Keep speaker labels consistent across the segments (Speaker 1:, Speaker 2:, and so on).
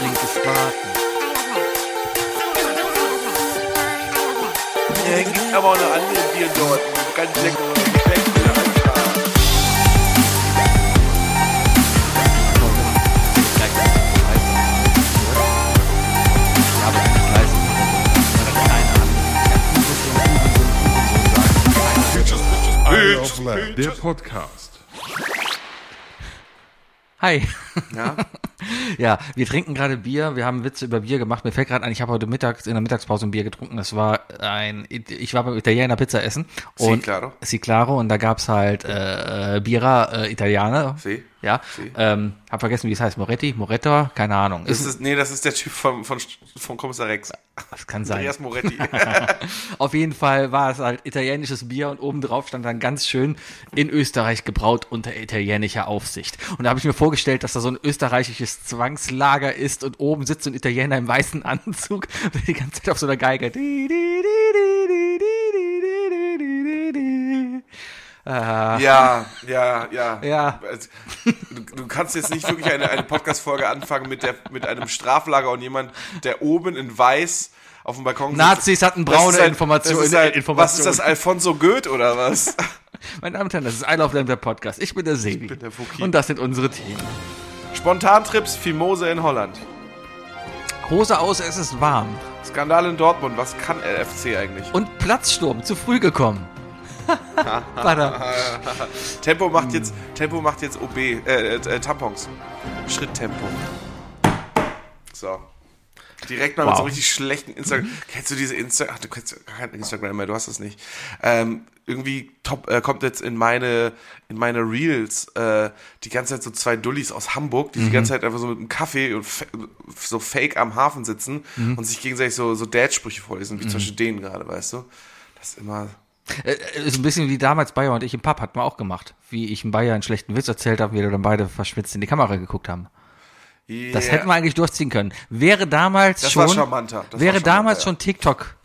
Speaker 1: linkes Warten.
Speaker 2: Ja, gibt aber auch eine andere Bier dort. Ganz leckere Getränke.
Speaker 3: Der Podcast.
Speaker 1: Hi.
Speaker 2: Ja?
Speaker 1: Ja, wir trinken gerade Bier. Wir haben Witze über Bier gemacht. Mir fällt gerade ein, ich habe heute Mittags in der Mittagspause ein Bier getrunken. Das war ein, ich war beim Italiener Pizza essen.
Speaker 2: Si,
Speaker 1: Und,
Speaker 2: claro.
Speaker 1: Si claro. Und da gab's halt äh, äh, Bira äh, Italianer.
Speaker 2: Si.
Speaker 1: Ja.
Speaker 2: Si.
Speaker 1: Ähm, hab vergessen, wie es heißt. Moretti, Moretta, keine Ahnung.
Speaker 2: Das ist, nee, das ist der Typ von, von, von Kommissar Rex.
Speaker 1: das kann sein.
Speaker 2: Andreas Moretti.
Speaker 1: Auf jeden Fall war es halt italienisches Bier und obendrauf stand dann ganz schön in Österreich gebraut unter italienischer Aufsicht. Und da habe ich mir vorgestellt, dass da so ein österreichisches Zwangslager ist und oben sitzt so ein Italiener im weißen Anzug und die ganze Zeit auf so einer Geige. Äh,
Speaker 2: ja, ja, ja.
Speaker 1: Ja.
Speaker 2: Also, Du, du kannst jetzt nicht wirklich eine, eine Podcast-Folge anfangen mit, der, mit einem Straflager und jemand, der oben in weiß auf dem Balkon sitzt.
Speaker 1: Nazis hatten
Speaker 2: Das ist
Speaker 1: braune
Speaker 2: halt-
Speaker 1: Informationen.
Speaker 2: das ist halt- Was
Speaker 1: Informationen.
Speaker 2: ist das, Alfonso Goeth oder was?
Speaker 1: Meine Damen und Herren, das ist I Love Lamp, der Podcast. Ich bin der Sebi. Ich bin
Speaker 2: der Fuki.
Speaker 1: Und das sind unsere Themen.
Speaker 2: Spontantrips Fimose in Holland.
Speaker 1: Hose aus, es ist warm.
Speaker 2: Skandal in Dortmund. Was kann LFC eigentlich?
Speaker 1: und Platzsturm zu früh gekommen. Badam.
Speaker 2: Tempo
Speaker 1: Hm.
Speaker 2: macht jetzt, Tempo macht jetzt OB, äh, äh, äh Tampons. Schritttempo. So. Direkt mal mit
Speaker 1: Wow. Mhm.
Speaker 2: so richtig schlechten Instagram. Kennst du diese Instagram? Ach, du kennst kein Instagram mehr, du hast das nicht. Ähm, irgendwie top, äh, kommt jetzt in meine, in meine Reels äh, die ganze Zeit so zwei Dullis aus Hamburg, die
Speaker 1: Mhm.
Speaker 2: die ganze Zeit einfach so mit einem Kaffee und fa- so fake am Hafen sitzen
Speaker 1: Mhm.
Speaker 2: und sich gegenseitig so, so Dad-Sprüche vorlesen, wie zum Beispiel denen gerade, weißt du? Das ist immer.
Speaker 1: Äh, Ist ein bisschen wie damals Bayer und ich im Pub, hat man auch gemacht. Wie ich im Bayer einen schlechten Witz erzählt habe, wir dann beide verschwitzt in die Kamera geguckt haben. Das
Speaker 2: Yeah.
Speaker 1: hätten wir eigentlich durchziehen können. Wäre damals
Speaker 2: Das
Speaker 1: schon,
Speaker 2: war charmanter. Das
Speaker 1: wäre
Speaker 2: war charmanter,
Speaker 1: damals
Speaker 2: ja.
Speaker 1: schon TikTok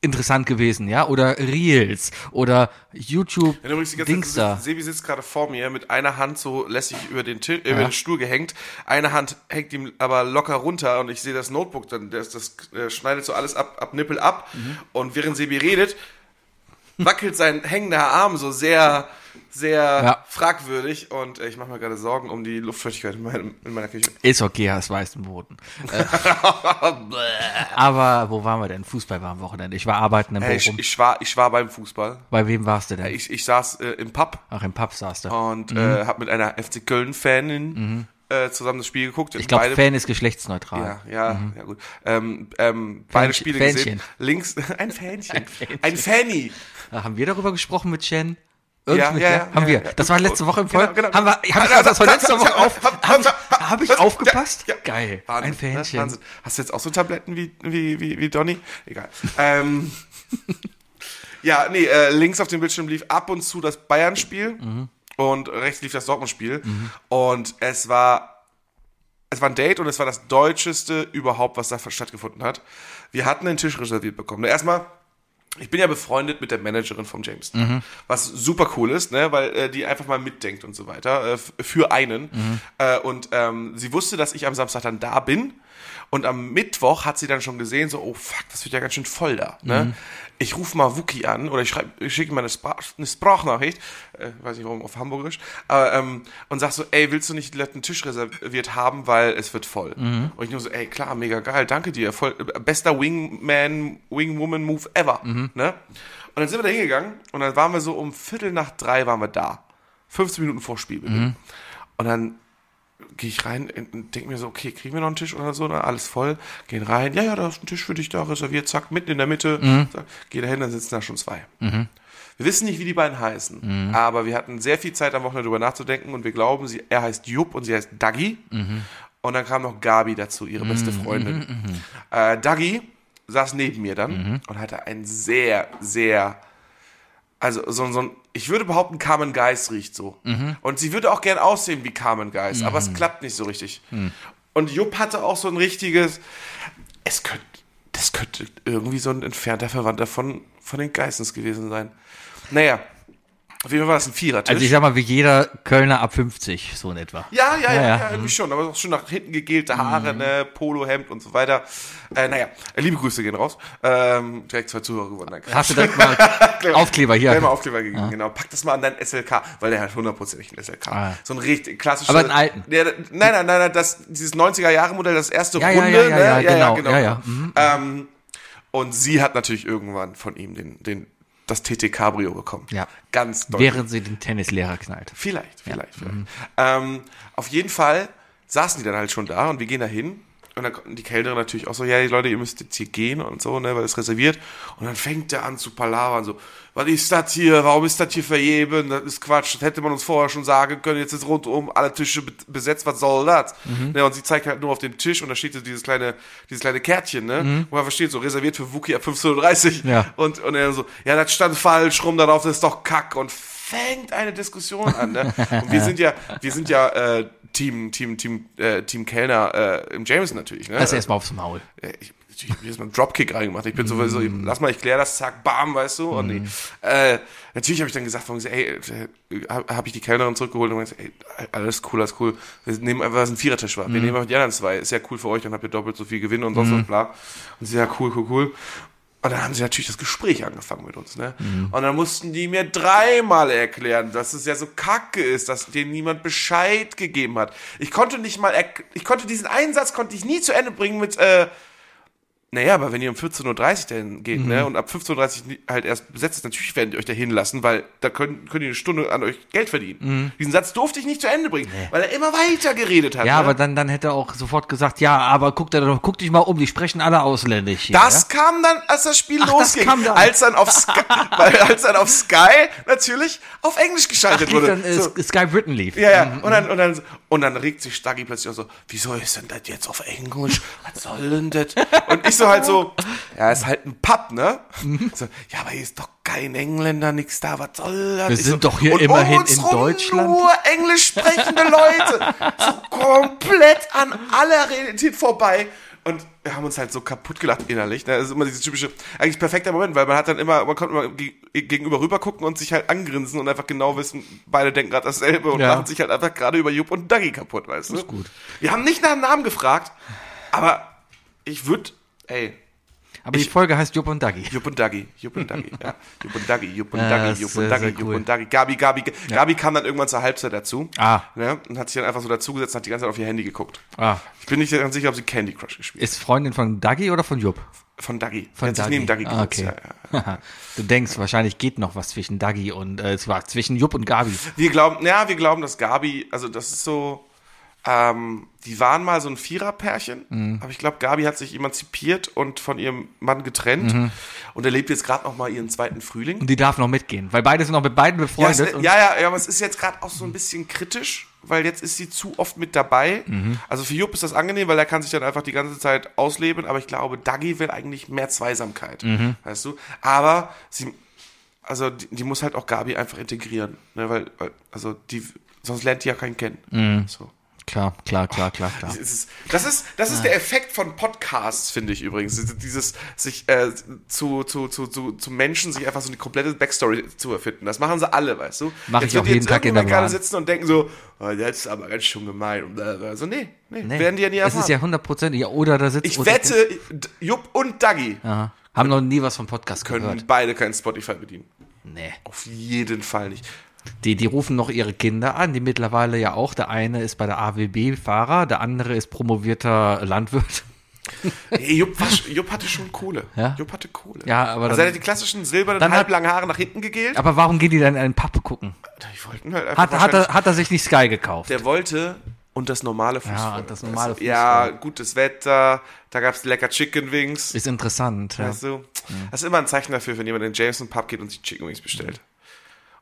Speaker 1: interessant gewesen, ja? Oder Reels oder YouTube
Speaker 2: Wenn übrigens die ganze
Speaker 1: Dings
Speaker 2: Zeit,
Speaker 1: da.
Speaker 2: sitzt- Sebi sitzt gerade vor mir mit einer Hand so lässig über den, Til äh, über den Stuhl gehängt. Eine Hand hängt ihm aber locker runter und ich sehe das Notebook, dann das, das äh, schneidet so alles ab, ab Nippel ab.
Speaker 1: Mhm.
Speaker 2: Und während Sebi redet, wackelt sein hängender Arm so sehr, sehr
Speaker 1: Ja.
Speaker 2: fragwürdig. Und äh, ich mache mir gerade Sorgen um die Luftfeuchtigkeit in, meinem, in meiner Küche.
Speaker 1: Ist okay, hast weißen Boden. Äh, Aber wo waren wir denn? Fußball war am Wochenende. Ich war arbeiten in
Speaker 2: Hey, ich,
Speaker 1: Bochum.
Speaker 2: ich, war, ich war beim Fußball.
Speaker 1: Bei wem warst du denn?
Speaker 2: Ich, ich saß äh, im Pub
Speaker 1: Ach, im Pub saß du.
Speaker 2: und
Speaker 1: Mhm.
Speaker 2: äh, habe mit einer FC Köln-Fanin äh, zusammen das Spiel geguckt.
Speaker 1: Ich glaube, Fan ist geschlechtsneutral.
Speaker 2: Ja, ja, ja gut. Ähm, ähm, beide
Speaker 1: Mhm. Fähnchen-
Speaker 2: Spiele gesehen.
Speaker 1: Fähnchen.
Speaker 2: Links ein Fähnchen. ein
Speaker 1: Fähnchen.
Speaker 2: Fanny.
Speaker 1: Da Äh, haben wir darüber gesprochen mit Chen?
Speaker 2: Ja,
Speaker 1: Irgendwie,
Speaker 2: ja,
Speaker 1: ja,
Speaker 2: ja,
Speaker 1: haben
Speaker 2: ja,
Speaker 1: wir.
Speaker 2: ja.
Speaker 1: Das war letzte Woche im
Speaker 2: Genau,
Speaker 1: Folge.
Speaker 2: genau.
Speaker 1: Haben wir, hab ich
Speaker 2: Ja,
Speaker 1: das, das war
Speaker 2: ja,
Speaker 1: letzte
Speaker 2: ja,
Speaker 1: Woche
Speaker 2: ja,
Speaker 1: auf.
Speaker 2: ja,
Speaker 1: Habe ich,
Speaker 2: ja,
Speaker 1: hab ich
Speaker 2: ja,
Speaker 1: aufgepasst?
Speaker 2: ja, ja.
Speaker 1: Geil.
Speaker 2: Wahnsinn, ne?
Speaker 1: ein Fähnchen.
Speaker 2: Wahnsinn. Hast du jetzt auch so Tabletten wie, wie, wie, wie Donny? Egal. ähm, ja, nee, äh, links auf dem Bildschirm lief ab und zu das Bayern-Spiel
Speaker 1: Mhm.
Speaker 2: und rechts lief das Dortmund-Spiel. Und es war. Es war ein Date und es war das deutscheste überhaupt, was da stattgefunden hat. Wir hatten einen Tisch reserviert bekommen. Erstmal, ich bin ja befreundet mit der Managerin vom James, was super cool ist, ne, weil äh, die einfach mal mitdenkt und so weiter äh, f- für einen. Äh, und ähm, sie wusste, dass ich am Samstag dann da bin. Und am Mittwoch hat sie dann schon gesehen, so, oh fuck, das wird ja ganz schön voll da. Ne? Ich rufe mal Wookie an oder ich, schreib- ich schicke ihm mal eine, Spra eine Sprachnachricht, äh, weiß nicht warum auf Hamburgisch, aber, ähm, und sag so, ey, willst du nicht den letzten Tisch reserviert haben, weil es wird voll. Und ich nur so, ey, klar, mega geil, danke dir, voll, äh, bester Wingman, Wingwoman-Move ever. Ne? Und dann sind wir da hingegangen und dann waren wir so um Viertel nach drei waren wir da. 15 Minuten vor Spielbeginn. Und dann gehe ich rein und denke mir so, okay, kriegen wir noch einen Tisch oder so, ne? alles voll, gehen rein, ja, ja, da ist ein Tisch für dich da reserviert, zack, mitten in der Mitte, zack, geh dahin, dann sitzen da schon zwei. Wir wissen nicht, wie die beiden heißen, aber wir hatten sehr viel Zeit am Wochenende darüber nachzudenken und wir glauben, sie, er heißt Jupp und sie heißt Dagi. Und dann kam noch Gabi dazu,
Speaker 1: Mhm,
Speaker 2: ihre beste Freundin. Äh, Dagi saß neben mir dann
Speaker 1: Mhm.
Speaker 2: und hatte einen sehr, sehr also so, ein- so ein, ich würde behaupten, Carmen Geiss riecht so.
Speaker 1: Mhm.
Speaker 2: Und sie würde auch gern aussehen wie Carmen Geiss, aber es klappt nicht so richtig.
Speaker 1: Mhm.
Speaker 2: Und Jupp hatte auch so ein richtiges, es könnte, das könnte irgendwie so ein entfernter Verwandter von, von den Geissens gewesen sein. Naja, Auf jeden Fall war das ein Vierertisch.
Speaker 1: Also ich sag mal, wie jeder Kölner ab 50, so in etwa.
Speaker 2: Ja, ja,
Speaker 1: Ja,
Speaker 2: ja,
Speaker 1: Mhm.
Speaker 2: ja,
Speaker 1: ja.
Speaker 2: irgendwie schon. Aber auch schon nach hinten gegelte Haare, ne, Polohemd und so weiter. Äh, naja, liebe Grüße gehen raus. Ähm, direkt zwei Zuhörer gewonnen. Nein,
Speaker 1: Hast du direkt mal Aufkleber hier.
Speaker 2: Gleich mal Aufkleber gegeben, genau. Pack das mal an deinen SLK, weil der hat hundertprozentig einen SLK.
Speaker 1: Ah.
Speaker 2: So ein richtig klassisches.
Speaker 1: Aber einen alten.
Speaker 2: Der, nein, nein, nein, nein, das, dieses 90er-Jahre-Modell, das erste
Speaker 1: Ja, ja, ja,
Speaker 2: Runde.
Speaker 1: ja,
Speaker 2: ne?
Speaker 1: ja, genau, ja, ja.
Speaker 2: Ähm, und sie hat natürlich irgendwann von ihm den, den, das TT Cabrio bekommen.
Speaker 1: Ja.
Speaker 2: Ganz deutlich.
Speaker 1: Während sie den Tennislehrer knallt.
Speaker 2: Vielleicht, vielleicht, vielleicht. Ähm, auf jeden Fall saßen die dann halt schon da und wir gehen da hin. Und dann kommt die Kellnerin natürlich auch so, ja, Leute, ihr müsst jetzt hier gehen und so, ne, weil es reserviert. Und dann fängt der an zu palavern, so, was ist das hier, warum ist das hier vergeben, das ist Quatsch, das hätte man uns vorher schon sagen können, jetzt ist rundum alle Tische be- besetzt, was soll das? Ne, und sie zeigt halt nur auf den Tisch und da steht so dieses kleine, dieses kleine Kärtchen, ne, wo man versteht, so, reserviert für Wookie ab 15.30 Uhr.
Speaker 1: Ja.
Speaker 2: Und, und er so, ja, das stand falsch rum darauf, das ist doch Kack und fängt eine Diskussion an. Ne? Und wir sind ja, wir sind ja äh, Team, Team, Team, äh, Team Kellner äh, im Jameson natürlich. Ne?
Speaker 1: Das erstmal aufs Maul.
Speaker 2: Äh, ich ich hab jetzt mal einen Dropkick reingemacht. Ich bin so, so, lass mal, ich klär das, zack, bam, weißt du? Und die, äh, natürlich habe ich dann gesagt, von, ey, habe hab ich die Kellnerin zurückgeholt und gesagt, ey, alles cool, alles cool. Wir nehmen einfach, weil es ein Vierertisch war. Wir nehmen einfach die anderen zwei. Ist ja cool für euch, dann habt ihr doppelt so viel Gewinn und sonst was, bla. Und sie, ja, cool, cool, cool. Und dann haben sie natürlich das Gespräch angefangen mit uns, ne? Und dann mussten die mir dreimal erklären, dass es ja so kacke ist, dass denen niemand Bescheid gegeben hat. Ich konnte nicht mal, erk- ich konnte diesen Einsatz konnte ich nie zu Ende bringen mit, äh, naja, aber wenn ihr um 14.30 Uhr dahin geht,
Speaker 1: Mhm.
Speaker 2: ne, und ab 15.30 Uhr ni- halt erst besetzt ist, natürlich werden die euch da hinlassen, weil da können, könnt ihr eine Stunde an euch Geld verdienen.
Speaker 1: Mhm.
Speaker 2: Diesen Satz durfte ich nicht zu Ende bringen, weil er immer weiter geredet hat.
Speaker 1: Ja,
Speaker 2: ne?
Speaker 1: aber dann, dann hätte er auch sofort gesagt, ja, aber guck, da, doch- guck dich mal um, die sprechen alle ausländisch hier.
Speaker 2: Das
Speaker 1: ja?
Speaker 2: kam dann, als das Spiel
Speaker 1: das
Speaker 2: losging.
Speaker 1: kam dann.
Speaker 2: Als dann auf Sky, weil, als dann auf Sky natürlich auf Englisch geschaltet
Speaker 1: lief
Speaker 2: wurde.
Speaker 1: dann äh,
Speaker 2: so.
Speaker 1: Sky Britain lief.
Speaker 2: Ja, ja. Und
Speaker 1: mhm.
Speaker 2: dann, und dann, und dann regt sich Staggy plötzlich auch so, wieso ist denn das jetzt auf Englisch? Was soll denn das? Und ich so halt so, ja, ist halt ein Pub, ne?
Speaker 1: Mhm.
Speaker 2: So, ja, aber hier ist doch kein Engländer, nix da, was soll das?
Speaker 1: Wir
Speaker 2: Ich so,
Speaker 1: sind doch hier
Speaker 2: und
Speaker 1: immerhin
Speaker 2: um uns
Speaker 1: in
Speaker 2: rum
Speaker 1: Deutschland.
Speaker 2: Nur englisch sprechende Leute. so komplett an aller Realität vorbei. Und wir haben uns halt so kaputt gelacht innerlich. Ne? Das ist immer dieses typische, eigentlich perfekter Moment, weil man hat dann immer, man konnte immer ge- gegenüber rüber gucken und sich halt angrinsen und einfach genau wissen, beide denken gerade dasselbe und
Speaker 1: Ja.
Speaker 2: lachen sich halt einfach gerade über Jupp und Dagi kaputt, weißt du? Ist gut. Wir haben nicht nach dem Namen gefragt, aber ich würde, ey,
Speaker 1: Aber die Folge heißt Jupp und Dagi.
Speaker 2: Jupp und Dagi, Jupp und Dagi, ja. Jupp und Dagi, Jupp und
Speaker 1: Ja,
Speaker 2: Dagi,
Speaker 1: das
Speaker 2: Jupp
Speaker 1: ist
Speaker 2: und
Speaker 1: sehr,
Speaker 2: Dagi,
Speaker 1: sehr
Speaker 2: Jupp
Speaker 1: cool.
Speaker 2: und Dagi. Gabi, Gabi, Gabi kam dann irgendwann zur Halbzeit dazu.
Speaker 1: Ah.
Speaker 2: Ne, und hat sich dann einfach so dazugesetzt und hat die ganze Zeit auf ihr Handy geguckt.
Speaker 1: Ah,
Speaker 2: Ich bin nicht ganz sicher, ob sie Candy Crush gespielt
Speaker 1: ist Freundin von Dagi oder von Jupp?
Speaker 2: hat. Von Dagi.
Speaker 1: Von
Speaker 2: Hat sich neben Dagi
Speaker 1: ah,
Speaker 2: gesetzt,
Speaker 1: okay.
Speaker 2: ja, ja.
Speaker 1: du denkst, wahrscheinlich geht noch was zwischen Dagi und, äh, es war zwischen Jupp und Gabi.
Speaker 2: Wir glauben, ja, wir glauben, dass Gabi, also das ist so, ähm, die waren mal so ein Viererpärchen,
Speaker 1: Mhm.
Speaker 2: aber ich glaube, Gabi hat sich emanzipiert und von ihrem Mann getrennt
Speaker 1: Mhm.
Speaker 2: und erlebt jetzt gerade noch mal ihren zweiten Frühling.
Speaker 1: Und die darf noch mitgehen, weil beide sind noch mit beiden
Speaker 2: Ja, es,
Speaker 1: befreundet. und
Speaker 2: ja, ja, ja, aber es ist jetzt gerade auch so ein bisschen kritisch, weil jetzt ist sie zu oft mit dabei.
Speaker 1: Mhm.
Speaker 2: Also für Jupp ist das angenehm, weil er kann sich dann einfach die ganze Zeit ausleben, aber ich glaube, Dagi will eigentlich mehr Zweisamkeit,
Speaker 1: Mhm.
Speaker 2: weißt du? Aber sie, also die, die muss halt auch Gabi einfach integrieren, ne? weil, weil, also die, sonst lernt die ja keinen kennen.
Speaker 1: Mhm.
Speaker 2: So.
Speaker 1: Klar, klar, klar, klar, klar.
Speaker 2: Es ist, das ist, das ist der Effekt von Podcasts, finde ich übrigens. Dieses, sich äh, zu, zu, zu, zu, zu Menschen sich einfach so eine komplette Backstory zu erfinden. Das machen sie alle, weißt du?
Speaker 1: Mach ich
Speaker 2: wird
Speaker 1: auch jeden Tag in
Speaker 2: irgendjemand
Speaker 1: der
Speaker 2: gerade
Speaker 1: Bahn.
Speaker 2: sitzen und denken so, oh, das ist aber ganz schön gemein. Und bla, bla. So, nee, nee,
Speaker 1: Nee,
Speaker 2: werden die ja nie
Speaker 1: Das
Speaker 2: erfahren.
Speaker 1: ist ja hundertprozentig. Ja, oder da sitzt.
Speaker 2: ich
Speaker 1: oder-
Speaker 2: wette, D- Jupp und Dagi
Speaker 1: Aha. Haben noch nie was vom Podcast
Speaker 2: können
Speaker 1: gehört.
Speaker 2: beide keinen Spotify bedienen.
Speaker 1: Nee.
Speaker 2: Auf jeden Fall nicht.
Speaker 1: Die, die rufen noch ihre Kinder an, die mittlerweile ja auch. Der eine ist bei der AWB Fahrer, der andere ist promovierter Landwirt.
Speaker 2: Nee, Jupp, war, sch- Jupp hatte schon Kohle.
Speaker 1: Ja?
Speaker 2: Jupp hatte Kohle.
Speaker 1: Ja, aber
Speaker 2: also
Speaker 1: dann-
Speaker 2: er hat die klassischen silbernen,
Speaker 1: Dann hat-
Speaker 2: halblangen Haare nach hinten gegelt.
Speaker 1: Aber warum gehen die dann in einen Pub gucken?
Speaker 2: Die wollten halt einfach
Speaker 1: Hat, hat, er, hat er sich nicht Sky gekauft?
Speaker 2: Der wollte und das normale Fußball.
Speaker 1: Ja, und das normale
Speaker 2: Weißt du? Ja, gutes Wetter, da gab's lecker Chicken Wings.
Speaker 1: Ist interessant. Ja.
Speaker 2: Weißt du? Das ist immer ein Zeichen dafür, wenn jemand in den Jameson Pub geht und sich Chicken Wings bestellt.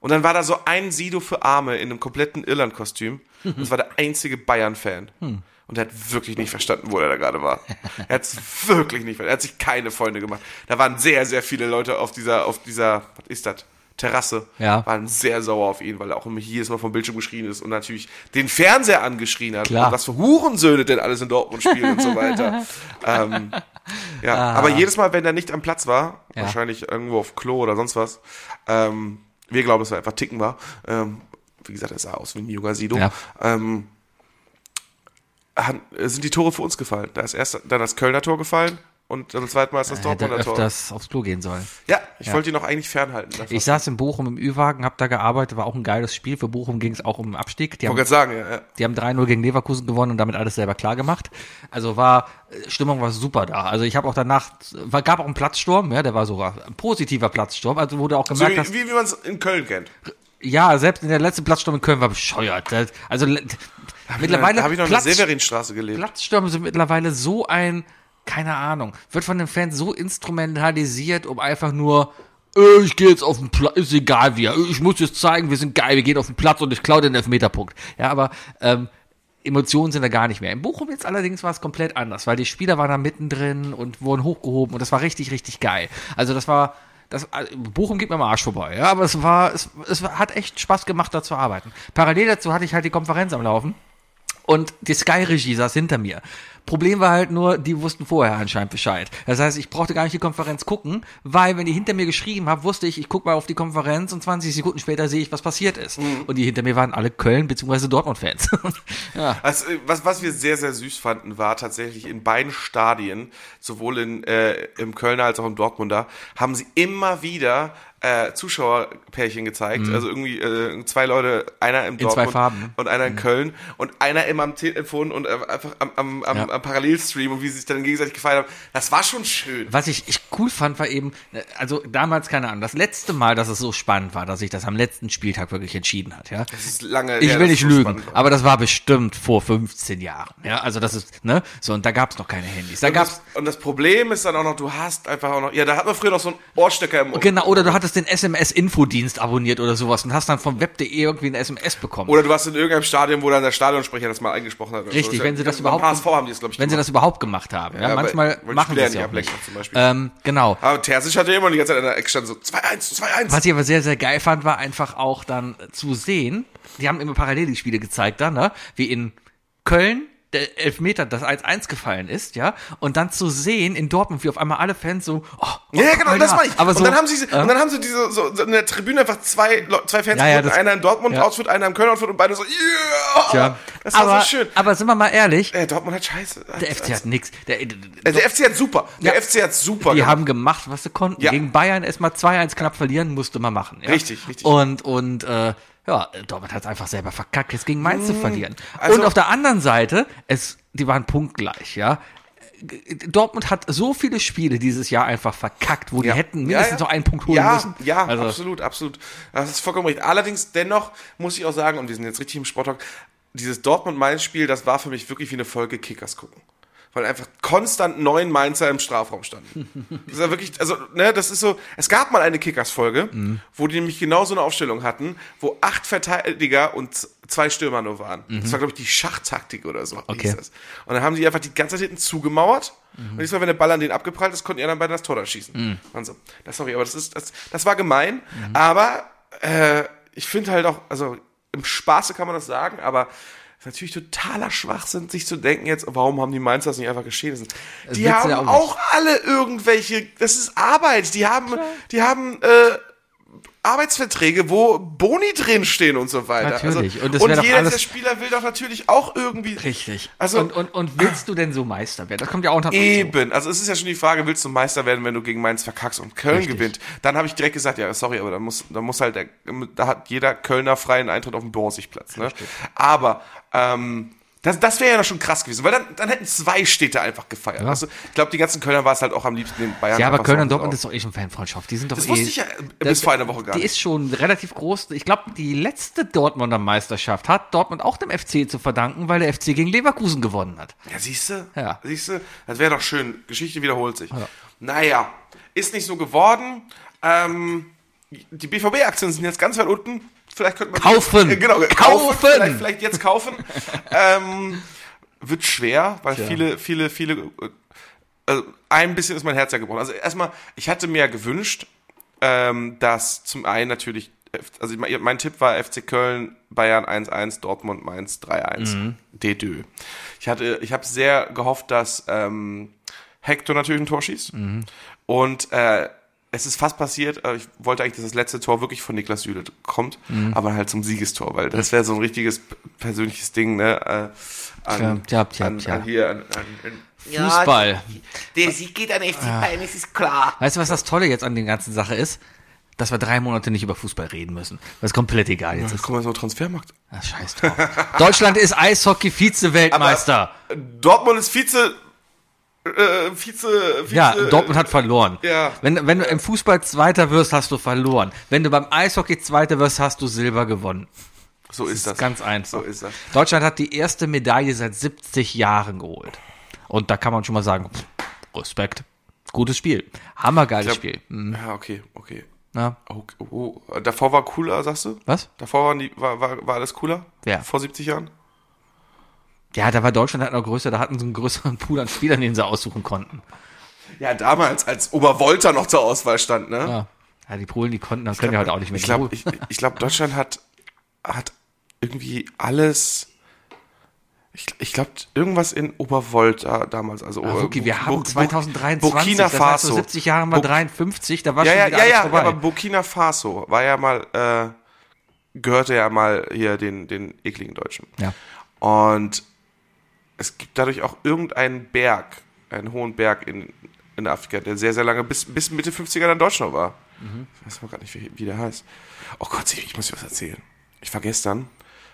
Speaker 2: Und dann war da so ein Sido für Arme in einem kompletten Irland-Kostüm. Das war der einzige Bayern-Fan.
Speaker 1: Hm.
Speaker 2: Und er hat wirklich nicht verstanden, wo er da gerade war. Er hat wirklich nicht verstanden. Er hat sich keine Freunde gemacht. Da waren sehr, sehr viele Leute auf dieser, auf dieser, was ist das? Terrasse.
Speaker 1: Ja.
Speaker 2: Waren sehr sauer auf ihn, weil er auch immer jedes Mal vom Bildschirm geschrien ist und natürlich den Fernseher angeschrien hat.
Speaker 1: Klar.
Speaker 2: Und was für Hurensöhne denn alles in Dortmund spielen und so weiter. ähm, ja, aber jedes Mal, wenn er nicht am Platz war,
Speaker 1: Ah. Ja.
Speaker 2: wahrscheinlich irgendwo auf Klo oder sonst was, ähm, Wir glauben, es war einfach Ticken war. Ähm, wie gesagt, er sah aus wie ein junger Sido.
Speaker 1: Ja.
Speaker 2: Ähm, han- sind die Tore für uns gefallen. Da ist erst dann das Kölner Tor gefallen und dann zweimal ist das
Speaker 1: Hätte
Speaker 2: Dortmunder Tor.
Speaker 1: Äh, öfters aufs Klo gehen sollen.
Speaker 2: Ja, ich wollte ihn auch eigentlich fernhalten. davon.
Speaker 1: Ich saß in Bochum im Ü-Wagen, hab da gearbeitet, war auch ein geiles Spiel. Für Bochum ging es auch um den Abstieg. Die
Speaker 2: Ich
Speaker 1: haben,
Speaker 2: wollte gerade sagen, ja, ja.
Speaker 1: die haben 3-0 gegen Leverkusen gewonnen und damit alles selber klar gemacht. Also war, äh, Stimmung war super da. Also ich habe auch danach, war, gab auch einen Platzsturm, ja, der war sogar ein positiver Platzsturm. Also wurde auch
Speaker 2: So
Speaker 1: gemerkt, dass,
Speaker 2: wie, wie, wie man es in Köln kennt.
Speaker 1: ja, selbst in der letzten Platzsturm in Köln war bescheuert. Das- Also le- mittlerweile
Speaker 2: da habe ich noch in der
Speaker 1: Platz-
Speaker 2: Severinstraße gelebt.
Speaker 1: Platzstürme sind mittlerweile so ein, keine Ahnung, wird von den Fans so instrumentalisiert, um einfach nur, äh, ich gehe jetzt auf den Platz, ist egal wir, ich muss jetzt zeigen, wir sind geil, wir gehen auf den Platz und ich klaue den Elfmeterpunkt. Ja, aber ähm, Emotionen sind da gar nicht mehr. In Bochum jetzt allerdings war es komplett anders, weil die Spieler waren da mittendrin und wurden hochgehoben und das war richtig, richtig geil. Also das war. Das, äh, Bochum geht mir am Arsch vorbei, ja, aber es war, es, es hat echt Spaß gemacht, da zu arbeiten. Parallel dazu hatte ich halt die Konferenz am Laufen und die Sky-Regie saß hinter mir. Problem war halt nur, die wussten vorher anscheinend Bescheid. Das heißt, ich brauchte gar nicht die Konferenz gucken, weil wenn die hinter mir geschrieben haben, wusste ich, ich gucke mal auf die Konferenz und 20 Sekunden später sehe ich, was passiert ist.
Speaker 2: Mhm.
Speaker 1: Und die hinter mir waren alle Köln- bzw. Dortmund-Fans. ja.
Speaker 2: Was, Also, äh, was, was wir sehr, sehr süß fanden, war tatsächlich in beiden Stadien, sowohl in, äh, im Kölner als auch im Dortmunder, haben sie immer wieder äh, Zuschauerpärchen gezeigt. Also irgendwie äh, zwei Leute, einer im Dortmund
Speaker 1: Mhm. zwei Farben. ne? Mhm.
Speaker 2: und einer in Köln und einer immer am Telefon und äh, einfach am, am, am,
Speaker 1: Ja.
Speaker 2: am Parallelstream und wie sie sich dann gegenseitig gefeiert haben. Das war schon schön.
Speaker 1: Was ich, ich cool fand, war eben, äh, also damals, keine Ahnung, das letzte Mal, dass es so spannend war, dass sich das am letzten Spieltag wirklich entschieden hat, ja.
Speaker 2: Das ist lange
Speaker 1: Ich
Speaker 2: her,
Speaker 1: will
Speaker 2: dass
Speaker 1: nicht
Speaker 2: es so
Speaker 1: lügen,
Speaker 2: spannend war.
Speaker 1: aber das war bestimmt vor 15 Jahren. Ja, also das ist, ne? So, und da gab's noch keine Handys. Da
Speaker 2: Und das,
Speaker 1: gab's
Speaker 2: und das Problem ist dann auch noch, du hast einfach auch noch, ja, da hat man früher noch so einen Ohrstöcker im Ohr.
Speaker 1: Genau, oder du hattest den SMS-Infodienst abonniert oder sowas und hast dann vom web.de irgendwie eine SMS bekommen.
Speaker 2: Oder du warst in irgendeinem Stadion, wo dann der Stadionsprecher das mal eingesprochen hat. oder so.
Speaker 1: Richtig,
Speaker 2: Das
Speaker 1: wenn
Speaker 2: ist
Speaker 1: sie
Speaker 2: ja-
Speaker 1: das überhaupt,
Speaker 2: Beim HSV haben die das, glaube ich,
Speaker 1: wenn sie
Speaker 2: gemacht.
Speaker 1: das überhaupt gemacht haben. Ja,
Speaker 2: Ja, aber
Speaker 1: manchmal
Speaker 2: wollen die
Speaker 1: machen sie
Speaker 2: Spieler
Speaker 1: es
Speaker 2: ja
Speaker 1: ja auch
Speaker 2: nicht
Speaker 1: nicht.
Speaker 2: ablenken, zum Beispiel. Ah.
Speaker 1: Ähm, genau.
Speaker 2: Aber Terzic hatte immer die ganze Zeit in der Ecke stand so 2-1, 2-1.
Speaker 1: Was ich aber sehr, sehr geil fand, war einfach auch dann zu sehen, die haben immer parallel die Spiele gezeigt dann, ne? wie in Köln der Elfmeter, das 1-1 gefallen ist, ja, und dann zu sehen in Dortmund, wie auf einmal alle Fans so, oh, oh
Speaker 2: Ja, genau,
Speaker 1: Alter.
Speaker 2: das war ich.
Speaker 1: Aber so,
Speaker 2: und dann haben sie,
Speaker 1: äh,
Speaker 2: und dann haben sie diese, so, so in der Tribüne einfach zwei, Leu- zwei Fans,
Speaker 1: Ja, ja,
Speaker 2: gefunden,
Speaker 1: das-
Speaker 2: einer in Dortmund
Speaker 1: ja.
Speaker 2: Outfit, einer im Köln Outfit und beide so, yeah!
Speaker 1: tja.
Speaker 2: Ah, Das war
Speaker 1: aber,
Speaker 2: so schön.
Speaker 1: aber sind wir mal ehrlich,
Speaker 2: Äh, Dortmund hat scheiße.
Speaker 1: der FC hat nix. Der,
Speaker 2: Äh, der FC hat super.
Speaker 1: Ja.
Speaker 2: Der FC hat super.
Speaker 1: Die
Speaker 2: gemacht.
Speaker 1: haben gemacht, was sie konnten.
Speaker 2: Ja.
Speaker 1: Gegen Bayern erstmal 2-1 knapp verlieren, musste man machen. Ja?
Speaker 2: Richtig, richtig.
Speaker 1: Und, und äh, ja, Dortmund hat es einfach selber verkackt, jetzt gegen Mainz zu verlieren.
Speaker 2: also-
Speaker 1: und auf der anderen Seite, es, die waren punktgleich, ja. Dortmund hat so viele Spiele dieses Jahr einfach verkackt, wo
Speaker 2: Ja.
Speaker 1: die hätten
Speaker 2: Ja,
Speaker 1: mindestens
Speaker 2: ja.
Speaker 1: noch einen Punkt holen
Speaker 2: ja,
Speaker 1: müssen.
Speaker 2: Ja,
Speaker 1: also,
Speaker 2: absolut, absolut. Das ist vollkommen richtig. Allerdings, dennoch muss ich auch sagen, und wir sind jetzt richtig im Sporttalk, dieses Dortmund-Mainz-Spiel, das war für mich wirklich wie eine Folge Kickers gucken. Weil einfach konstant neun Mainzer im Strafraum standen. Das ist ja wirklich, also, ne, das ist so, es gab mal eine Kickers-Folge, wo die nämlich genau so eine Aufstellung hatten, wo acht Verteidiger und z- zwei Stürmer nur waren. Das war, glaube ich, die Schachtaktik oder so.
Speaker 1: Okay.
Speaker 2: hieß das. Und dann haben die einfach die ganze Zeit hinten zugemauert. Und jedes Mal, wenn der Ball an den abgeprallt ist, konnten die anderen beiden das Tor dann schießen. Und so. Das, sorry, aber das ist, das, das war gemein. Aber äh, ich finde halt auch, also im Spaße kann man das sagen, aber es ist natürlich totaler Schwachsinn, sich zu denken jetzt, warum haben die Mainz das nicht einfach geschehen lassen. Die
Speaker 1: wird's
Speaker 2: haben
Speaker 1: ja auch
Speaker 2: auch,
Speaker 1: nicht.
Speaker 2: alle irgendwelche, das ist Arbeit, die haben, die haben, äh, Arbeitsverträge, wo Boni drinstehen und so weiter.
Speaker 1: Natürlich.
Speaker 2: Also,
Speaker 1: Und
Speaker 2: und
Speaker 1: das wär doch
Speaker 2: jeder
Speaker 1: alles-
Speaker 2: der Spieler will doch natürlich auch irgendwie.
Speaker 1: richtig.
Speaker 2: Also-
Speaker 1: und, und, und willst du denn so Meister werden? Das kommt ja auch noch dazu.
Speaker 2: Eben. Also es ist ja schon die Frage, willst du Meister werden, wenn du gegen Mainz verkackst und Köln
Speaker 1: Richtig.
Speaker 2: gewinnt? Dann habe ich direkt gesagt, ja, sorry, aber da muss, da muss halt, der, da hat jeder Kölner freien Eintritt auf den Dorsigplatz. Ne? Aber ähm, das, das wäre ja doch schon krass gewesen, weil dann, dann hätten zwei Städte einfach gefeiert. Also, ich glaube, die ganzen Kölner war es halt auch am liebsten den Bayern.
Speaker 1: Ja, aber
Speaker 2: einfach so
Speaker 1: Köln und
Speaker 2: auf-
Speaker 1: Dortmund ist doch eh schon Fanfreundschaft. Die sind doch
Speaker 2: Das
Speaker 1: eh,
Speaker 2: wusste ich ja bis vor einer Woche gar
Speaker 1: Die
Speaker 2: nicht.
Speaker 1: ist schon relativ groß. Ich glaube, die letzte Dortmunder Meisterschaft hat Dortmund auch dem FC zu verdanken, weil der FC gegen Leverkusen gewonnen hat.
Speaker 2: Ja, siehste,
Speaker 1: Ja.
Speaker 2: Ja. siehste, Das wäre doch schön. Geschichte wiederholt sich. Naja, ist nicht so geworden. Ähm, die BVB-Aktien sind jetzt ganz weit unten. Vielleicht könnte man
Speaker 1: Kaufen!
Speaker 2: Äh, genau, kaufen!
Speaker 1: Kaufen!
Speaker 2: Vielleicht, vielleicht jetzt kaufen. ähm, wird schwer, weil viele, viele, viele. äh, Also ein bisschen ist mein Herz ja gebrochen. Also erstmal, ich hatte mir ja gewünscht, ähm, dass zum einen natürlich, also mein mein Tipp war FC Köln, Bayern 1-1, Dortmund Mainz 3-1.
Speaker 1: Mhm.
Speaker 2: Dedö. Ich hatte, ich habe
Speaker 1: Mhm.
Speaker 2: sehr gehofft, dass ähm, Hector natürlich ein Tor schießt und äh, es ist fast passiert. aber Ich wollte eigentlich, dass das letzte Tor wirklich von Niklas Süle kommt,
Speaker 1: Mhm.
Speaker 2: aber halt zum Siegestor, weil das wäre so ein richtiges p- persönliches Ding, ne? Äh, an,
Speaker 1: Tja, tja,
Speaker 2: an,
Speaker 1: tja.
Speaker 2: an hier, an, an, an
Speaker 1: Fußball.
Speaker 2: Der Sieg geht an FC Bayern, das ist klar.
Speaker 1: Weißt du, was das Tolle jetzt an der ganzen Sache ist? Dass wir drei Monate nicht über Fußball reden müssen. Weil es komplett egal jetzt
Speaker 2: Ach,
Speaker 1: ist.
Speaker 2: guck mal, so ein Transfermarkt.
Speaker 1: Ach, scheiß drauf. Deutschland ist Eishockey-Vize-Weltmeister.
Speaker 2: Dortmund ist Vize, äh, Vize, Vize.
Speaker 1: Ja, Dortmund hat verloren.
Speaker 2: Ja.
Speaker 1: Wenn, wenn du im Fußball Zweiter wirst, hast du verloren. Wenn du beim Eishockey Zweiter wirst, hast du Silber gewonnen.
Speaker 2: So ist das.
Speaker 1: Ganz einfach.
Speaker 2: So ist das.
Speaker 1: Deutschland hat die erste Medaille seit 70 Jahren geholt. Und da kann man schon mal sagen, pff, Respekt. Gutes Spiel. Hammergeiles
Speaker 2: Ich glaub-
Speaker 1: Spiel. Hm,
Speaker 2: Ja, okay, okay.
Speaker 1: Na,
Speaker 2: okay. Oh, davor war cooler, sagst du?
Speaker 1: was?
Speaker 2: Davor waren die, war, war, war alles cooler?
Speaker 1: Ja.
Speaker 2: Vor 70 Jahren?
Speaker 1: Ja, da war Deutschland halt noch größer, da hatten sie einen größeren Pool an Spielern, den sie aussuchen konnten.
Speaker 2: Ja, damals, als Obervolta noch zur Auswahl stand, ne?
Speaker 1: Ja, ja die Polen, die konnten, das können ja heute auch nicht mehr.
Speaker 2: Ich glaube,
Speaker 1: Die-
Speaker 2: ich, ich glaub, Deutschland hat, hat irgendwie alles. Ich, ich glaube, irgendwas in Obervolta damals. Also
Speaker 1: Ah,
Speaker 2: Ober-
Speaker 1: Wookie, wir
Speaker 2: Bur-
Speaker 1: haben
Speaker 2: Bur-
Speaker 1: 2023,
Speaker 2: Burkina
Speaker 1: das heißt,
Speaker 2: Faso.
Speaker 1: vor 70 Jahren war
Speaker 2: Bur-
Speaker 1: 53, da war
Speaker 2: ja,
Speaker 1: schon
Speaker 2: ja,
Speaker 1: wieder
Speaker 2: ja,
Speaker 1: alles
Speaker 2: ja,
Speaker 1: vorbei.
Speaker 2: aber Burkina Faso war ja mal, äh, gehörte ja mal hier den, den ekligen Deutschen.
Speaker 1: ja.
Speaker 2: Und es gibt dadurch auch irgendeinen Berg, einen hohen Berg in, in Afrika, der sehr, sehr lange bis, bis Mitte 50er dann Deutschland war.
Speaker 1: Mhm.
Speaker 2: Ich weiß aber gar nicht, wie, wie der heißt. Oh Gott, ich muss dir was erzählen. Ich war gestern,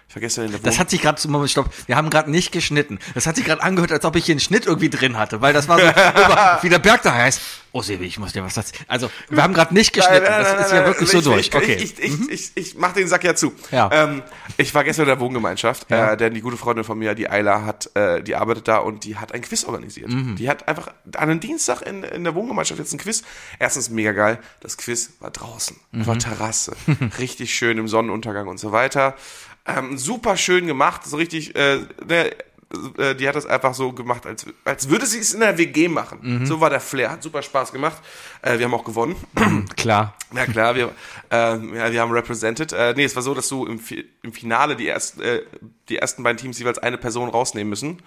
Speaker 2: ich war gestern in der
Speaker 1: Das
Speaker 2: Wohnung-
Speaker 1: hat sich gerade, Moment, stopp, wir haben gerade nicht geschnitten. Das hat sich gerade angehört, als ob ich hier einen Schnitt irgendwie drin hatte, weil das war so, über, wie der Berg da heißt. Oh, Sebi, ich muss dir was erzählen. Also, wir haben gerade nicht
Speaker 2: Nein,
Speaker 1: geschnitten.
Speaker 2: nein, nein,
Speaker 1: Das ist
Speaker 2: nein,
Speaker 1: ja
Speaker 2: nein,
Speaker 1: wirklich
Speaker 2: ich,
Speaker 1: so durch.
Speaker 2: Ich,
Speaker 1: Okay. Mhm.
Speaker 2: ich, ich, ich, ich mach den Sack ja zu.
Speaker 1: Ja.
Speaker 2: Ähm, ich war gestern in der Wohngemeinschaft,
Speaker 1: Ja.
Speaker 2: äh, denn die gute Freundin von mir, die Ayla, hat, äh, die arbeitet da und die hat ein Quiz organisiert.
Speaker 1: Mhm.
Speaker 2: Die hat einfach an einem Dienstag in, in der Wohngemeinschaft jetzt ein Quiz. Erstens mega geil, das Quiz war draußen,
Speaker 1: Mhm.
Speaker 2: war Terrasse, richtig schön im Sonnenuntergang und so weiter. Ähm, super schön gemacht, so richtig, äh, ne, äh, die hat das einfach so gemacht, als, als würde sie es in der WG machen.
Speaker 1: Mhm.
Speaker 2: So war der Flair, hat super Spaß gemacht. Äh, wir haben auch gewonnen.
Speaker 1: Klar.
Speaker 2: Ja klar, wir, ähm, ja, wir haben represented. Äh, nee, es war so, dass du im, Fi- im Finale die ersten, äh, die ersten beiden Teams jeweils eine Person rausnehmen müssen.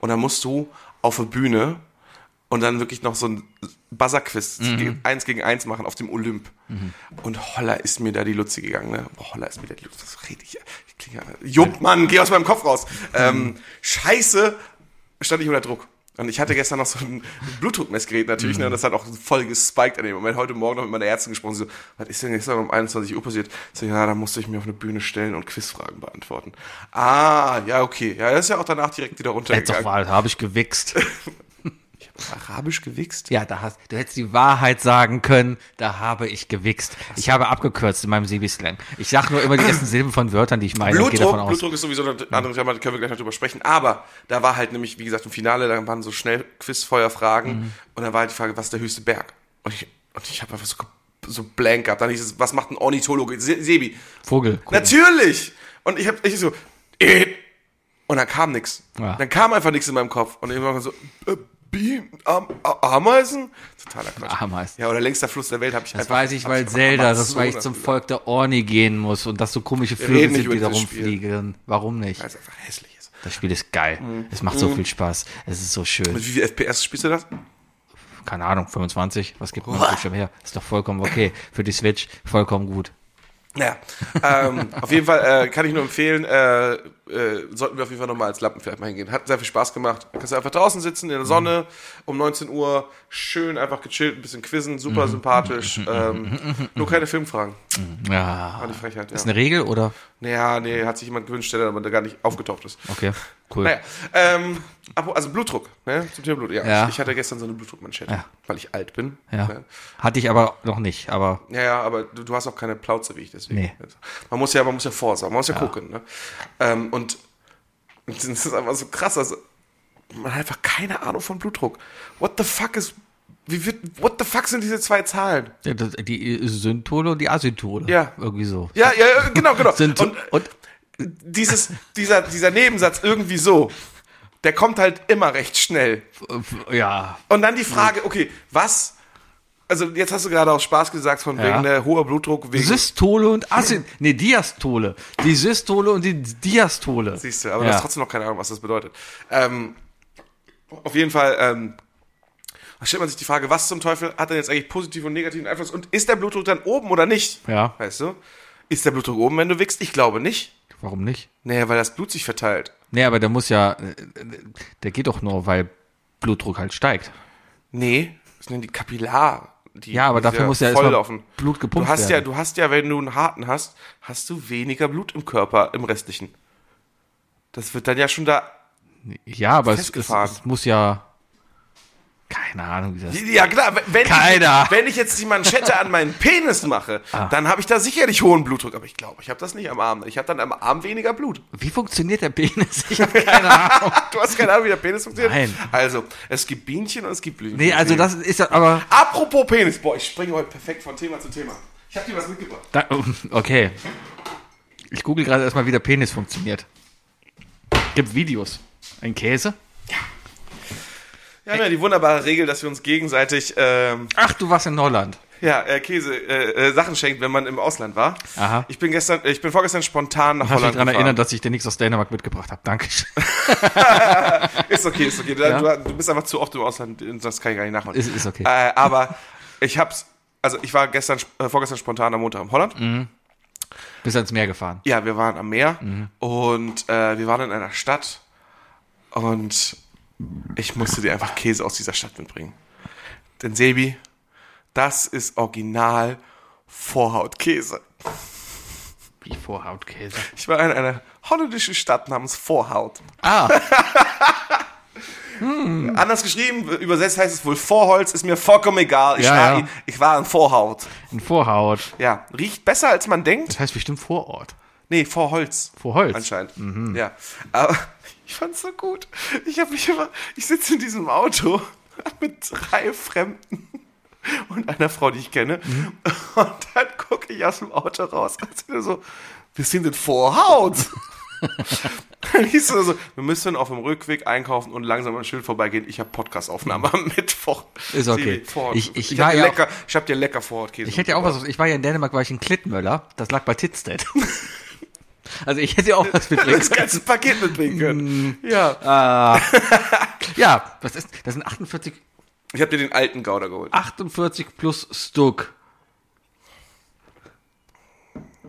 Speaker 2: Und dann musst du auf der Bühne und dann wirklich noch so ein Buzzer-Quiz gegen- eins gegen eins machen auf dem Olymp. Und holla ist mir da die Lutze gegangen, ne? Boah, holla ist mir da die Lutze. Was rede ich? ich klinge, Jupp, Mann, geh aus meinem Kopf raus. Ähm, scheiße, stand ich unter Druck. Und ich hatte gestern noch so ein Blutdruckmessgerät natürlich, ne, und das hat auch voll gespiked an dem Moment. Heute Morgen noch mit meiner Ärztin gesprochen, sie so, was ist denn gestern um 21 Uhr passiert? Ich so, ja, da musste ich mir auf eine Bühne stellen und Quizfragen beantworten. Ah, ja, okay. Ja, das ist ja auch danach direkt wieder
Speaker 1: Jetzt doch
Speaker 2: runtergegangen.
Speaker 1: mal, da habe ich gewichst.
Speaker 2: Arabisch gewichst?
Speaker 1: Ja, da hast, du hättest die Wahrheit sagen können, da habe ich gewichst. Ich habe abgekürzt in meinem Sebi-Slang. Ich sag nur immer die ersten Silben von Wörtern, die ich meine. und gehe davon
Speaker 2: Blutdruck,
Speaker 1: aus.
Speaker 2: Blutdruck ist sowieso ein anderes Thema, da können wir gleich noch drüber sprechen. Aber da war halt nämlich, wie gesagt, im Finale, da waren so schnell Quizfeuerfragen
Speaker 1: Mhm.
Speaker 2: und da war halt die Frage, was ist der höchste Berg? Und ich, und ich habe einfach so, so blank gehabt. Dann hieß es, was macht ein Ornithologe? Se Sebi,
Speaker 1: Vogel.
Speaker 2: natürlich! Und ich habe ich so, äh, und dann kam nix.
Speaker 1: Ja.
Speaker 2: Dann kam einfach nichts in meinem Kopf. Und irgendwann so, äh, Bienen, Am A- Ameisen? Totaler Quatsch.
Speaker 1: Ameisen.
Speaker 2: Ja, oder längster Fluss der Welt habe ich
Speaker 1: Das
Speaker 2: einfach.
Speaker 1: weiß ich,
Speaker 2: hab
Speaker 1: weil
Speaker 2: einfach
Speaker 1: Zelda, das
Speaker 2: Amazonas
Speaker 1: weil ich zum
Speaker 2: gesagt.
Speaker 1: Volk der Orni gehen muss und das so komische Vögel
Speaker 2: reden nicht
Speaker 1: sind,
Speaker 2: über
Speaker 1: die da
Speaker 2: dieses Spiel.
Speaker 1: rumfliegen. Warum nicht?
Speaker 2: Weil es einfach hässlich ist.
Speaker 1: Das Spiel ist geil.
Speaker 2: Mhm.
Speaker 1: Es macht so viel Spaß. Es ist so schön.
Speaker 2: Mit wie viel FPS spielst du das?
Speaker 1: Keine Ahnung, 25. Was gibt man dafür schon her? Ist doch vollkommen okay. Für die Switch vollkommen gut.
Speaker 2: Naja, ähm, auf jeden Fall äh, kann ich nur empfehlen, äh, äh, sollten wir auf jeden Fall nochmal als Lappen vielleicht mal hingehen. Hat sehr viel Spaß gemacht. Kannst du einfach draußen sitzen
Speaker 1: Mhm.
Speaker 2: in der Sonne um 19 Uhr, schön einfach gechillt, ein bisschen quizzen,
Speaker 1: Mhm.
Speaker 2: super sympathisch. Ähm, nur keine Filmfragen.
Speaker 1: Ja.
Speaker 2: War die Frechheit,
Speaker 1: Mhm. Ah, Ist
Speaker 2: ja.
Speaker 1: eine Regel oder?
Speaker 2: Naja, nee, hat sich jemand gewünscht, der aber da gar nicht aufgetaucht ist.
Speaker 1: Okay, cool.
Speaker 2: Naja, ähm, apro- also Blutdruck, ne? Zum Thema Blut, ja.
Speaker 1: Ja.
Speaker 2: Ich, ich hatte gestern so eine Blutdruckmanschette, weil ich alt bin.
Speaker 1: Ja.
Speaker 2: Ne?
Speaker 1: Hatte ich aber noch nicht, aber
Speaker 2: Ja, ja, aber du, du hast auch keine Plauze wie ich, deswegen.
Speaker 1: Nee.
Speaker 2: Also, Man muss ja, man muss ja vorsorgen, man muss ja, gucken. Ne? Ähm, und das ist einfach so krass, also man hat einfach keine Ahnung von Blutdruck. What the fuck ist, wie wird, what the fuck sind diese zwei Zahlen?
Speaker 1: Ja, das- die Synthole und die Asyntole.
Speaker 2: Ja.
Speaker 1: Irgendwie so.
Speaker 2: Ja, ja, ja, genau, genau.
Speaker 1: Synth
Speaker 2: und
Speaker 1: und,
Speaker 2: dieses, dieser, dieser Nebensatz irgendwie so, der kommt halt immer recht schnell.
Speaker 1: äh, ja,
Speaker 2: Und dann die Frage,
Speaker 1: Hm.
Speaker 2: okay, was, also jetzt hast du gerade auch Spaß gesagt von
Speaker 1: Ja.
Speaker 2: wegen der hoher Blutdruck, wegen
Speaker 1: Systole und Asyn, nee, Diastole. Die Systole und die Diastole.
Speaker 2: Siehst du, aber
Speaker 1: ja.
Speaker 2: du hast trotzdem noch keine Ahnung, was das bedeutet. Ähm, auf jeden Fall, ähm, Da stellt man sich die Frage, was zum Teufel hat denn jetzt eigentlich positiven und negativen Einfluss und ist der Blutdruck dann oben oder nicht?
Speaker 1: Ja,
Speaker 2: Weißt du? Ist der Blutdruck oben, wenn du wickst? Ich glaube nicht.
Speaker 1: warum nicht?
Speaker 2: Naja, weil das Blut sich verteilt.
Speaker 1: Nee, aber der muss ja, äh, äh, der geht doch nur, weil Blutdruck halt steigt.
Speaker 2: Nee, das nennen die Kapillar. Die
Speaker 1: Ja, aber
Speaker 2: die
Speaker 1: dafür
Speaker 2: sehr
Speaker 1: muss ja
Speaker 2: voll
Speaker 1: erstmal
Speaker 2: laufen.
Speaker 1: Blut gepumpt
Speaker 2: Du hast ja,
Speaker 1: werden.
Speaker 2: du hast ja, wenn du einen harten hast, hast du weniger Blut im Körper, im restlichen. Das wird dann ja schon da.
Speaker 1: Ja, aber es, es,
Speaker 2: Festgefahren.
Speaker 1: es muss ja, keine Ahnung, wie das,
Speaker 2: Ja klar, wenn- wenn
Speaker 1: Keiner. Ah.
Speaker 2: ich, wenn ich jetzt die Manschette an meinen Penis mache, dann habe ich da sicherlich hohen Blutdruck. Aber ich glaube, ich habe das nicht am Arm. Ich habe dann am Arm weniger Blut.
Speaker 1: wie funktioniert der Penis? Ich habe keine Ahnung.
Speaker 2: Du hast keine Ahnung, wie der Penis funktioniert.
Speaker 1: Nein.
Speaker 2: Also, es gibt Bienchen und es gibt Blümchen.
Speaker 1: Nee, also das ist ja, aber,
Speaker 2: Apropos Penis, boah, ich springe heute perfekt von Thema zu Thema. Ich habe dir was mitgebracht.
Speaker 1: da, okay. Ich google gerade erstmal, wie der Penis funktioniert. Gibt Videos. Ein Käse?
Speaker 2: Wir haben ja die wunderbare Regel, dass wir uns gegenseitig ähm,
Speaker 1: Ach, du warst in Holland.
Speaker 2: ja, äh, Käse äh, äh, Sachen schenkt, wenn man im Ausland war.
Speaker 1: Aha.
Speaker 2: Ich bin gestern, äh, ich bin vorgestern spontan nach
Speaker 1: Hast mich
Speaker 2: Holland
Speaker 1: daran
Speaker 2: gefahren.
Speaker 1: erinnert, dass ich dir nichts aus Dänemark mitgebracht habe. Dankeschön.
Speaker 2: Ist okay, ist okay. Du, du, du bist einfach zu oft im Ausland, das kann ich gar nicht nachholen.
Speaker 1: Ist- ist okay.
Speaker 2: Äh, aber ich hab's, also ich war gestern, sp- äh, vorgestern spontan am Montag in Holland.
Speaker 1: Mhm. Bist ans Meer gefahren.
Speaker 2: Ja, wir waren am Meer
Speaker 1: Mhm.
Speaker 2: und äh, wir waren in einer Stadt und ich musste dir einfach Käse aus dieser Stadt mitbringen. Denn Sebi, das ist original Vorhautkäse.
Speaker 1: Wie Vorhautkäse.
Speaker 2: Ich war in einer holländischen Stadt namens Vorhaut.
Speaker 1: Ah,
Speaker 2: Hm. Anders geschrieben, übersetzt heißt es wohl Vorholz, ist mir vollkommen egal. Ich,
Speaker 1: Ja,
Speaker 2: war,
Speaker 1: ja.
Speaker 2: in- ich war in Vorhaut.
Speaker 1: ein Vorhaut.
Speaker 2: Ja, riecht besser als man denkt.
Speaker 1: Das heißt bestimmt Vorort.
Speaker 2: Nee, Vorholz.
Speaker 1: Vorholz.
Speaker 2: Anscheinend.
Speaker 1: Mhm.
Speaker 2: Ja. Aber ich fand's so gut. Ich habe mich immer, ich sitze in diesem Auto mit drei Fremden und einer Frau, die ich kenne.
Speaker 1: Mhm.
Speaker 2: Und dann gucke ich aus dem Auto raus und sie nur so, wir sind in Vorhaut. Dann hieß es nur so, wir müssen auf dem Rückweg einkaufen und langsam am Schild vorbeigehen. Ich habe Podcastaufnahme am Mittwoch.
Speaker 1: Mhm. Ist okay.
Speaker 2: Sebi, Vorhaut.
Speaker 1: Ich- ich
Speaker 2: hab
Speaker 1: war
Speaker 2: dir
Speaker 1: ja
Speaker 2: lecker, ich hab dir lecker Vorhautkäse.
Speaker 1: Ich hätte ja auch was, ich war ja in Dänemark, war ich in Klittmöller. Das lag bei Titstedt. Also ich hätte ja auch was mitbringen
Speaker 2: das ganze Paket mitbringen
Speaker 1: Mm.
Speaker 2: können. Ja.
Speaker 1: Ja, was ist, das sind 48,
Speaker 2: Ich habe dir den alten Gouda geholt.
Speaker 1: Ah. 48 plus Stuck.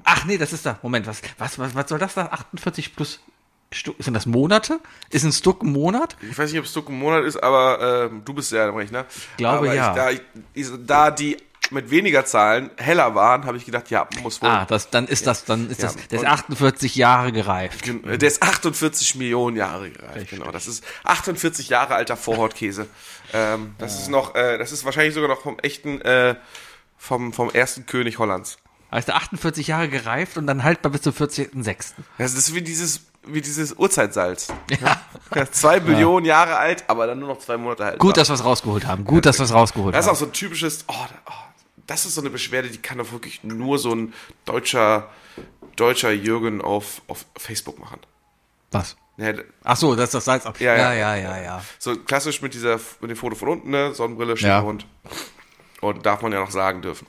Speaker 1: Ach nee, das ist da. Moment, was, was, was, was soll das da? 48 plus Stuck. Sind das Monate? Ist ein Stuck ein Monat?
Speaker 2: Ich weiß nicht, ob es Stuck im Monat ist, aber ähm, du bist ja am Rechner. Ich
Speaker 1: glaube,
Speaker 2: aber
Speaker 1: ja.
Speaker 2: Ich, da, ich, diese- da die mit weniger Zahlen heller waren, habe ich gedacht, ja, muss wohl.
Speaker 1: Ah, das, dann ist das, dann ist
Speaker 2: Ja.
Speaker 1: das, der ist
Speaker 2: Und-
Speaker 1: 48 Jahre gereift.
Speaker 2: Gen- äh, Der ist 48 Millionen Jahre alt. Genau, das ist 48 Jahre alter Vorhautkäse. ähm, das ist noch, äh, das ist wahrscheinlich sogar noch vom echten, äh, vom, vom ersten König Hollands.
Speaker 1: Heißt der 48 Jahre gereift und dann haltbar bis zum 14.06.
Speaker 2: Das ist wie dieses, wie dieses Urzeitsalz.
Speaker 1: Ja.
Speaker 2: Zwei Millionen Jahre alt, aber dann nur noch zwei Monate alt.
Speaker 1: Gut, dass wir es rausgeholt haben. Gut, dass wir es rausgeholt
Speaker 2: Das ist
Speaker 1: haben.
Speaker 2: auch so ein typisches, oh, da- oh, das ist so eine Beschwerde, die kann doch wirklich nur so ein deutscher, deutscher Jürgen auf, auf Facebook machen.
Speaker 1: Was?
Speaker 2: Ja, d-
Speaker 1: Ach so, das ist das Salz ab.
Speaker 2: Ja, ja.
Speaker 1: ja, ja, ja.
Speaker 2: so klassisch mit dieser, mit dem Foto von unten, ne? Sonnenbrille,
Speaker 1: Ja.
Speaker 2: Schäferhund. Und darf man ja noch sagen dürfen.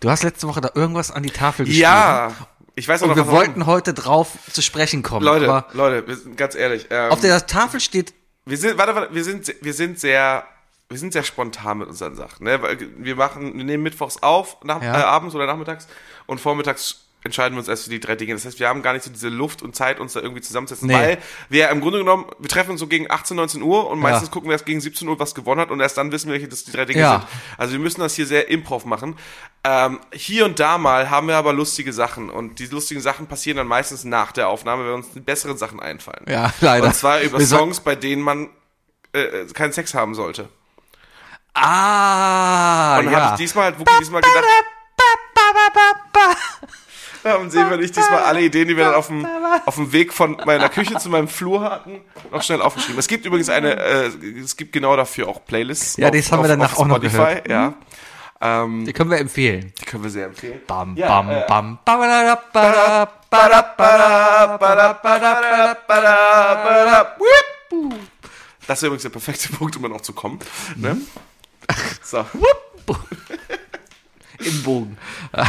Speaker 1: Du hast letzte Woche da irgendwas an die Tafel geschrieben.
Speaker 2: Ja, ich weiß auch
Speaker 1: Und
Speaker 2: noch,
Speaker 1: wir
Speaker 2: was warum.
Speaker 1: wollten heute drauf zu sprechen kommen.
Speaker 2: Leute,
Speaker 1: aber
Speaker 2: Leute, wir sind ganz ehrlich. Ähm,
Speaker 1: auf der Tafel steht,
Speaker 2: wir sind, warte, warte, wir sind, wir sind sehr, wir sind sehr spontan mit unseren Sachen. Ne? Weil Wir machen, wir nehmen mittwochs auf, nach,
Speaker 1: Ja.
Speaker 2: äh, abends oder nachmittags und vormittags entscheiden wir uns erst für die drei Dinge. Das heißt, wir haben gar nicht so diese Luft und Zeit, uns da irgendwie zusammenzusetzen,
Speaker 1: Nee.
Speaker 2: weil wir im Grunde genommen, wir treffen uns so gegen 18, 19 Uhr und meistens
Speaker 1: Ja.
Speaker 2: gucken wir erst gegen 17 Uhr, was gewonnen hat und erst dann wissen wir, welche das die drei Dinge
Speaker 1: Ja.
Speaker 2: sind. Also wir müssen das hier sehr improv machen. Ähm, hier und da mal haben wir aber lustige Sachen und diese lustigen Sachen passieren dann meistens nach der Aufnahme, wenn uns die besseren Sachen einfallen.
Speaker 1: ja, leider.
Speaker 2: Und zwar über
Speaker 1: Wir soll-
Speaker 2: Songs, bei denen man äh, äh, keinen Sex haben sollte.
Speaker 1: Ah,
Speaker 2: Und dann habe
Speaker 1: ja.
Speaker 2: ich diesmal halt wirklich diesmal gedacht. Da haben Sie und ich diesmal alle Ideen, die wir dann auf dem, auf dem Weg von meiner Küche zu meinem Flur hatten, noch schnell aufgeschrieben. Es gibt übrigens eine, äh, es gibt genau dafür auch Playlists.
Speaker 1: Ja, das haben wir danach auch noch gehört. Mhm.
Speaker 2: Ja, ähm,
Speaker 1: Die können wir empfehlen.
Speaker 2: die können wir sehr empfehlen.
Speaker 1: Bam,
Speaker 2: Ja,
Speaker 1: bam,
Speaker 2: äh,
Speaker 1: bam, badada, badada, badada, badada, badada,
Speaker 2: Das ist übrigens der perfekte Punkt, um dann auch zu kommen. Ne?
Speaker 1: Mhm.
Speaker 2: So.
Speaker 1: Im Bogen.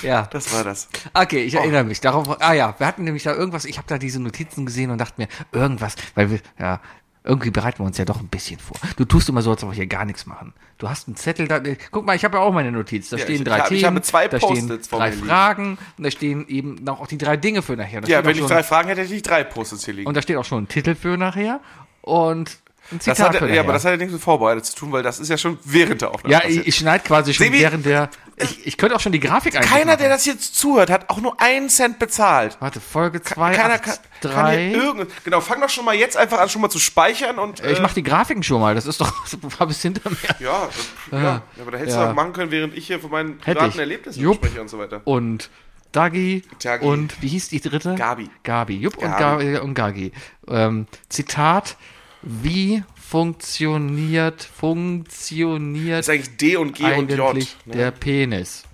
Speaker 1: Ja,
Speaker 2: Das war das.
Speaker 1: okay, ich erinnere
Speaker 2: Oh.
Speaker 1: mich. Darauf, ah ja, wir hatten nämlich da irgendwas, ich habe da diese Notizen gesehen und dachte mir, irgendwas, weil wir, ja, Irgendwie bereiten wir uns ja doch ein bisschen vor. Du tust immer so, als ob wir hier gar nichts machen. Du hast einen Zettel da. äh, Guck mal, ich habe ja auch meine Notiz. Da
Speaker 2: Ja,
Speaker 1: stehen
Speaker 2: ich-
Speaker 1: drei
Speaker 2: ich hab-
Speaker 1: Themen.
Speaker 2: ich habe zwei
Speaker 1: da stehen
Speaker 2: Post-its vor
Speaker 1: drei
Speaker 2: mir liegen.
Speaker 1: Fragen. Und da stehen eben noch auch die drei Dinge für nachher. Da steht
Speaker 2: Ja,
Speaker 1: auch
Speaker 2: wenn ich
Speaker 1: schon-
Speaker 2: drei Fragen hätte, hätte ich drei Post-its hier liegen.
Speaker 1: Und da steht auch schon ein Titel für nachher und ein Zitat
Speaker 2: Das hat,
Speaker 1: für nachher.
Speaker 2: ja, aber das hat ja nichts mit vorbereitet zu tun, weil das ist ja schon während der Aufnahme.
Speaker 1: ja,
Speaker 2: passiert.
Speaker 1: ich, ich schneide quasi schon
Speaker 2: Sebi, äh,
Speaker 1: während der. Ich, ich könnte auch schon die Grafik eigentlich
Speaker 2: Keiner,
Speaker 1: machen.
Speaker 2: der das jetzt zuhört, hat auch nur einen Cent bezahlt.
Speaker 1: Warte, Folge 2,
Speaker 2: Keiner kann, kann
Speaker 1: 3.
Speaker 2: hier irgendein. Genau, fang doch schon mal jetzt einfach an, schon mal zu speichern und.
Speaker 1: Ich
Speaker 2: äh,
Speaker 1: mache die Grafiken schon mal. Das ist doch. Hab ich's hinter mir.
Speaker 2: ja, äh, ja, ja, aber da hättest
Speaker 1: ja.
Speaker 2: du auch machen können, während ich hier von meinen
Speaker 1: Hätte
Speaker 2: privaten
Speaker 1: ich.
Speaker 2: Erlebnissen
Speaker 1: Jupp.
Speaker 2: spreche und so weiter.
Speaker 1: Und Dagi,
Speaker 2: Dagi.
Speaker 1: und wie hieß die dritte?
Speaker 2: Gabi.
Speaker 1: Gabi. Jupp und
Speaker 2: Gabi.
Speaker 1: Gabi und Gagi. Ähm, Zitat: Wie funktioniert, funktioniert
Speaker 2: Das ist eigentlich D und G und J.
Speaker 1: eigentlich
Speaker 2: ne?
Speaker 1: der Penis?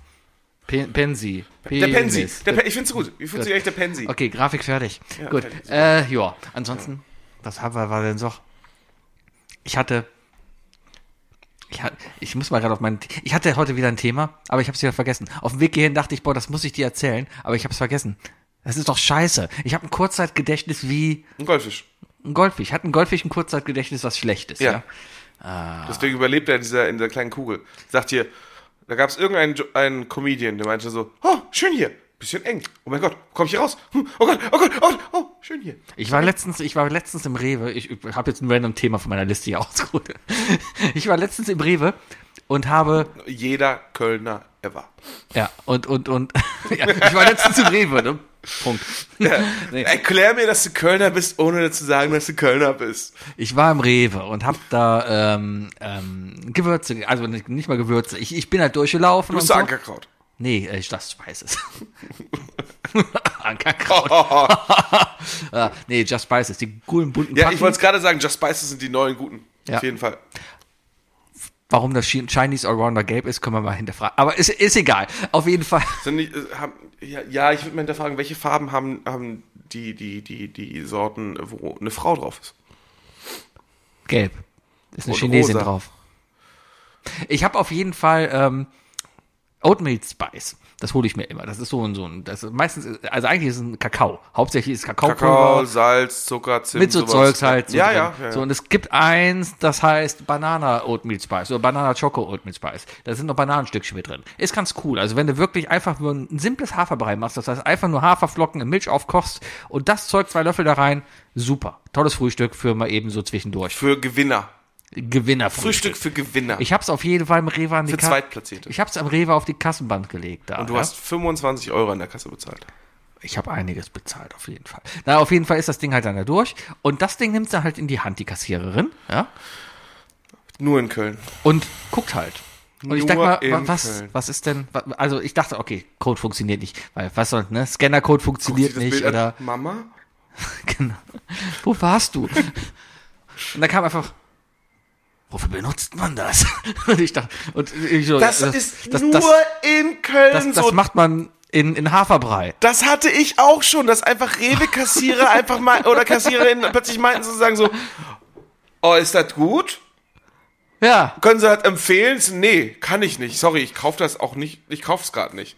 Speaker 1: Pe Pensi.
Speaker 2: Der Pensi.
Speaker 1: Penis.
Speaker 2: Der Pe ich find's gut. Ich find's eigentlich der Pensi.
Speaker 1: Okay, Grafik fertig. Gut.
Speaker 2: fertig,
Speaker 1: äh, ja, ansonsten, was haben wir, war denn so? Ich hatte. Ich, hat, ich muss mal gerade auf meinen. Ich hatte heute wieder ein Thema, aber ich habe es wieder vergessen. Auf dem Weg hierhin dachte ich, boah, das muss ich dir erzählen, aber ich habe es vergessen. Das ist doch scheiße. Ich habe ein Kurzzeitgedächtnis wie
Speaker 2: Ein Goldfisch.
Speaker 1: ein Goldfisch. Hat ein Goldfisch ein Kurzzeitgedächtnis, was schlecht ist, ja?
Speaker 2: Ja. Ah. Deswegen überlebt er in dieser, in dieser kleinen Kugel. Sagt hier, da gab's irgendeinen Jo- einen Comedian, der meinte so: Oh, schön hier. Bisschen eng. Oh mein Gott, komm ich hier raus? Hm, oh Gott, oh Gott, oh Gott, oh, schön hier.
Speaker 1: Ich war letztens, ich war letztens im Rewe. Ich habe jetzt ein random Thema von meiner Liste hier ausgeholt. Ich war letztens im Rewe und habe
Speaker 2: Jeder Kölner ever.
Speaker 1: Ja, und, und, und. ja, ich war letztens im Rewe, ne? Punkt. Nee.
Speaker 2: Erklär mir, dass du Kölner bist, ohne zu sagen, dass du Kölner bist.
Speaker 1: Ich war im Rewe und hab da ähm, ähm, Gewürze, also nicht nicht mal Gewürze. Ich, ich bin halt durchgelaufen.
Speaker 2: Du bist so
Speaker 1: und so.
Speaker 2: Ankerkraut.
Speaker 1: Nee, äh, ich das weiß es. Ankerkraut. Ah, nee, Just Spices, die coolen bunten
Speaker 2: Ja,
Speaker 1: Packen.
Speaker 2: ich wollte es gerade sagen, Just Spices sind die neuen Guten.
Speaker 1: Ja.
Speaker 2: Auf jeden Fall.
Speaker 1: Warum das Chi- Chinese Allrounder gelb ist, können wir mal hinterfragen. Aber ist, ist egal. Auf jeden Fall.
Speaker 2: Sind nicht, äh, haben, ja, ja, ich würde mal hinterfragen, welche Farben haben, haben die, die, die, die Sorten, wo eine Frau drauf ist?
Speaker 1: Gelb. Ist eine
Speaker 2: Und
Speaker 1: Chinesin
Speaker 2: rosa.
Speaker 1: drauf. Ich habe auf jeden Fall ähm, Oatmeal Spice. Das hole ich mir immer. Das ist so ein, so ein, das ist meistens, also eigentlich ist es ein Kakao. Hauptsächlich ist Kakaopulver
Speaker 2: Kakao, Salz, Zucker, Zimt,
Speaker 1: mit so
Speaker 2: sowas.
Speaker 1: Zeugs halt. So
Speaker 2: ja,
Speaker 1: drin.
Speaker 2: ja, ja,
Speaker 1: So,
Speaker 2: ja.
Speaker 1: und es gibt eins, das heißt Banana Oatmeal Spice oder Banana Choco Oatmeal Spice. Da sind noch Bananenstückchen mit drin. Ist ganz cool. Also wenn du wirklich einfach nur ein simples Haferbrei machst, das heißt einfach nur Haferflocken in Milch aufkochst und das Zeug zwei Löffel da rein, super. Tolles Frühstück für mal eben so zwischendurch.
Speaker 2: Für Gewinner.
Speaker 1: Gewinner
Speaker 2: Frühstück für Gewinner.
Speaker 1: ich hab's auf jeden Fall im Rewe an die
Speaker 2: für
Speaker 1: Kasse.
Speaker 2: Zweitplatzierte.
Speaker 1: Ich hab's am Rewe auf die Kassenband gelegt. Da,
Speaker 2: Und du
Speaker 1: ja?
Speaker 2: hast 25 Euro an der Kasse bezahlt.
Speaker 1: Ich habe einiges bezahlt, auf jeden Fall. Na, auf jeden Fall ist das Ding halt dann da durch. Und das Ding nimmt's dann halt in die Hand, die Kassiererin, ja,
Speaker 2: Nur in Köln.
Speaker 1: und guckt halt. Und ich
Speaker 2: Nur
Speaker 1: denke mal, wa-
Speaker 2: in
Speaker 1: was,
Speaker 2: Köln.
Speaker 1: was ist denn, wa- also ich dachte, okay, Code funktioniert nicht, weil was soll, ne, Scannercode funktioniert
Speaker 2: Sieht das
Speaker 1: nicht
Speaker 2: Bild an?
Speaker 1: oder,
Speaker 2: Mama?
Speaker 1: genau. Wo warst du? und dann kam einfach, wofür benutzt man das? und ich dachte, und ich so,
Speaker 2: Das, ist nur in Köln
Speaker 1: das, das
Speaker 2: so.
Speaker 1: macht man in, in Haferbrei.
Speaker 2: Das hatte ich auch schon, dass einfach Rewe-Kassierer einfach mal oder Kassiererinnen plötzlich meinten zu sagen so, oh, ist das gut?
Speaker 1: Ja,
Speaker 2: Können Sie das empfehlen? Nee, kann ich nicht. Sorry, ich kauf das auch nicht. Ich kauf's gerade nicht.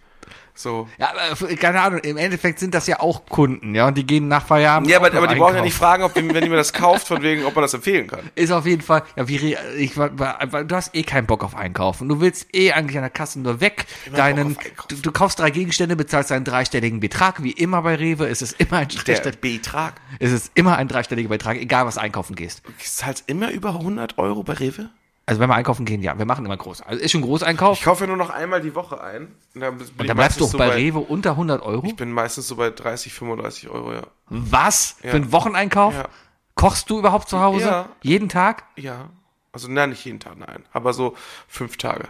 Speaker 2: So.
Speaker 1: ja aber, f- keine Ahnung, im Endeffekt sind das ja auch Kunden, ja, und die gehen nach Feierabend.
Speaker 2: Ja, aber,
Speaker 1: auch noch
Speaker 2: aber die brauchen ja nicht
Speaker 1: einkaufen.
Speaker 2: fragen, ob dem, wenn jemand das kauft, von wegen, ob man das empfehlen kann.
Speaker 1: Ist auf jeden Fall, ja, wie, re- ich, war- war- war- du hast eh keinen Bock auf Einkaufen. Du willst eh eigentlich an der Kasse nur weg. Deinen,
Speaker 2: Bock auf Einkaufen.
Speaker 1: du, du kaufst drei Gegenstände, bezahlst einen dreistelligen Betrag, wie immer bei Rewe, ist es ist immer ein,
Speaker 2: Der
Speaker 1: dreistelliger-
Speaker 2: Betrag
Speaker 1: es ist immer ein dreistelliger Betrag, egal was einkaufen gehst. halt
Speaker 2: zahlt immer über 100 Euro bei Rewe?
Speaker 1: Also wenn wir einkaufen gehen, ja, wir machen immer groß. Also ist schon Großeinkauf.
Speaker 2: Ich kaufe ja nur noch einmal die Woche ein. Und dann, bin
Speaker 1: Und
Speaker 2: ich
Speaker 1: da bleibst du
Speaker 2: meistens
Speaker 1: auch
Speaker 2: so
Speaker 1: bei Rewe unter 100 Euro?
Speaker 2: Ich bin meistens so bei 30, 35 Euro, ja.
Speaker 1: Was? Für einen Wocheneinkauf?
Speaker 2: Ja.
Speaker 1: Kochst du überhaupt zu Hause?
Speaker 2: Ja.
Speaker 1: Jeden Tag?
Speaker 2: Ja. Also, na, nicht jeden Tag, nein. Aber so fünf Tage.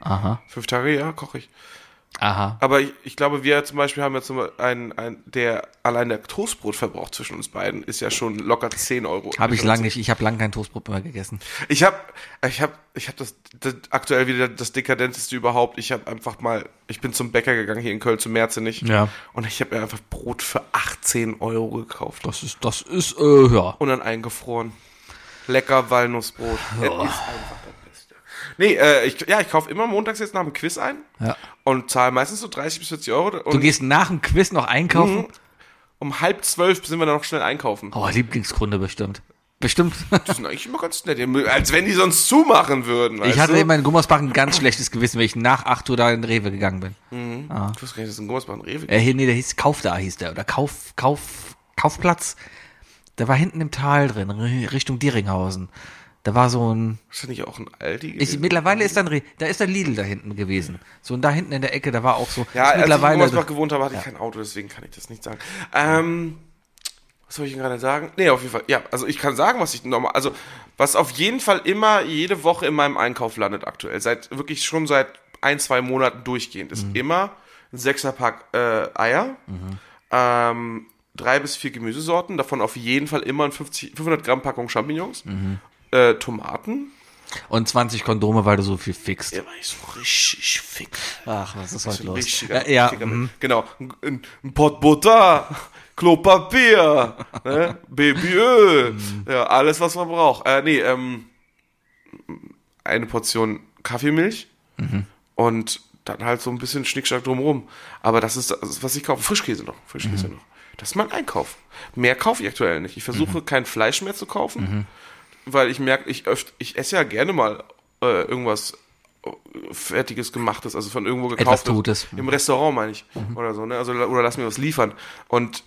Speaker 1: Aha,
Speaker 2: Fünf Tage, ja, koche ich.
Speaker 1: aha.
Speaker 2: Aber ich, ich glaube, wir zum Beispiel haben ja zum Beispiel einen, einen, der allein der Toastbrotverbrauch zwischen uns beiden ist ja schon locker 10 Euro.
Speaker 1: Habe ich lange nicht, ich habe lange kein Toastbrot mehr gegessen.
Speaker 2: Ich habe ich hab, ich hab das, das aktuell wieder das dekadenteste überhaupt. Ich habe einfach mal, ich bin zum Bäcker gegangen hier in Köln, zu Merzenich.
Speaker 1: Ja.
Speaker 2: Und ich habe mir einfach Brot für 18 Euro gekauft.
Speaker 1: Das ist, das ist, äh, ja.
Speaker 2: und dann eingefroren. Lecker Walnussbrot. Es ist einfach das Beste. Nee, äh, ich, ja, ich kaufe immer montags jetzt nach dem Quiz ein
Speaker 1: Ja.
Speaker 2: und zahle meistens so 30 bis 40 Euro.
Speaker 1: Du
Speaker 2: Und
Speaker 1: gehst nach dem Quiz noch einkaufen?
Speaker 2: um halb zwölf sind wir dann noch schnell einkaufen.
Speaker 1: Oh, Lieblingskunde bestimmt. Bestimmt.
Speaker 2: Das sind eigentlich immer ganz nett. Als wenn die sonst zumachen würden.
Speaker 1: Ich
Speaker 2: weißt
Speaker 1: hatte
Speaker 2: du?
Speaker 1: eben in Gummersbach ein ganz schlechtes Gewissen, wenn ich nach 8 Uhr da in Rewe gegangen bin.
Speaker 2: Ich wusste gar nicht, dass es ein Gummersbach ein Rewe gibt.
Speaker 1: Äh, hier, nee, der hieß Kauf da hieß der. Oder Kauf, Kauf, Kaufplatz. Der war hinten im Tal drin, Ri- Richtung Dieringhausen. Da war so ein.
Speaker 2: Ist das nicht auch ein Aldi?
Speaker 1: Ich,
Speaker 2: gewesen?
Speaker 1: mittlerweile ist dann da ist der Lidl da hinten gewesen. So und da hinten in der Ecke, da war auch so.
Speaker 2: ja,
Speaker 1: ist
Speaker 2: als ich in
Speaker 1: mittlerweile.
Speaker 2: Gummersbach gewohnt habe, hatte ich kein Auto, deswegen kann ich das nicht sagen. Ähm, was soll ich Ihnen gerade sagen? Nee, auf jeden Fall. Ja, also ich kann sagen, was ich normal, also was auf jeden Fall immer jede Woche in meinem Einkauf landet aktuell, seit wirklich schon seit ein, zwei Monaten durchgehend, ist immer ein Sechserpack äh, Eier, ähm, drei bis vier Gemüsesorten, davon auf jeden Fall immer ein 50, 500 Gramm Packung Champignons, äh, Tomaten.
Speaker 1: und 20 Kondome, weil du so viel fickst.
Speaker 2: Ja, weil ich so richtig fick.
Speaker 1: Ach, was ist heute
Speaker 2: Ein
Speaker 1: los?
Speaker 2: richtiger,
Speaker 1: Äh, ja,
Speaker 2: richtiger
Speaker 1: mhm.
Speaker 2: Müll. Genau. Ein- Ein, ein Pott Butter, Klopapier, ne? Babyöl,
Speaker 1: Mhm.
Speaker 2: ja, alles, was man braucht. Äh, nee, ähm, eine Portion Kaffeemilch
Speaker 1: Mhm.
Speaker 2: und dann halt so ein bisschen Schnickschnack drumherum. Aber das ist das, was ich kaufe. Frischkäse noch. Frischkäse
Speaker 1: Mhm.
Speaker 2: noch. Das ist mein Einkauf. Mehr kaufe ich aktuell nicht. Ich versuche
Speaker 1: Mhm.
Speaker 2: kein Fleisch mehr zu kaufen, weil ich merke, ich, öft- ich esse ja gerne mal äh, irgendwas äh, fertiges gemachtes, also von irgendwo
Speaker 1: Etwas Mhm.
Speaker 2: gekauftes.
Speaker 1: Gutes.
Speaker 2: Im Restaurant meine ich oder so, ne? Also oder lass mir was liefern. Und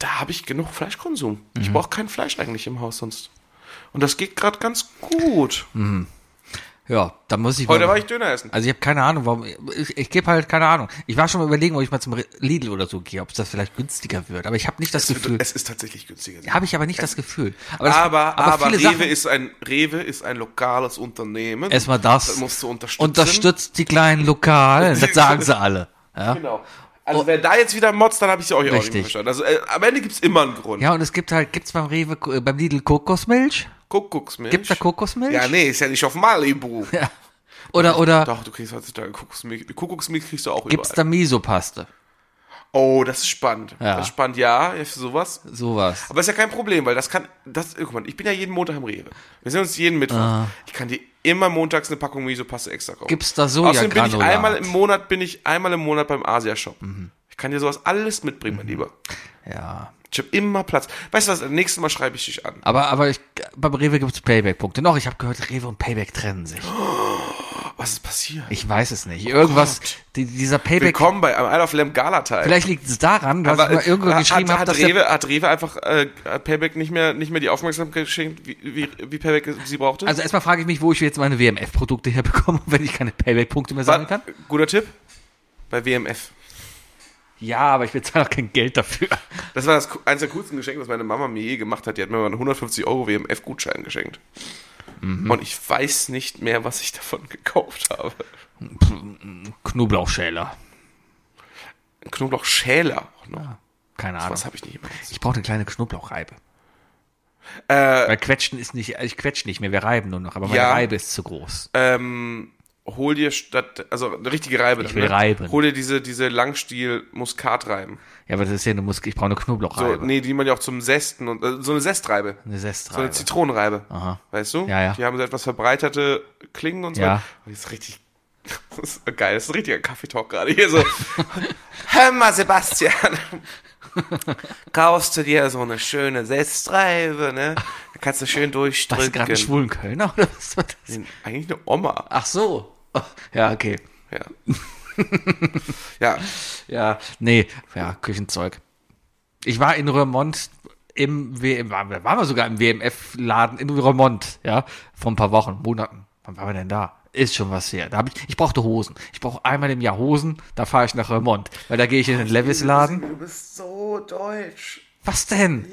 Speaker 2: da habe ich genug Fleischkonsum.
Speaker 1: Mhm.
Speaker 2: Ich brauche kein Fleisch eigentlich im Haus sonst. Und das geht gerade ganz gut.
Speaker 1: ja, da muss ich.
Speaker 2: Heute
Speaker 1: mal-
Speaker 2: war ich Döner essen.
Speaker 1: Mhm. Also ich habe keine Ahnung, warum. Ich, ich gebe halt keine Ahnung. Ich war schon mal überlegen, ob ich mal zum Lidl oder so gehe, ob das vielleicht günstiger wird. Aber ich habe nicht das Gefühl.
Speaker 2: Es ist tatsächlich günstiger.
Speaker 1: Habe ich aber nicht das Gefühl. also, Aber, das,
Speaker 2: aber, aber,
Speaker 1: viele
Speaker 2: Rewe,
Speaker 1: Sachen-
Speaker 2: ist ein, Rewe ist ein lokales Unternehmen.
Speaker 1: Erstmal das.
Speaker 2: Das Äh, musst du unterstützen.
Speaker 1: Unterstützt die kleinen Lokalen. Das sagen sie alle. Ja.
Speaker 2: Genau. Also wer da jetzt wieder motzt, dann habe ich sie euch auch nicht
Speaker 1: Richtig.
Speaker 2: mehr verstanden. Also äh, am Ende gibt es immer einen Grund.
Speaker 1: ja, und es gibt halt, gibt's beim Rewe, äh, beim Lidl Kokosmilch?
Speaker 2: Kuckucksmilch.
Speaker 1: Gibt's da Kokosmilch?
Speaker 2: Ja, nee, ist ja nicht auf Malibu.
Speaker 1: Ja. Oder, oder
Speaker 2: Doch, du kriegst heutzutage Kuckucksmilch. Kuckucksmilch kriegst du auch
Speaker 1: gibt's
Speaker 2: überall.
Speaker 1: da Miso-Paste?
Speaker 2: Oh, das ist spannend.
Speaker 1: Ja.
Speaker 2: Das ist spannend, ja, ja, für sowas.
Speaker 1: Sowas.
Speaker 2: Aber ist ja kein Problem, weil das kann, das, guck mal, ich bin ja jeden Montag im Rewe. Wir sehen uns jeden Mittwoch. Ich kann dir immer montags eine Packung Miso-Paste extra kaufen.
Speaker 1: Ah. Gibt's da
Speaker 2: Außerdem bin ich
Speaker 1: Sojagranulat?
Speaker 2: einmal im Monat, bin ich einmal im Monat beim Asia-Shop. Ich kann dir sowas alles mitbringen, mein Lieber.
Speaker 1: Mhm. Ja.
Speaker 2: Ich habe immer Platz. Weißt du was, das nächste Mal schreibe ich dich an.
Speaker 1: Aber, aber ich, beim Rewe gibt's Payback-Punkte. Noch, ich habe gehört, Rewe und Payback trennen sich.
Speaker 2: Was ist passiert?
Speaker 1: Ich weiß es nicht. Irgendwas,
Speaker 2: Oh Gott.
Speaker 1: die, dieser Payback,
Speaker 2: Willkommen bei am Isle of Lamb Gala-Teil.
Speaker 1: vielleicht liegt es daran, dass ich mal irgendwo
Speaker 2: hat,
Speaker 1: geschrieben
Speaker 2: hat,
Speaker 1: habe, dass
Speaker 2: hat,
Speaker 1: der
Speaker 2: Rewe, hat Rewe einfach äh, hat Payback nicht mehr, nicht mehr die Aufmerksamkeit geschenkt, wie, wie, wie Payback sie brauchte?
Speaker 1: Also erstmal frage ich mich, wo ich jetzt meine WMF-Produkte herbekomme, wenn ich keine Payback-Punkte mehr sammeln kann.
Speaker 2: Wa- Guter Tipp? Bei WMF.
Speaker 1: Ja, aber ich bezahle auch kein Geld dafür.
Speaker 2: Das war das, co- eins der coolsten Geschenke, das meine Mama mir je gemacht hat. Die hat mir mal einen 150 Euro WMF-Gutschein geschenkt.
Speaker 1: Mhm.
Speaker 2: Und ich weiß nicht mehr, was ich davon gekauft habe.
Speaker 1: Knoblauchschäler.
Speaker 2: Ein Knoblauchschäler auch noch.
Speaker 1: Ah, Keine Ahnung.
Speaker 2: Was habe ich nicht benutzt.
Speaker 1: Ich brauche eine kleine Knoblauchreibe.
Speaker 2: Äh,
Speaker 1: Weil quetschen ist nicht, ich quetsche nicht mehr, wir reiben nur noch, aber meine
Speaker 2: Ja.
Speaker 1: Reibe ist zu groß.
Speaker 2: ähm, hol dir statt, also eine richtige Reibe. Ich
Speaker 1: will reiben.
Speaker 2: Hol dir diese, diese Langstiel-Muskatreiben.
Speaker 1: Ja, aber das ist ja eine Muskel, ich brauche eine
Speaker 2: So,
Speaker 1: Knoblauchreibe.
Speaker 2: nee, die man ja auch zum Sästen und äh, so eine Sestreibe.
Speaker 1: Eine
Speaker 2: So eine
Speaker 1: Sestreibe.
Speaker 2: Zitronenreibe.
Speaker 1: Aha.
Speaker 2: Weißt du?
Speaker 1: Ja, ja.
Speaker 2: Die haben so etwas verbreiterte Klingen und so.
Speaker 1: Ja.
Speaker 2: Und das ist richtig. Das ist geil, das ist ein richtiger Kaffeetalk gerade hier so. Hör mal, Sebastian. Kaufst du dir so eine schöne Sestreibe, ne? Da kannst du schön
Speaker 1: Was ist gerade ein
Speaker 2: durchdrücken.
Speaker 1: schwulen Kölner oder was war das?
Speaker 2: Eigentlich eine Oma.
Speaker 1: Ach so. Oh, Ja, okay.
Speaker 2: Ja. ja.
Speaker 1: Ja, nee, ja, Küchenzeug. Ich war in Roermond im WM, waren wir waren wir sogar im WMF-Laden in Roermond, ja, vor ein paar Wochen, Monaten. Wann waren wir denn da? Ist schon was her. Da hab ich, ich brauchte Hosen. Ich brauche einmal im Jahr Hosen, da fahre ich nach Roermond, weil da gehe ich in den Levis-Laden.
Speaker 2: Du bist so deutsch.
Speaker 1: Was denn?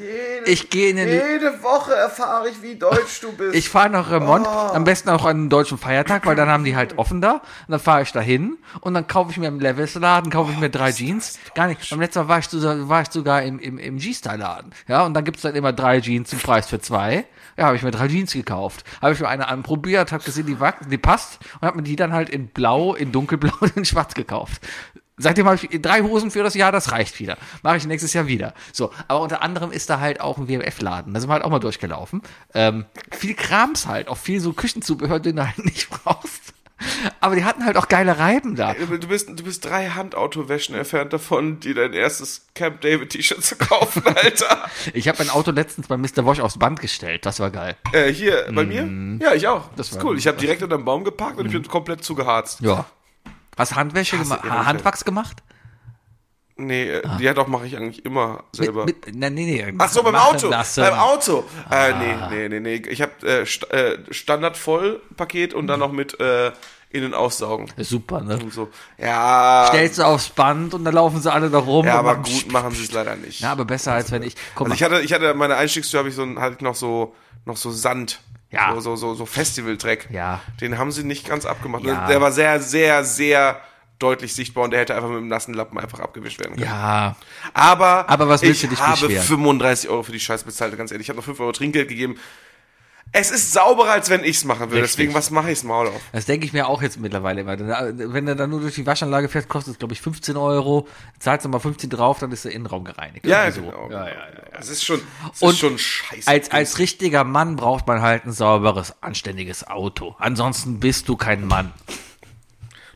Speaker 1: ich gehe in den,
Speaker 2: Jede Woche erfahre ich, wie deutsch du bist.
Speaker 1: ich fahre nach Remont, am besten auch an einem deutschen Feiertag, weil dann haben die halt offen da. Und dann fahre ich da hin und dann kaufe ich mir im Levis-Laden, kaufe ich mir drei Jeans. Gar nicht. Beim letzten Mal war ich, sogar- war ich sogar im, im, im G-Style-Laden. Ja, und dann gibt's dann immer drei Jeans zum Preis für zwei. Ja, habe ich mir drei Jeans gekauft. Habe ich mir eine anprobiert, habe gesehen, die, wack- die passt und habe mir die dann halt in blau, in dunkelblau und in schwarz gekauft. Seitdem habe ich drei Hosen für das Jahr, das reicht wieder. Mache ich nächstes Jahr wieder. So, aber unter anderem ist da halt auch ein WMF-Laden. Da sind wir halt auch mal durchgelaufen. Ähm, viel Krams halt, auch viel so Küchenzubehör, den du halt nicht brauchst. Aber die hatten halt auch geile Reiben da.
Speaker 2: Du bist, du bist drei Handautowäschen entfernt davon, dir dein erstes Camp David T-Shirt zu kaufen, Alter.
Speaker 1: Ich habe mein Auto letztens bei Mr. Wash aufs Band gestellt. Das war geil.
Speaker 2: äh, hier, bei mir? Ja, ich auch.
Speaker 1: Mhm. Das
Speaker 2: Das ist
Speaker 1: war- Mhm.
Speaker 2: cool. Ich habe direkt unter dem Baum geparkt und ich bin komplett zugeharzt.
Speaker 1: Ja. Hast Handwäsche gemacht?
Speaker 2: Ehrenfeld.
Speaker 1: Handwachs gemacht?
Speaker 2: Nee, äh, ja doch, mache ich eigentlich immer selber.
Speaker 1: Ah. Mit, mit, nein, nee, nee.
Speaker 2: Ach so, beim
Speaker 1: Machen
Speaker 2: Auto.
Speaker 1: lassen. Ah.
Speaker 2: Beim Auto. Äh, nee, nee, nee, nee. Ich habe äh, St äh, Standard-Voll-Paket und dann noch mit äh, innen aussaugen.
Speaker 1: Super, ne?
Speaker 2: Und so. Ja,
Speaker 1: Stellst du aufs Band und dann laufen sie alle da rum.
Speaker 2: ja
Speaker 1: und
Speaker 2: aber
Speaker 1: machen-
Speaker 2: gut machen sie es leider nicht.
Speaker 1: Ja, aber besser als wenn ich. Guck
Speaker 2: Also ich
Speaker 1: mal,
Speaker 2: hatte, ich hatte meine Einstiegstür habe ich so ein- halt noch so noch so Sand.
Speaker 1: Ja.
Speaker 2: So, so, so, so Festival-Dreck.
Speaker 1: Ja.
Speaker 2: Den haben sie nicht ganz abgemacht.
Speaker 1: Ja.
Speaker 2: Der war sehr, sehr, sehr deutlich sichtbar und der hätte einfach mit dem nassen Lappen einfach abgewischt werden können.
Speaker 1: ja.
Speaker 2: Aber,
Speaker 1: Aber was willst
Speaker 2: ich
Speaker 1: du dich
Speaker 2: habe
Speaker 1: beschweren?
Speaker 2: 35 Euro für die Scheiße bezahlt, ganz ehrlich. Ich habe noch 5 Euro Trinkgeld gegeben. Es ist sauberer, als wenn ich's machen würde.
Speaker 1: Richtig.
Speaker 2: Deswegen, was mache ich's Maul auf?
Speaker 1: Das denke ich mir auch jetzt mittlerweile immer. äh, Wenn du dann nur durch die Waschanlage fährst, kostet es, glaube ich, 15 Euro. Zahlst du mal 15 drauf, dann ist der Innenraum gereinigt.
Speaker 2: Ja,
Speaker 1: Irgendwie so.
Speaker 2: genau.
Speaker 1: ja, ja, ja.
Speaker 2: Es ist schon, es
Speaker 1: Und
Speaker 2: ist schon scheiße.
Speaker 1: Als, als richtiger Mann braucht man halt ein sauberes, anständiges Auto. Ansonsten bist du kein Mann.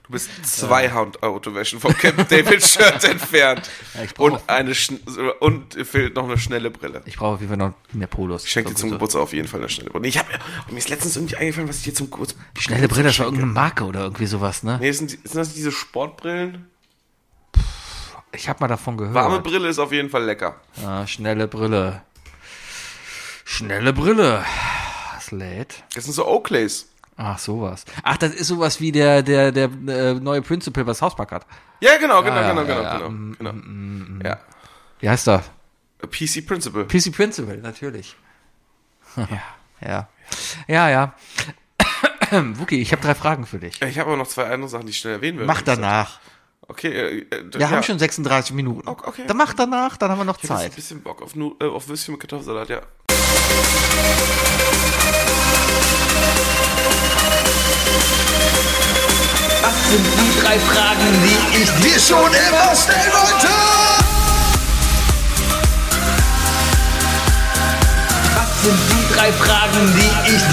Speaker 2: Du bist zwei Handauto-Wäschen vom Camp David Shirt entfernt.
Speaker 1: Ja, ich brauch-
Speaker 2: und, eine schn- und fehlt noch eine schnelle Brille.
Speaker 1: Ich brauche auf jeden Fall noch mehr Polos.
Speaker 2: Ich schenke dir zum
Speaker 1: So-
Speaker 2: Geburtstag auf jeden Fall eine schnelle Brille. Ich habe mir ist letztens irgendwie eingefallen, was ich dir zum Geburtstag.
Speaker 1: Schnelle Brille, das war irgendeine Marke oder irgendwie sowas, ne?
Speaker 2: Nee, sind, die- sind das diese Sportbrillen?
Speaker 1: Ich habe mal davon gehört.
Speaker 2: Warme Brille ist auf jeden Fall lecker.
Speaker 1: Ah, schnelle Brille. Schnelle Brille. Das lädt.
Speaker 2: Das sind so Oakleys.
Speaker 1: Ach, sowas. Ach, das ist sowas wie der, der, der äh, neue Principal, was Hauspark hat.
Speaker 2: Ja, genau, genau,
Speaker 1: ja,
Speaker 2: genau,
Speaker 1: Ah, ja,
Speaker 2: genau,
Speaker 1: ja. Mm,
Speaker 2: genau, genau. Ja.
Speaker 1: Wie heißt er?
Speaker 2: PC Principle.
Speaker 1: PC Principal, natürlich. Ja. Ja, ja. Wookie, ich habe drei Fragen für dich.
Speaker 2: Ich habe aber noch zwei andere Sachen, die ich schnell erwähnen will.
Speaker 1: Mach danach.
Speaker 2: Okay, äh, äh,
Speaker 1: Wir haben schon 36 Minuten.
Speaker 2: Okay, okay.
Speaker 1: Dann mach danach, dann haben wir noch
Speaker 2: Ich hab jetzt ein
Speaker 1: Zeit.
Speaker 2: bisschen Bock auf, Nu- äh, auf Würstchen mit Kartoffelsalat, ja.
Speaker 4: Das sind die drei Fragen, die ich dir schon immer stellen wollte. Was sind die drei Fragen, die ich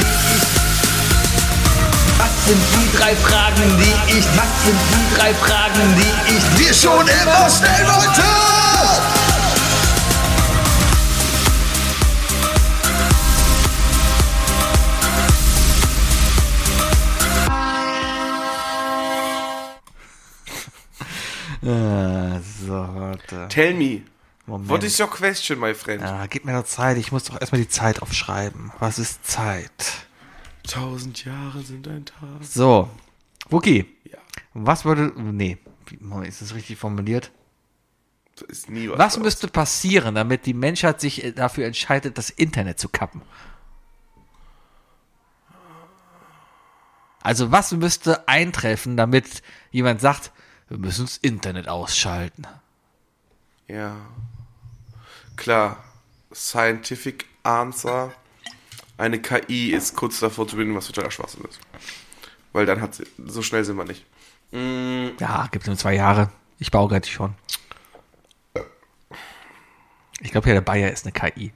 Speaker 4: Was sind die drei Fragen, die ich Was sind die drei Fragen, die ich dir schon immer stellen wollte?
Speaker 1: Äh, so, warte.
Speaker 2: Tell me.
Speaker 1: Moment.
Speaker 2: What is your question, my friend?
Speaker 1: Ah, gib mir noch Zeit. Ich muss doch erstmal die Zeit aufschreiben. Was ist Zeit?
Speaker 2: Tausend Jahre sind ein Tag.
Speaker 1: So, Wookie,
Speaker 2: Ja.
Speaker 1: was würde. Nee, wie- Moment, ist das richtig formuliert?
Speaker 2: Das ist nie was.
Speaker 1: Was müsste passieren, damit die Menschheit sich äh, dafür entscheidet, das Internet zu kappen? Also was müsste eintreffen, damit jemand sagt, wir müssen das Internet ausschalten?
Speaker 2: Ja. Klar. Scientific Answer. Eine KI ist kurz davor zu binden, was totaler Schwachsinn ist. Weil dann hat sie, so schnell sind wir nicht.
Speaker 1: Ja, gibt nur zwei Jahre. Ich baue gerade schon. Ich glaube ja, der Bayer ist eine KI.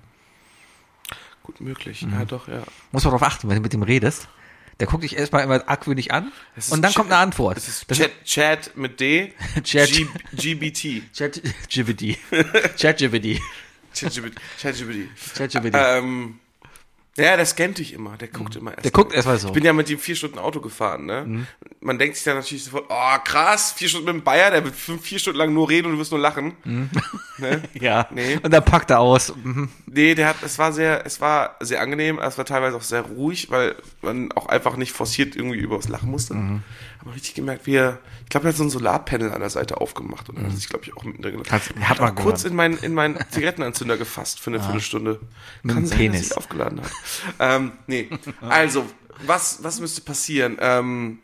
Speaker 2: Gut möglich.
Speaker 1: Mhm.
Speaker 2: Ja, doch, ja.
Speaker 1: Muss man darauf achten, wenn du mit dem redest. Der guckt dich erstmal immer argwürdig an
Speaker 2: Es ist
Speaker 1: und dann
Speaker 2: Chat-
Speaker 1: kommt eine Antwort.
Speaker 2: Es ist
Speaker 1: Das-
Speaker 2: Chat, Chat mit D.
Speaker 1: Chat.
Speaker 2: G, GBT.
Speaker 1: Chat- GPT. ChatGPT.
Speaker 2: ChatGPT. ChatGPT.
Speaker 1: ChatGPT.
Speaker 2: Ähm, ja, der scannt dich immer. Der guckt immer erst.
Speaker 1: Mhm. Der guckt erstmal so. Mhm.
Speaker 2: Ich bin ja mit ihm vier Stunden Auto gefahren, ne? Man denkt sich dann natürlich sofort, oh krass, vier Stunden mit dem Bayer, der wird fünf, vier Stunden lang nur reden und du wirst nur lachen.
Speaker 1: Mhm. Ja.
Speaker 2: Nee.
Speaker 1: Und dann packt er aus. Mhm.
Speaker 2: Nee, der hat, es war sehr, es war sehr angenehm, es war teilweise auch sehr ruhig, weil man auch einfach nicht forciert irgendwie übers Lachen musste.
Speaker 1: Mhm.
Speaker 2: Aber richtig gemerkt, wie er, ich glaube, er hat so ein Solarpanel an der Seite aufgemacht und dann hat sich, glaube ich, auch mittendrin gelassen.
Speaker 1: Mhm. Hat-
Speaker 2: Er
Speaker 1: hat
Speaker 2: hat
Speaker 1: man
Speaker 2: auch kurz
Speaker 1: gehört.
Speaker 2: in meinen, in meinen Zigarettenanzünder gefasst für eine Viertelstunde.
Speaker 1: Ah. Mit dem Penis. Ah.
Speaker 2: dass ich aufgeladen habe. ähm, nee. Also, was, was müsste passieren? Ähm,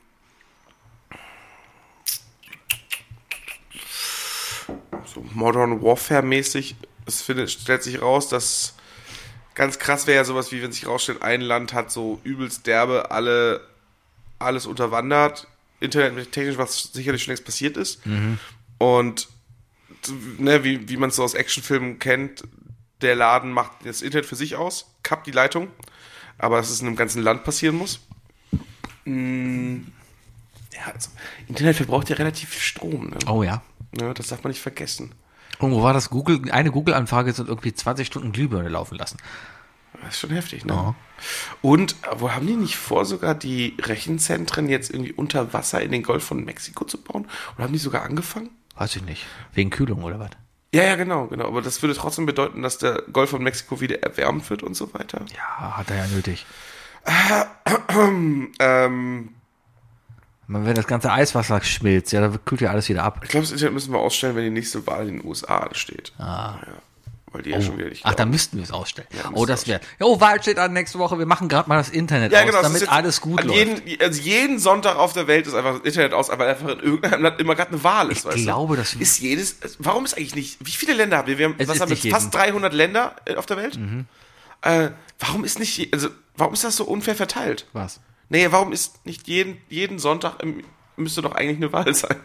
Speaker 2: so Modern Warfare-mäßig. Es findet, stellt sich raus, dass ganz krass wäre ja sowas wie, wenn sich rausstellt, ein Land hat so übelst derbe alle alles unterwandert, internettechnisch, was sicherlich schon längst passiert ist. Und ne, wie, wie man es so aus Actionfilmen kennt, der Laden macht das Internet für sich aus, kappt die Leitung, aber dass es in einem ganzen Land passieren muss. Mm. ja, also, Internet verbraucht ja relativ viel Strom. Ne?
Speaker 1: Oh ja.
Speaker 2: Ne, das darf man nicht vergessen.
Speaker 1: Und wo war das? Google, eine Google-Anfrage sind irgendwie 20 Stunden Glühbirne laufen lassen.
Speaker 2: Das ist schon heftig, ne? Und äh, wo haben die nicht vor, sogar die Rechenzentren jetzt irgendwie unter Wasser in den Golf von Mexiko zu bauen? Oder haben die sogar angefangen?
Speaker 1: Weiß ich nicht. Wegen Kühlung oder was?
Speaker 2: Ja, ja, genau, genau. Aber das würde trotzdem bedeuten, dass der Golf von Mexiko wieder erwärmt wird und so weiter.
Speaker 1: Ja, hat er ja nötig.
Speaker 2: Ähm,
Speaker 1: Man, Wenn das ganze Eiswasser schmilzt, ja, dann kühlt ja alles wieder ab.
Speaker 2: ich glaube, das Internet müssen wir ausstellen, wenn die nächste Wahl in den USA ansteht. Ah. Ja, weil die ja schon wieder nicht
Speaker 1: Oh. Ach, da
Speaker 2: glauben.
Speaker 1: müssten wir es ausstellen.
Speaker 2: müssen
Speaker 1: oh,
Speaker 2: wir
Speaker 1: das wäre. Oh, Wahl steht an nächste Woche. Wir machen gerade mal das Internet
Speaker 2: ja,
Speaker 1: aus,
Speaker 2: genau, das ist
Speaker 1: damit
Speaker 2: jetzt
Speaker 1: alles gut
Speaker 2: an
Speaker 1: läuft.
Speaker 2: Jeden, also jeden Sonntag auf der Welt ist einfach das Internet aus, aber einfach in irgendeinem Land immer gerade eine Wahl ist. Ich
Speaker 1: glaube,
Speaker 2: du?
Speaker 1: das-
Speaker 2: ist jedes. Warum ist eigentlich nicht? Wie viele Länder haben wir? Wir haben,
Speaker 1: Es
Speaker 2: was
Speaker 1: ist
Speaker 2: haben wir?
Speaker 1: nicht
Speaker 2: Fast
Speaker 1: jeden. Mhm.
Speaker 2: 300 Länder äh, auf der Welt. Äh, warum ist nicht? je- Also warum ist das so unfair verteilt?
Speaker 1: Was?
Speaker 2: Nee, warum ist nicht jeden jeden Sonntag im, müsste doch eigentlich eine Wahl sein?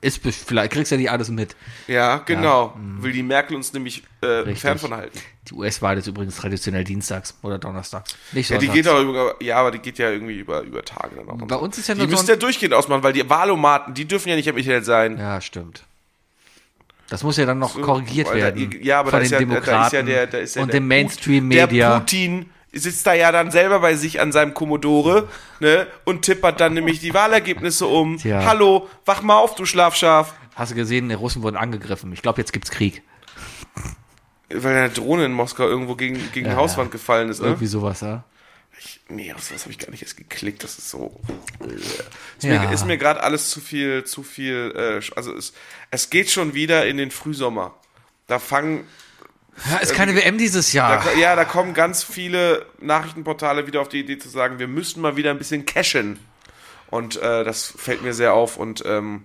Speaker 1: Ist, best- vielleicht kriegst du ja nicht alles mit.
Speaker 2: Ja, genau. Will die Merkel uns nämlich äh,
Speaker 1: Mhm. Richtig.
Speaker 2: fern von halten.
Speaker 1: Die US-Wahl ist übrigens traditionell dienstags oder donnerstags. Nicht
Speaker 2: Ja, die
Speaker 1: sonntags.
Speaker 2: geht auch über, ja, aber die geht ja irgendwie über, über Tage dann auch.
Speaker 1: Bei uns ist ja
Speaker 2: die
Speaker 1: nur
Speaker 2: müssen
Speaker 1: so
Speaker 2: ja
Speaker 1: ein-
Speaker 2: durchgehend ausmachen, weil die Wahlomaten, die dürfen ja nicht am Internet sein.
Speaker 1: Ja, stimmt. Das muss ja dann noch korrigiert
Speaker 2: Weil da-
Speaker 1: werden.
Speaker 2: Ja, aber
Speaker 1: von
Speaker 2: da ist,
Speaker 1: den
Speaker 2: ja, da ist ja
Speaker 1: Demokraten
Speaker 2: der, da ist ja
Speaker 1: und
Speaker 2: der
Speaker 1: dem
Speaker 2: Put- Der
Speaker 1: Mainstream-Media.
Speaker 2: Putin sitzt da ja dann selber bei sich an seinem Commodore ne, und tippert dann nämlich die Wahlergebnisse um.
Speaker 1: Tja.
Speaker 2: Hallo, wach mal auf, du Schlafschaf.
Speaker 1: Hast du gesehen, die Russen wurden angegriffen. Ich glaube, jetzt gibt's Krieg.
Speaker 2: Weil eine Drohne in Moskau irgendwo gegen, gegen die
Speaker 1: Ja,
Speaker 2: Hauswand
Speaker 1: ja.
Speaker 2: gefallen ist. Ne?
Speaker 1: Irgendwie sowas, ja.
Speaker 2: Nee, auf sowas habe ich gar nicht erst geklickt. Das ist so. Ist
Speaker 1: Ja.
Speaker 2: mir, ist mir gerade alles zu viel, zu viel. Äh, also es, es geht schon wieder in den Frühsommer. Da fangen
Speaker 1: ja ist keine WM dieses Jahr.
Speaker 2: also Da, ja, da kommen ganz viele Nachrichtenportale wieder auf die Idee zu sagen, wir müssten mal wieder ein bisschen cashen. Und äh, das fällt mir sehr auf. Und ähm,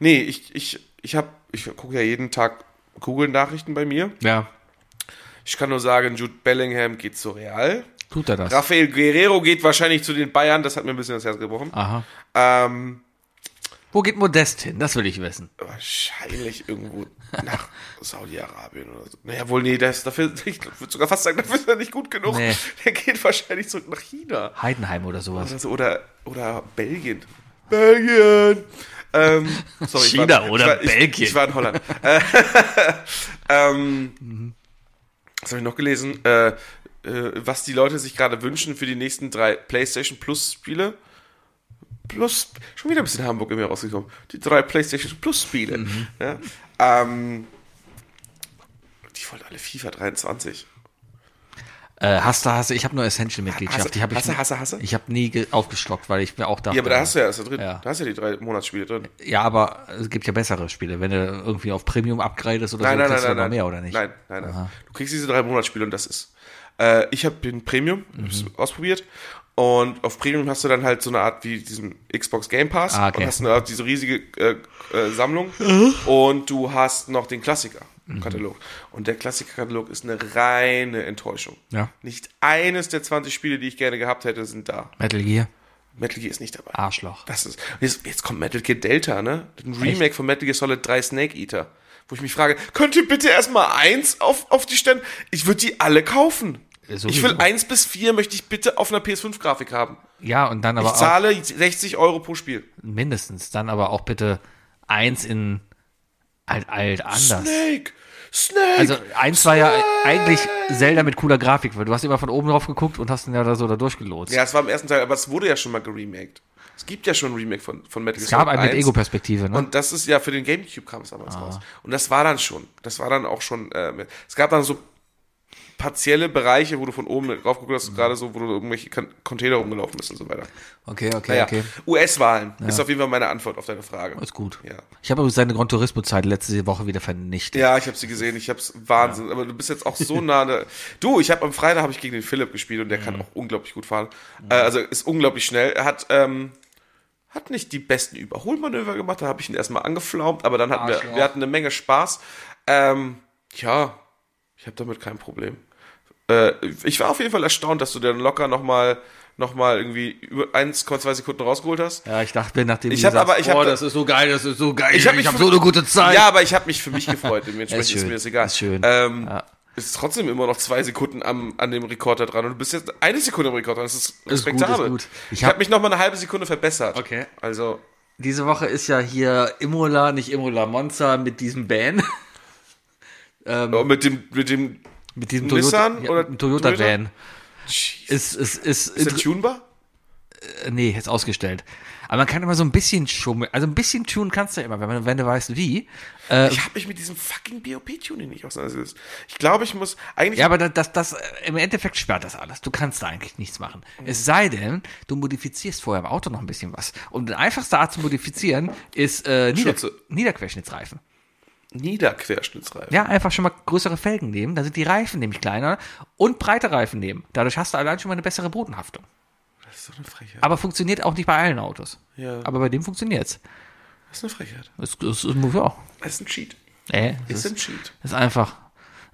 Speaker 2: nee, ich, ich, ich hab, ich gucke ja jeden Tag Google-Nachrichten bei mir.
Speaker 1: Ja,
Speaker 2: Ich kann nur sagen, Jude Bellingham geht zu Real.
Speaker 1: tut er das.
Speaker 2: Rafael Guerrero geht wahrscheinlich zu den Bayern, das hat mir ein bisschen das Herz gebrochen.
Speaker 1: Aha.
Speaker 2: Ähm,
Speaker 1: Wo geht Modest hin? Das will ich wissen.
Speaker 2: wahrscheinlich irgendwo nach Saudi-Arabien oder so. Naja, wohl, nee, das, dafür, ich würde sogar fast sagen, dafür ist er nicht gut genug.
Speaker 1: Nee.
Speaker 2: Der geht wahrscheinlich zurück nach China.
Speaker 1: Heidenheim oder sowas.
Speaker 2: Oder, so, oder, oder Belgien. Belgien! Ähm, sorry, ich
Speaker 1: China
Speaker 2: war,
Speaker 1: oder
Speaker 2: ich war, Ich,
Speaker 1: Belgien.
Speaker 2: ich war in Holland. Äh, ähm, Was habe ich noch gelesen? Äh, äh, was die Leute sich gerade wünschen für die nächsten drei PlayStation Plus Spiele. Plus, schon wieder ein bisschen Hamburg in mir rausgekommen. Die drei PlayStation Plus Spiele.
Speaker 1: Mhm.
Speaker 2: Ja, ähm, die wollen alle FIFA 23.
Speaker 1: Äh, Hasse, Hasse, ich habe nur Essential-Mitgliedschaft. Die hab ich
Speaker 2: Hasse,
Speaker 1: nie-
Speaker 2: Hasse, Hasse?
Speaker 1: Ich habe nie ge- aufgestockt, weil ich mir auch dachte.
Speaker 2: Ja, aber da hast du ja, ist da drin.
Speaker 1: Ja.
Speaker 2: Da hast du ja die drei Monatsspiele drin.
Speaker 1: Ja, aber es gibt ja bessere Spiele. Wenn du irgendwie auf Premium upgradest oder
Speaker 2: Nein,
Speaker 1: so,
Speaker 2: nein, nein,
Speaker 1: kriegst
Speaker 2: nein,
Speaker 1: du
Speaker 2: nein.
Speaker 1: noch mehr, oder nicht?
Speaker 2: Nein, nein, nein. Du kriegst diese drei Monatsspiele und das ist. Äh, ich habe den Premium
Speaker 1: Mhm.
Speaker 2: hab's ausprobiert und auf Premium hast du dann halt so eine Art wie diesen Xbox Game Pass
Speaker 1: Ah, okay.
Speaker 2: und hast eine Art, diese riesige äh, äh, Sammlung und du hast noch den Klassiker-Katalog. Und der Klassiker-Katalog ist eine reine Enttäuschung.
Speaker 1: Mhm. Ja.
Speaker 2: Nicht eines der 20 Spiele, die ich gerne gehabt hätte, sind da.
Speaker 1: Metal Gear,
Speaker 2: Metal Gear ist nicht dabei.
Speaker 1: Arschloch.
Speaker 2: Das ist, jetzt, jetzt kommt Metal Gear Delta, ne? Ein Remake von Metal Gear Solid 3 Snake Eater. Wo ich mich frage, könnt ihr bitte erstmal eins auf, auf die stellen? Ich würde die alle kaufen.
Speaker 1: Äh, sowieso.
Speaker 2: Ich will eins bis vier möchte ich bitte auf einer PS5-Grafik haben.
Speaker 1: Ja, und dann aber
Speaker 2: Ich
Speaker 1: auch.
Speaker 2: zahle 60 Euro pro Spiel.
Speaker 1: mindestens. Dann aber auch bitte eins in halt alt anders.
Speaker 2: Snake! Snake!
Speaker 1: Also eins war ja eigentlich Zelda mit cooler Grafik, weil du hast immer von oben drauf geguckt und hast ihn ja da so da durchgelotst.
Speaker 2: ja, es war im ersten Teil, aber es wurde ja schon mal geremaked. Es gibt ja schon ein Remake von, von Metal Gear
Speaker 1: es gab einen mit
Speaker 2: 1.
Speaker 1: Ego-Perspektive, ne? Ah.
Speaker 2: Und das ist ja für den Gamecube kam es damals raus. Und das war dann schon. Das war dann auch schon. Äh, es gab dann so partielle Bereiche, wo du von oben drauf geguckt
Speaker 1: Mhm.
Speaker 2: hast, gerade so, wo du irgendwelche Kon Container rumgelaufen bist und so weiter.
Speaker 1: okay, okay,
Speaker 2: Naja,
Speaker 1: okay.
Speaker 2: US-Wahlen ist auf jeden Fall meine Antwort auf deine Frage.
Speaker 1: Ist gut.
Speaker 2: Ja.
Speaker 1: Ich habe übrigens seine Gran Turismo-Zeit letzte Woche wieder vernichtet.
Speaker 2: Ja, ich habe sie gesehen. Ich hab's Wahnsinn. Aber du bist jetzt auch so nah. an der- Du, ich habe am Freitag habe ich gegen den Philipp gespielt und der kann auch unglaublich gut fahren. Äh, also ist unglaublich schnell. Er hat ähm, hat nicht die besten Überholmanöver gemacht. Da habe ich ihn erstmal angeflaumt, aber dann hatten wir
Speaker 1: Arschloch.
Speaker 2: wir hatten eine Menge Spaß. Ähm, ja, ich habe damit kein Problem. Äh, ich war auf jeden Fall erstaunt, dass du dann locker noch mal noch mal irgendwie über 1,2 Sekunden rausgeholt hast.
Speaker 1: Ja, ich dachte mir, nachdem
Speaker 2: Ich
Speaker 1: du
Speaker 2: hab
Speaker 1: sagst,
Speaker 2: aber- ich hab
Speaker 1: oh,
Speaker 2: da-
Speaker 1: das ist so geil, das ist so geil,
Speaker 2: Ich
Speaker 1: ich
Speaker 2: hab
Speaker 1: habe
Speaker 2: mich
Speaker 1: hab
Speaker 2: für-
Speaker 1: so eine gute Zeit.
Speaker 2: Ja, aber ich habe mich für mich gefreut. Dementsprechend
Speaker 1: Ist
Speaker 2: ist,
Speaker 1: schön,
Speaker 2: mir das egal.
Speaker 1: ist schön.
Speaker 2: Ähm,
Speaker 1: Ja.
Speaker 2: ist trotzdem immer noch zwei Sekunden am, an dem Rekorder dran und du bist jetzt eine Sekunde am Rekorder dran. Das ist
Speaker 1: Ist gut, ist
Speaker 2: respektabel.
Speaker 1: gut.
Speaker 2: Ich,
Speaker 1: Ich
Speaker 2: habe
Speaker 1: hab-
Speaker 2: hab mich noch mal eine halbe Sekunde verbessert.
Speaker 1: Okay.
Speaker 2: Also,
Speaker 1: Diese Woche ist ja hier Imola, nicht Imola Monza mit diesem Ban, Ähm,
Speaker 2: ja, mit dem, mit dem,
Speaker 1: mit diesem
Speaker 2: Nissan
Speaker 1: Toyota,
Speaker 2: oder
Speaker 1: ja, Toyota,
Speaker 2: Toyota?
Speaker 1: Van.
Speaker 2: Jeez.
Speaker 1: Ist, ist, ist,
Speaker 2: Ist der tunbar?
Speaker 1: nee, jetzt ausgestellt. Aber man kann immer so ein bisschen schummeln, also ein bisschen tun kannst du ja immer, wenn, man, wenn du weißt wie. Äh,
Speaker 2: Ich habe mich mit diesem fucking BOP-Tuning nicht auseinandergesetzt. Ich glaube, ich muss eigentlich.
Speaker 1: Ja, aber das, das, das, äh, im Endeffekt sperrt das alles. Du kannst da eigentlich nichts machen.
Speaker 2: Mhm.
Speaker 1: Es sei denn, du modifizierst vorher im Auto noch ein bisschen was. Und der einfachste Art zu modifizieren ist äh, Nieder
Speaker 2: Schürze.
Speaker 1: Niederquerschnittsreifen.
Speaker 2: Niederquerschnittsreifen.
Speaker 1: Ja, einfach schon mal größere Felgen nehmen, dann sind die Reifen nämlich kleiner und breite Reifen nehmen. Dadurch hast du allein schon mal eine bessere Bodenhaftung.
Speaker 2: Das ist doch eine Frechheit.
Speaker 1: Aber funktioniert auch nicht bei allen Autos.
Speaker 2: Ja.
Speaker 1: Aber bei dem funktioniert's.
Speaker 2: Das ist eine Frechheit.
Speaker 1: Es, es, es muss auch.
Speaker 2: Das ist ein Cheat.
Speaker 1: Äh, es
Speaker 2: Das ist ein
Speaker 1: ist,
Speaker 2: Cheat.
Speaker 1: ist einfach.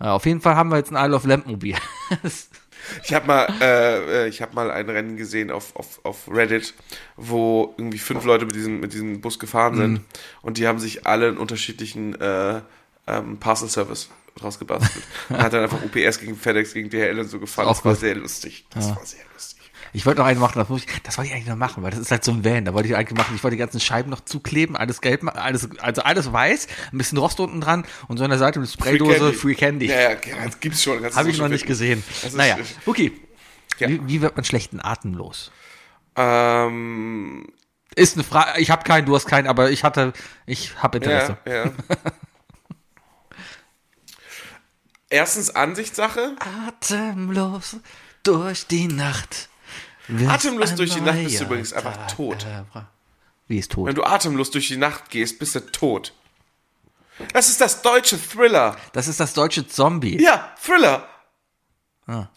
Speaker 1: Ja, auf jeden Fall haben wir jetzt ein Isle of Lamp Mobil.
Speaker 2: Ich habe mal, äh, äh, ich hab mal ein Rennen gesehen auf, auf, auf Reddit, wo irgendwie fünf Leute mit diesem, mit diesem Bus gefahren sind
Speaker 1: Mhm.
Speaker 2: und die haben sich alle einen unterschiedlichen äh, ähm, Parcel-Service draus gebastelt. Man hat dann einfach UPS gegen FedEx, gegen DHL und so gefahren.
Speaker 1: Auch
Speaker 2: Das war
Speaker 1: gut.
Speaker 2: sehr lustig. Das war sehr lustig.
Speaker 1: Ich wollte noch einen machen, das, muss ich, das wollte ich eigentlich noch machen, weil das ist halt so ein Van. Da wollte ich eigentlich machen, ich wollte die ganzen Scheiben noch zukleben, alles gelb, ma- alles, also alles weiß, ein bisschen Rost unten dran und so an der Seite eine Spraydose also Free Candy.
Speaker 2: Ja, ja, das gibt's schon. kannst du
Speaker 1: Habe ich
Speaker 2: schon
Speaker 1: noch nicht
Speaker 2: finden.
Speaker 1: gesehen.
Speaker 2: Das ist-
Speaker 1: Naja, okay.
Speaker 2: Ja.
Speaker 1: Wie, wie wird man schlechten Atem los?
Speaker 2: Ähm,
Speaker 1: Ist eine Frage. Ich habe keinen, du hast keinen, aber ich hatte, ich habe Interesse.
Speaker 2: Ja, ja. Erstens Ansichtssache.
Speaker 1: Atemlos durch die Nacht. wirst
Speaker 2: Atemlos
Speaker 1: ein
Speaker 2: durch die Nacht bist du
Speaker 1: neuer
Speaker 2: übrigens einfach
Speaker 1: Tag.
Speaker 2: tot.
Speaker 1: Wie ist tot?
Speaker 2: Wenn du atemlos durch die Nacht gehst, bist du tot. Das ist das deutsche Thriller.
Speaker 1: Das ist das deutsche Zombie.
Speaker 2: Ja, Thriller. Thriller,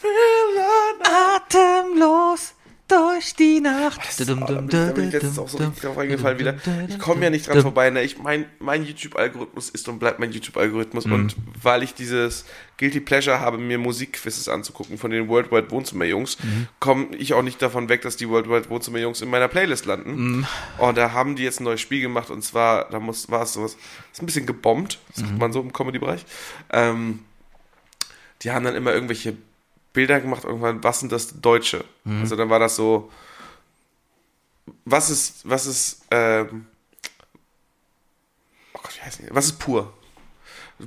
Speaker 2: Thriller.
Speaker 1: Atemlos durch die Nacht. Dum,
Speaker 2: Da
Speaker 1: dum,
Speaker 2: bin
Speaker 1: dum,
Speaker 2: ich letztens
Speaker 1: dum,
Speaker 2: auch so
Speaker 1: dum,
Speaker 2: richtig drauf eingefallen
Speaker 1: dum,
Speaker 2: wieder.
Speaker 1: dum,
Speaker 2: Ich komme ja nicht dran
Speaker 1: dum.
Speaker 2: vorbei. Ne? Ich mein, mein YouTube-Algorithmus ist und bleibt mein YouTube-Algorithmus.
Speaker 1: Mhm.
Speaker 2: Und weil ich dieses Guilty Pleasure habe, mir Musikquizzes anzugucken von den World Wide Wohnzimmer-Jungs,
Speaker 1: Mhm.
Speaker 2: komme ich auch nicht davon weg, dass die World Wide Wohnzimmer-Jungs in meiner Playlist landen.
Speaker 1: Mhm.
Speaker 2: Und da haben die jetzt ein neues Spiel gemacht. Und zwar, da muss, war es sowas, ist ein bisschen gebombt,
Speaker 1: Mhm.
Speaker 2: sagt man so im Comedy-Bereich. Ähm, die haben dann immer irgendwelche Bilder gemacht, irgendwann, was sind das Deutsche?
Speaker 1: Mhm.
Speaker 2: Also dann war das so, was ist, was ist, ähm, oh Gott, wie heißt die? Was ist pur?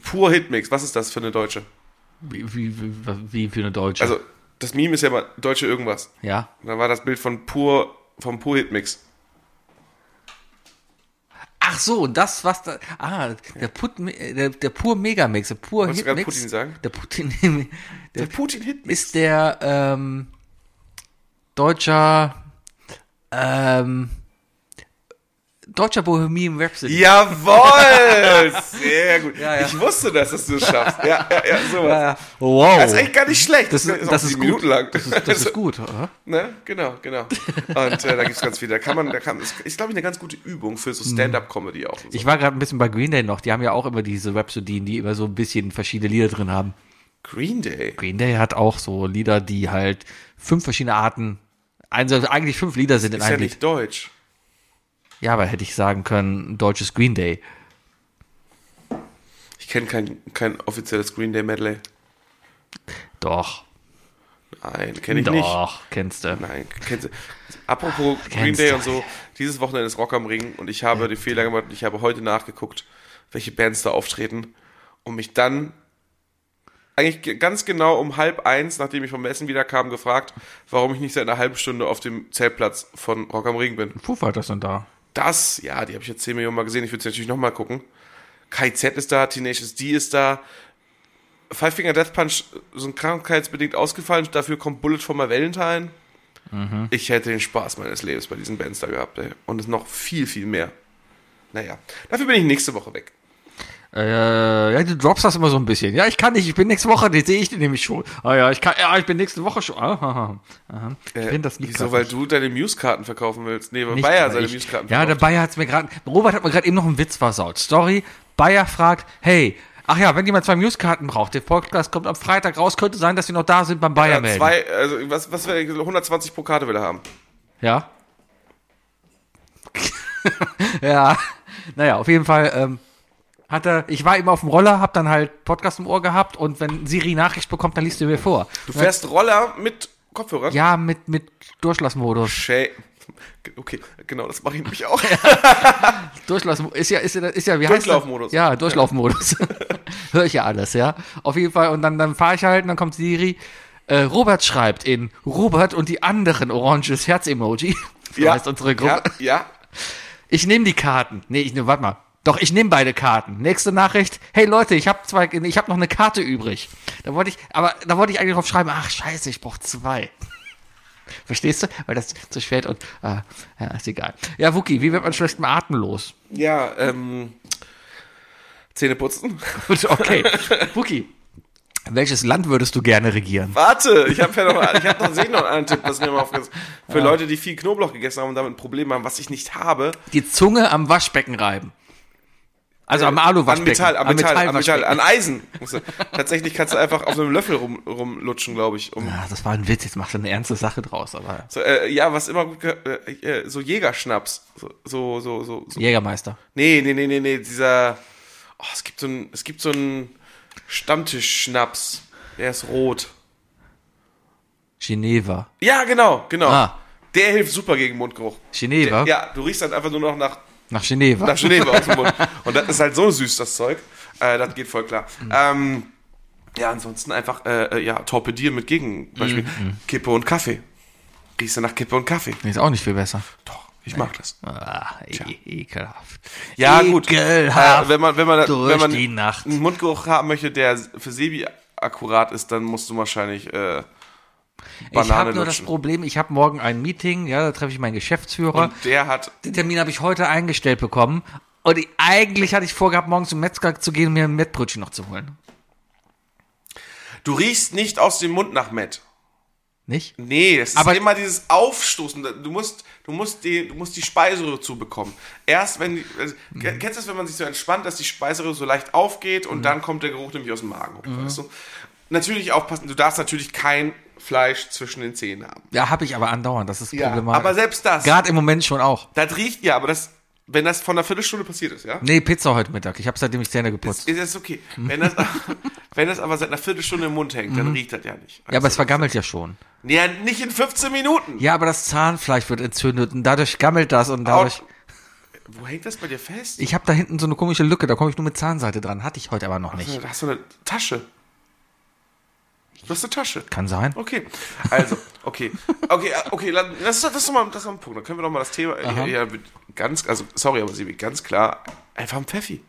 Speaker 2: Pur Hitmix, was ist das für eine Deutsche?
Speaker 1: Wie, wie, wie, wie für eine Deutsche.
Speaker 2: Also, das Meme ist ja immer Deutsche irgendwas.
Speaker 1: ja.
Speaker 2: Und dann war das Bild von pur, vom pur Hitmix.
Speaker 1: Ach so, das, was da. Ah, der, Put, der, der pur Megamix, der pur
Speaker 2: Wolltest du gerade
Speaker 1: Hitmix.
Speaker 2: Putin sagen?
Speaker 1: Der Putin. Der,
Speaker 2: Der Putin Hitmix.
Speaker 1: ist der ähm, deutscher. Ähm, deutscher Bohemian Rhapsody.
Speaker 2: Jawohl! Sehr gut.
Speaker 1: Ja, ja.
Speaker 2: Ich wusste, das, dass du es schaffst. Ja, ja, ja, sowas.
Speaker 1: Ja. Wow.
Speaker 2: Das ist echt gar nicht schlecht.
Speaker 1: das
Speaker 2: auch
Speaker 1: ist, das ist
Speaker 2: sieben
Speaker 1: gut.
Speaker 2: Minuten lang. Also,
Speaker 1: Das ist, das ist gut. Oder?
Speaker 2: Ne? Genau, genau. Und äh, da gibt's ganz viel. Da kann man, da kann, ist, ist glaube ich, eine ganz gute Übung für so Stand-up-Comedy auch. Und so.
Speaker 1: Mhm. Ich war gerade ein bisschen bei Green Day noch. Die haben ja auch immer diese Rhapsodien, die immer so ein bisschen verschiedene Lieder drin haben.
Speaker 2: Green Day.
Speaker 1: Green Day hat auch so Lieder, die halt fünf verschiedene Arten, also eigentlich fünf Lieder sind in
Speaker 2: Ist ja
Speaker 1: einem Lied.
Speaker 2: nicht deutsch.
Speaker 1: Ja, aber hätte ich sagen können, deutsches Green Day.
Speaker 2: Ich kenne kein, kein offizielles Green Day Medley.
Speaker 1: Doch.
Speaker 2: Nein, kenne ich nicht.
Speaker 1: Doch, kennst du.
Speaker 2: Nein, kennst du. Apropos Green
Speaker 1: Kennst
Speaker 2: Day
Speaker 1: du.
Speaker 2: und so, dieses Wochenende ist Rock am Ring und ich habe den Fehler gemacht und ich habe heute nachgeguckt, welche Bands da auftreten und mich dann eigentlich ge- ganz genau um halb eins, nachdem ich vom Essen wieder kam, gefragt, warum ich nicht seit einer halben Stunde auf dem Zeltplatz von Rock am Ring bin.
Speaker 1: Foo Fighters sind da.
Speaker 2: Das, ja, die habe ich jetzt 10 Millionen Mal gesehen. Ich würde sie natürlich nochmal gucken. Kai Z ist da, Tenacious D ist da. Five Finger Death Punch sind krankheitsbedingt ausgefallen. Dafür kommt Bullet for my Valentine.
Speaker 1: Mhm.
Speaker 2: Ich hätte den Spaß meines Lebens bei diesen Bands da gehabt, ey. Und es noch viel, viel mehr. Naja, dafür bin ich nächste Woche weg.
Speaker 1: Äh, ja, du droppst das immer so ein bisschen. Ja, ich kann nicht, ich bin nächste Woche, die sehe ich die nämlich schon. Ah ja, ich kann, ja, ich bin nächste Woche schon. Ah, aha, aha. Ich
Speaker 2: Äh,
Speaker 1: bin das Lied
Speaker 2: Wieso,
Speaker 1: grad
Speaker 2: weil
Speaker 1: nicht.
Speaker 2: du deine Muse-Karten verkaufen willst? Nee, weil
Speaker 1: Nicht,
Speaker 2: Bayer
Speaker 1: aber
Speaker 2: seine
Speaker 1: ich-
Speaker 2: Muse-Karten
Speaker 1: Ja, der
Speaker 2: verkauft.
Speaker 1: Bayer hat's mir gerade. Robert hat mir gerade eben noch einen Witz versaut. Story: Bayer fragt, hey, ach ja, wenn jemand zwei Newskarten braucht, der Podcast kommt am Freitag raus, könnte sein, dass wir noch da sind beim Bayer
Speaker 2: ja,
Speaker 1: melden.
Speaker 2: zwei, also was, was wäre 120 pro Karte will er haben?
Speaker 1: Ja. ja. Naja, auf jeden Fall ähm, hat er, ich war eben auf dem Roller, hab dann halt Podcast im Ohr gehabt und wenn Siri Nachricht bekommt, dann liest du mir vor.
Speaker 2: Du fährst Roller mit Kopfhörern?
Speaker 1: Ja, mit, mit Durchlassmodus.
Speaker 2: Schä okay, genau, das mache ich nämlich auch.
Speaker 1: Durchlaufmodus ist ja, ist ja, ist ja, wie heißt das?
Speaker 2: Durchlaufmodus.
Speaker 1: Ja, Durchlaufmodus. Hör ich ja alles, ja. Auf jeden Fall, und dann, dann fahre ich halt und dann kommt Siri. Äh, Robert schreibt in Robert und die anderen oranges Herz-Emoji. So heißt unsere Gruppe.
Speaker 2: Ja, ja.
Speaker 1: Ich nehme die Karten. Nee, ich nehme, warte mal. Doch, ich nehme beide Karten. Nächste Nachricht. Hey Leute, ich habe zwei, ich habe noch eine Karte übrig. Da wollte ich, aber da wollte ich eigentlich drauf schreiben, ach scheiße, ich brauche zwei. Verstehst du? Weil das zu spät und, äh, ja, ist egal. Ja, Wookie, wie wird man schlecht im Atem los?
Speaker 2: Ja, ähm, Zähne putzen.
Speaker 1: Okay. Wookie, welches Land würdest du gerne regieren?
Speaker 2: Warte, ich habe ja noch, ich hab noch, sehe noch einen Tipp, das mir mal aufgefallen ist. Für Leute, die viel Knoblauch gegessen haben und damit ein Problem haben, was ich nicht habe.
Speaker 1: Die Zunge am Waschbecken reiben. Also am
Speaker 2: Äh, An
Speaker 1: Alu-Waschbecken.
Speaker 2: Metall, am Metall, am Metall,
Speaker 1: Metallwaschbecken.
Speaker 2: an Eisen. Musst du- Tatsächlich kannst du einfach auf einem Löffel rum, rumlutschen, glaube ich. Um,
Speaker 1: Ja, Ah, das war ein Witz, jetzt machst du eine ernste Sache draus, aber.
Speaker 2: so, äh, ja, was immer gut, ge- äh, äh, so Jägerschnaps. So, so, so, so, so.
Speaker 1: Jägermeister.
Speaker 2: Nee, nee, nee, nee, nee, dieser, oh, es gibt so ein, es gibt so einen Stammtischschnaps. Der ist rot.
Speaker 1: Geneva.
Speaker 2: Ja, genau, genau.
Speaker 1: Ah.
Speaker 2: Der hilft super gegen Mundgeruch.
Speaker 1: Geneva?
Speaker 2: Ja, du riechst halt einfach nur noch nach
Speaker 1: Nach Geneva.
Speaker 2: nach Geneva aus dem Mund. Und das ist halt so süß, das Zeug. Äh, das geht voll klar. Ähm, ja, ansonsten einfach äh, äh, ja, torpedieren mit Gegenbeispiel. Kippe und Kaffee. Riechst du nach Kippe und Kaffee?
Speaker 1: ist auch nicht viel besser.
Speaker 2: Doch, ich mag das.
Speaker 1: Ah, e ekelhaft.
Speaker 2: Ja, gut.
Speaker 1: Ekelhaft.
Speaker 2: Äh, wenn man, wenn man,
Speaker 1: durch
Speaker 2: wenn man
Speaker 1: die Nacht.
Speaker 2: einen Mundgeruch haben möchte, der für Sebi akkurat ist, dann musst du wahrscheinlich äh,
Speaker 1: ich
Speaker 2: Banane
Speaker 1: habe nur das
Speaker 2: lutschen.
Speaker 1: Problem, ich habe morgen ein Meeting, ja, da treffe ich meinen Geschäftsführer.
Speaker 2: Und der hat.
Speaker 1: Den Termin habe ich heute eingestellt bekommen. Und ich, eigentlich hatte ich vorgehabt, morgen zum Metzger zu gehen und mir ein Mettbrötchen noch zu holen.
Speaker 2: Du riechst nicht aus dem Mund nach Matt.
Speaker 1: Nicht?
Speaker 2: Nee, es ist
Speaker 1: Aber-
Speaker 2: immer dieses Aufstoßen. Du musst, du musst die, du musst die Speiseröhre zubekommen. Erst wenn die, also,
Speaker 1: Mhm.
Speaker 2: ke- kennst du das, wenn man sich so entspannt, dass die Speiseröhre so leicht aufgeht
Speaker 1: Mhm.
Speaker 2: und dann kommt der Geruch nämlich aus dem Magen. hoch, Weißt du? Natürlich aufpassen. Du darfst natürlich kein Fleisch zwischen den Zähnen haben.
Speaker 1: Ja, habe ich aber andauernd, das ist problematisch.
Speaker 2: Aber selbst das,
Speaker 1: Gerade im Moment schon auch.
Speaker 2: das riecht ja, aber das, wenn das von einer Viertelstunde passiert ist, ja,
Speaker 1: Nee, Pizza heute Mittag. Ich habe seitdem ich Zähne geputzt.
Speaker 2: ist das okay. Wenn das, wenn das aber seit einer Viertelstunde im Mund hängt, dann riecht das ja nicht.
Speaker 1: Mhm.
Speaker 2: Also,
Speaker 1: Ja, aber es vergammelt ja schon.
Speaker 2: ja, nicht in 15 Minuten.
Speaker 1: Ja, aber das Zahnfleisch wird entzündet und dadurch gammelt das und dadurch.
Speaker 2: Wo hängt das bei dir fest?
Speaker 1: Ich habe da hinten so eine komische Lücke, da komme ich nur mit Zahnseite dran. Hatte ich heute aber noch nicht.
Speaker 2: Da hast du eine Tasche. Du hast eine Tasche.
Speaker 1: Kann sein.
Speaker 2: Okay. Also, okay. Okay, äh, okay, dann- das ist, das ist doch mal das ist doch ein Punkt. Dann können wir doch mal das Thema. Ja, ja, mit- ganz, also, sorry, aber Sebi, ganz klar, einfach ein Pfeffi.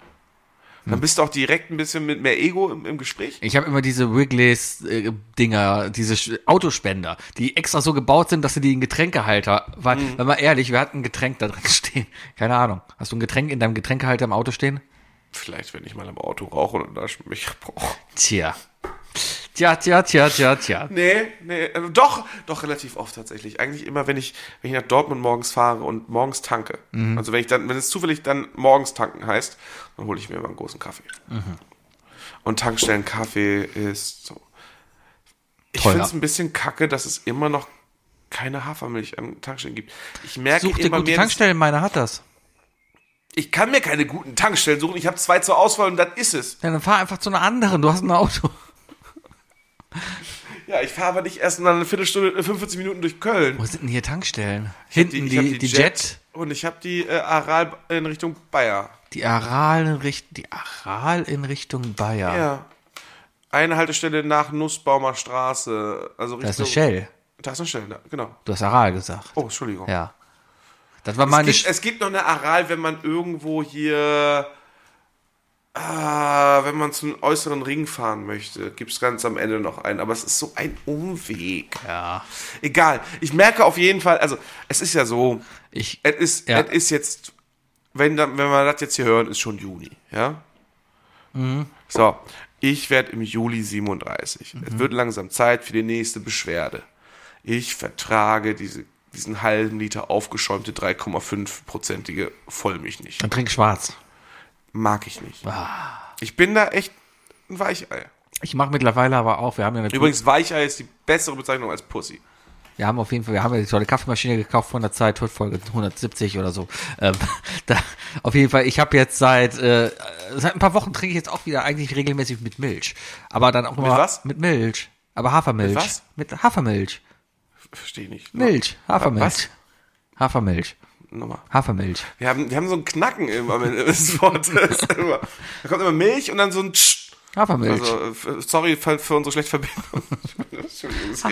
Speaker 2: Dann
Speaker 1: Hm.
Speaker 2: bist du auch direkt ein bisschen mit mehr Ego im, im Gespräch.
Speaker 1: Ich habe immer diese Wrigley's äh, Dinger, diese Sch- Autospender, die extra so gebaut sind, dass sie die in Getränkehalter, weil, wenn wir ehrlich, wir hatten ein Getränk da drin stehen. Keine Ahnung. Hast du ein Getränk in deinem Getränkehalter im Auto stehen?
Speaker 2: Vielleicht, wenn ich mal im Auto rauche und da mich brauche.
Speaker 1: Tja. Tja, tja, tja, tja, tja.
Speaker 2: Nee, nee, also doch, doch relativ oft tatsächlich. Eigentlich immer, wenn ich, wenn ich nach Dortmund morgens fahre und morgens tanke.
Speaker 1: Mhm.
Speaker 2: Also wenn ich dann, wenn es zufällig dann morgens tanken heißt, dann hole ich mir immer einen großen Kaffee.
Speaker 1: Mhm.
Speaker 2: Und Tankstellenkaffee ist so. Ich
Speaker 1: Teuer.
Speaker 2: finde es ein bisschen kacke, dass es immer noch keine Hafermilch an Tankstellen gibt. Ich merke
Speaker 1: Such dir
Speaker 2: immer
Speaker 1: gute
Speaker 2: mehr, dass-
Speaker 1: Tankstellen, meine hat das.
Speaker 2: ich kann mir keine guten Tankstellen suchen. Ich habe zwei zur Auswahl und das ist es.
Speaker 1: Ja, dann fahr einfach zu einer anderen, du hast ein Auto.
Speaker 2: Ja, ich fahre aber nicht erst in einer Viertelstunde, äh, 45 Minuten durch Köln.
Speaker 1: Wo sind denn hier Tankstellen? Hinten
Speaker 2: ich hab
Speaker 1: die, die, Jet.
Speaker 2: Und ich habe die äh, Aral in Richtung Bayer.
Speaker 1: die Aral in Richtung, die Aral in Richtung Bayer.
Speaker 2: Ja. Eine Haltestelle nach Nussbaumer Straße. Also
Speaker 1: Das ist eine
Speaker 2: Richtung-
Speaker 1: Shell.
Speaker 2: Da ist eine Shell, da, genau.
Speaker 1: Du hast Aral gesagt.
Speaker 2: Oh, Entschuldigung.
Speaker 1: Ja. Das war
Speaker 2: Es,
Speaker 1: meine,
Speaker 2: gibt, es gibt noch eine Aral, wenn man irgendwo hier. Ah, wenn man zum äußeren Ring fahren möchte, gibt es ganz am Ende noch einen. Aber es ist so ein Umweg.
Speaker 1: ja.
Speaker 2: Egal. Ich merke auf jeden Fall, also es ist ja so,
Speaker 1: Ich,
Speaker 2: Es ist,
Speaker 1: Ja.
Speaker 2: es ist jetzt, wenn, da- wenn wir das jetzt hier hören, ist schon Juni, ja? So, ich werde im Juli 37. Es wird langsam Zeit für die nächste Beschwerde. Ich vertrage diese, diesen halben Liter aufgeschäumte 3,5-prozentige Vollmilch nicht.
Speaker 1: dann trink schwarz.
Speaker 2: Mag ich nicht. Ich bin da echt ein Weichei.
Speaker 1: Ich mache mittlerweile aber auch, wir haben ja eine
Speaker 2: Übrigens, Weichei ist die bessere Bezeichnung als Pussy.
Speaker 1: Wir haben auf jeden Fall, wir haben ja die tolle Kaffeemaschine gekauft von der Zeit, Folge 170 oder so. Ähm, da, auf jeden Fall, ich habe jetzt seit äh, seit ein paar Wochen trinke ich jetzt auch wieder eigentlich regelmäßig mit Milch. Aber dann auch nur
Speaker 2: was?
Speaker 1: Mit Milch. Aber Hafermilch.
Speaker 2: Mit was?
Speaker 1: Mit Hafermilch.
Speaker 2: Verstehe nicht.
Speaker 1: Milch. Hafermilch.
Speaker 2: Was?
Speaker 1: Hafermilch.
Speaker 2: Nochmal.
Speaker 1: Hafermilch.
Speaker 2: Wir haben, wir haben so ein Knacken im, am Ende des Wortes. Immer. Da kommt immer Milch und dann so ein Tsch.
Speaker 1: Hafermilch.
Speaker 2: Also, f- sorry für, für unsere schlechte Verbindung. Entschuldigung, das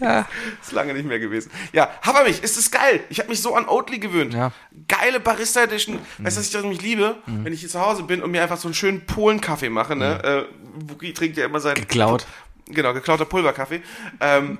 Speaker 2: ja. ist lange nicht mehr gewesen. Ja, Habermilch, es ist geil. Ich habe mich so an Oatly gewöhnt.
Speaker 1: Ja.
Speaker 2: Geile Barista Edition. Weißt du, was ich daran mich liebe? Wenn ich hier zu Hause bin und mir einfach so einen schönen Polenkaffee mache, ne? Äh, Buki trinkt ja immer seinen.
Speaker 1: Geklaut.
Speaker 2: Genau, geklauter Pulverkaffee. Ähm,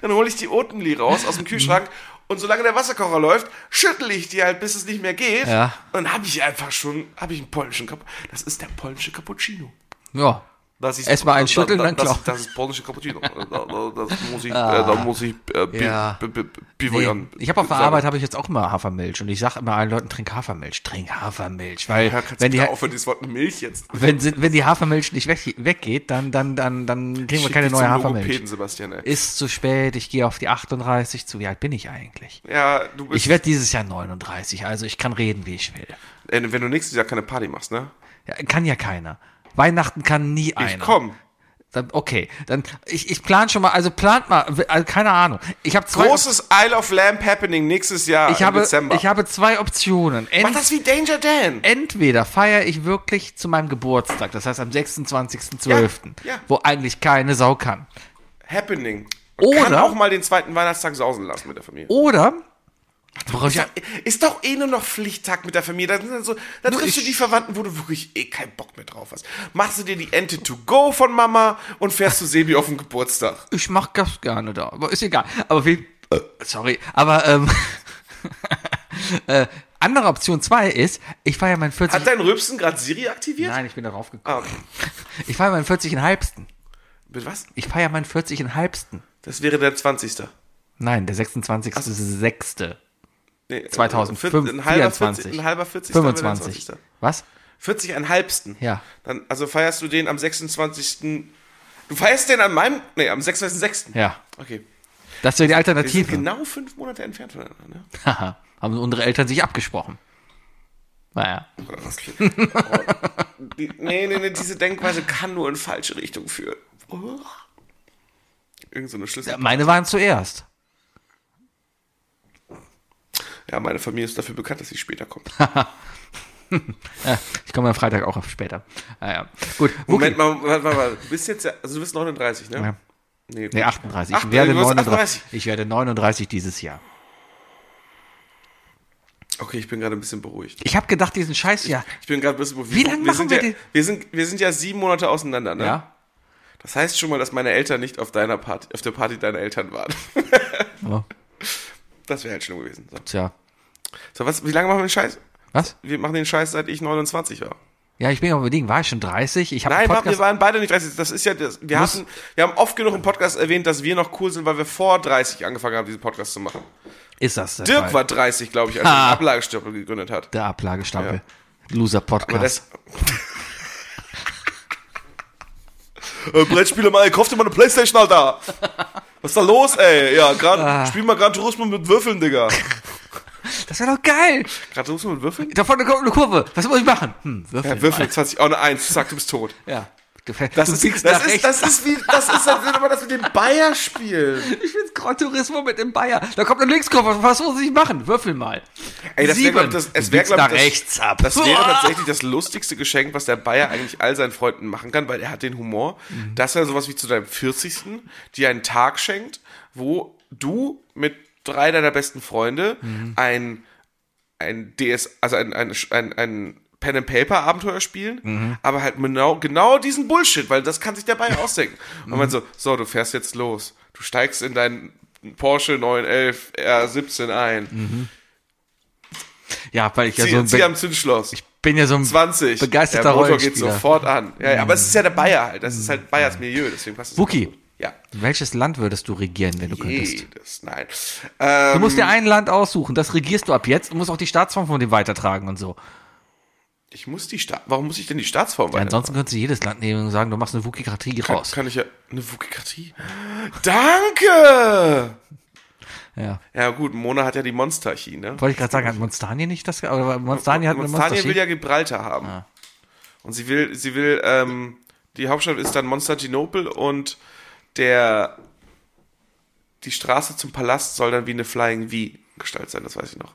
Speaker 2: dann hole ich die Oatly raus aus dem Kühlschrank
Speaker 1: Mhm.
Speaker 2: und solange der Wasserkocher läuft, schüttel ich die halt, bis es nicht mehr geht.
Speaker 1: Ja.
Speaker 2: Und dann habe ich einfach schon, habe ich einen polnischen Cappuccino. Das ist der polnische Cappuccino.
Speaker 1: Ja.
Speaker 2: Das ist,
Speaker 1: Erst mal einen
Speaker 2: das-
Speaker 1: schütteln,
Speaker 2: das-
Speaker 1: dann
Speaker 2: das,
Speaker 1: klar.
Speaker 2: das ist polnische Cappuccino. Da- da- Das muss ich, äh, da muss ich äh, bi-
Speaker 1: Ja.
Speaker 2: bi- bi-
Speaker 1: Nee,
Speaker 2: bivoyan.
Speaker 1: ich habe auf der
Speaker 2: sagen.
Speaker 1: Arbeit habe ich jetzt auch immer Hafermilch und ich sage immer allen Leuten trink Hafermilch, trink Hafermilch, weil
Speaker 2: Ja, kannst
Speaker 1: wenn
Speaker 2: du
Speaker 1: die halt-
Speaker 2: bitte aufhören, dieses Wort Milch jetzt.
Speaker 1: wenn, sie- wenn die Hafermilch nicht weg, weggeht, dann dann dann dann kriegen wir
Speaker 2: Schick
Speaker 1: keine
Speaker 2: dich
Speaker 1: neue
Speaker 2: zum
Speaker 1: Hafermilch.
Speaker 2: Logopäden, Sebastian, ey.
Speaker 1: Ist zu spät, ich gehe auf die 38 zu. Wie alt bin ich eigentlich?
Speaker 2: Ja, du bist,
Speaker 1: Ich werde dieses Jahr 39, also ich kann reden, wie ich will.
Speaker 2: Ey, wenn du nächstes Jahr keine Party machst, ne?
Speaker 1: Ja, kann ja keiner. Weihnachten kann nie einer.
Speaker 2: Ich komm.
Speaker 1: Dann, okay, dann ich, ich plan schon mal, also plant mal, also keine Ahnung. Ich habe zwei
Speaker 2: Großes Isle of Lamp Happening nächstes Jahr
Speaker 1: ich
Speaker 2: im
Speaker 1: habe
Speaker 2: Dezember.
Speaker 1: ich habe zwei Optionen.
Speaker 2: Mach
Speaker 1: Ent,
Speaker 2: das wie Danger Dan.
Speaker 1: entweder feiere ich wirklich zu meinem Geburtstag, das heißt am 26.12.,
Speaker 2: Ja, ja.
Speaker 1: wo eigentlich keine Sau kann.
Speaker 2: Happening. Kann
Speaker 1: Oder-
Speaker 2: auch mal den zweiten Weihnachtstag sausen lassen mit der Familie.
Speaker 1: Oder worauf ich,
Speaker 2: Ist doch eh nur noch Pflichttag mit der Familie. Da, sind dann so, da triffst du die Verwandten, wo du wirklich eh keinen Bock mehr drauf hast. Machst du dir die Ente to go von Mama und fährst zu Sebi auf den Geburtstag.
Speaker 1: ich mach das gerne da, aber ist egal. Aber wie, sorry, aber ähm, äh, andere Option 2 ist, ich feiere meinen 40.
Speaker 2: Hat dein Rübsen gerade Siri aktiviert?
Speaker 1: Nein, ich bin darauf gekommen.
Speaker 2: Ah, okay.
Speaker 1: Ich feiere meinen 40.5.
Speaker 2: Mit was?
Speaker 1: Ich feiere meinen 40.5.
Speaker 2: Das wäre der 20.
Speaker 1: Nein, der 26. ist der sechste.
Speaker 2: Nee,
Speaker 1: 2005,
Speaker 2: äh, ein halber
Speaker 1: 24.
Speaker 2: 40, ein halber 40. dann wäre der
Speaker 1: 25.
Speaker 2: 20..
Speaker 1: Was?
Speaker 2: 40, ein halbsten.
Speaker 1: Ja.
Speaker 2: Dann, also feierst du den am 26. Du feierst den an meinem, nee, am 26.06.
Speaker 1: Ja.
Speaker 2: Okay.
Speaker 1: Das wäre die
Speaker 2: Wir sind
Speaker 1: Alternative.
Speaker 2: genau fünf Monate entfernt voneinander. Ne?
Speaker 1: Haha, haben unsere Eltern sich abgesprochen. Naja.
Speaker 2: Oh Okay. Die, nee, nee, nee, diese Denkweise kann nur in falsche Richtung führen. Oh. Irgend so eine Schlüssel. Ja,
Speaker 1: Meine waren zuerst.
Speaker 2: meine Familie ist dafür bekannt, dass sie später kommt.
Speaker 1: Ich komme am Freitag auch auf später. Naja. Gut.
Speaker 2: Moment mal, warte, warte, warte. Du bist jetzt, ja- also du bist 39, ne?
Speaker 1: Ja.
Speaker 2: Nee,
Speaker 1: Nee, 38.
Speaker 2: Ach,
Speaker 1: Ich werde
Speaker 2: du wirst
Speaker 1: 39. Ich werde 39 dieses Jahr.
Speaker 2: Okay, ich bin gerade ein bisschen beruhigt.
Speaker 1: Ich habe gedacht, diesen Scheiß ja.
Speaker 2: Ich bin gerade ein bisschen beruhigt.
Speaker 1: Wie lange
Speaker 2: wir
Speaker 1: machen
Speaker 2: sind
Speaker 1: wir
Speaker 2: ja,
Speaker 1: die-
Speaker 2: wir sind, wir sind ja sieben Monate auseinander, ne?
Speaker 1: Ja.
Speaker 2: Das heißt schon mal, dass meine Eltern nicht auf deiner Party, auf der Party deiner Eltern waren.
Speaker 1: Oh,
Speaker 2: Das wäre halt schlimm gewesen. So,
Speaker 1: tja.
Speaker 2: so was, wie lange machen wir den Scheiß?
Speaker 1: Was?
Speaker 2: Wir machen den Scheiß, seit ich 29 war.
Speaker 1: Ja, ich bin ja überlegen, war ich schon 30? Ich habe
Speaker 2: Nein,
Speaker 1: einen
Speaker 2: warte, wir
Speaker 1: Podcast.
Speaker 2: waren beide nicht 30. Das ist ja, das, wir,
Speaker 1: Muss-
Speaker 2: hatten, wir haben oft genug im Podcast erwähnt, dass wir noch cool sind, weil wir vor 30 angefangen haben, diesen Podcast zu machen.
Speaker 1: Ist das der
Speaker 2: Dirk
Speaker 1: Fall?
Speaker 2: war 30, glaube ich, als er
Speaker 1: Ha.
Speaker 2: den Ablagestapel gegründet hat.
Speaker 1: der Ablagestapel. Loser
Speaker 2: Aber
Speaker 1: Podcast.
Speaker 2: das. äh, Brettspiele, Mann, ey, kauf dir mal eine Playstation, Alter! Was ist da los, ey? Ja, Gran, spiel mal Gran Turismo mit Würfeln, Digga.
Speaker 1: Das, wäre doch geil.
Speaker 2: Gran Turismo mit Würfeln?
Speaker 1: Da vorne kommt eine Kurve. Was muss ich machen? Hm, Würfel.
Speaker 2: Ja, Würfel, 20, auch eine 1, zack, du bist tot.
Speaker 1: Ja. Du, fäh-
Speaker 2: Das
Speaker 1: du
Speaker 2: ist,
Speaker 1: biegst
Speaker 2: das
Speaker 1: nach
Speaker 2: ist,
Speaker 1: rechts
Speaker 2: das ist wie, das ist, als würde man das mit dem Bayer spielen.
Speaker 1: Ich find's Gran Turismo mit dem Bayer. Da kommt eine Linkskurve. Was muss ich machen? Würfel mal.
Speaker 2: Ey, das wäre,
Speaker 1: Sieben.
Speaker 2: glaub, ich, das, es wär,
Speaker 1: Du biegst
Speaker 2: glaub, ich,
Speaker 1: nach
Speaker 2: das,
Speaker 1: rechts ab. Ah!
Speaker 2: Das wäre
Speaker 1: Uah.
Speaker 2: tatsächlich das lustigste Geschenk, was der Bayer eigentlich all seinen Freunden machen kann, weil er hat den Humor,
Speaker 1: Mhm.
Speaker 2: dass er sowas wie zu deinem 40. dir einen Tag schenkt, wo du mit drei deiner besten Freunde
Speaker 1: Mhm.
Speaker 2: ein, ein DS, also ein, ein, ein, ein Pen and Paper Abenteuer spielen,
Speaker 1: Mhm.
Speaker 2: aber halt genau, genau diesen Bullshit, weil das kann sich der Bayer ausdenken.
Speaker 1: Mhm.
Speaker 2: Und man so, so, du fährst jetzt los. Du steigst in deinen Porsche 911 R17 ein.
Speaker 1: Ja, weil ich ja
Speaker 2: Sie,
Speaker 1: so ein
Speaker 2: sie
Speaker 1: Be-
Speaker 2: am Zündschloss.
Speaker 1: bin ja so ein
Speaker 2: 20.
Speaker 1: begeisterter
Speaker 2: Der Motor geht
Speaker 1: Rollenspieler.
Speaker 2: sofort an. Ja, ja, aber es ist ja der Bayer halt. Das ist halt Bayers Milieu, deswegen passt es.
Speaker 1: Wookie.
Speaker 2: Ja.
Speaker 1: Welches Land würdest du regieren,
Speaker 2: Äh.
Speaker 1: wenn du könntest?
Speaker 2: Jedes, nein. Ähm,
Speaker 1: Du musst dir ein Land aussuchen, das regierst du ab jetzt und musst auch die Staatsform von dem weitertragen und so.
Speaker 2: Ich muss die Sta Warum muss ich denn die Staatsform
Speaker 1: Ja,
Speaker 2: weiter-
Speaker 1: ansonsten könntest du jedes Land nehmen und sagen, du machst eine Wukikratie
Speaker 2: Kann-
Speaker 1: raus.
Speaker 2: Kann ich ja. Eine Wukikratie? Danke!
Speaker 1: Ja.
Speaker 2: Ja, gut, Mona hat ja die Monsterchie, ne?
Speaker 1: Wollte ich gerade sagen, hat Monstanie nicht das, ge- oder Monstanie hat eine Ah.
Speaker 2: Monstania will
Speaker 1: Monsterchie?
Speaker 2: ja Gibraltar haben. Und sie will, sie will, ähm, die Hauptstadt ist dann Konstantinopel und der, die Straße zum Palast soll dann wie eine Flying V gestaltet sein, das weiß ich noch.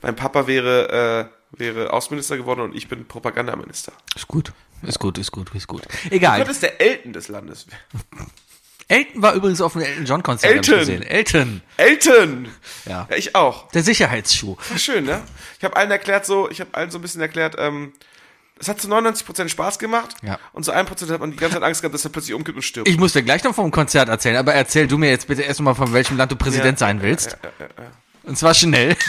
Speaker 2: Mein Papa wäre, äh, wäre Außenminister geworden und ich bin Propagandaminister.
Speaker 1: Ist gut. Ist gut, ist gut, ist gut.
Speaker 2: Gott
Speaker 1: Egal.
Speaker 2: ist der Elton des Landes.
Speaker 1: Elton war übrigens auf dem Elton John Konzert. hab ich
Speaker 2: Elton!
Speaker 1: gesehen. Elton.
Speaker 2: Elton!
Speaker 1: Ja.
Speaker 2: Ja, ich auch.
Speaker 1: Der Sicherheitsschuh.
Speaker 2: War schön, ne? Ich habe allen erklärt so, ich habe allen so ein bisschen erklärt, ähm, es hat zu 99% Spaß gemacht
Speaker 1: Ja.
Speaker 2: und zu 1% hat man die ganze Zeit Angst gehabt, dass er plötzlich umkippt und stirbt.
Speaker 1: Ich muss dir gleich noch vom Konzert erzählen, aber erzähl du mir jetzt bitte erst mal, von welchem Land du Präsident sein willst. Und zwar schnell.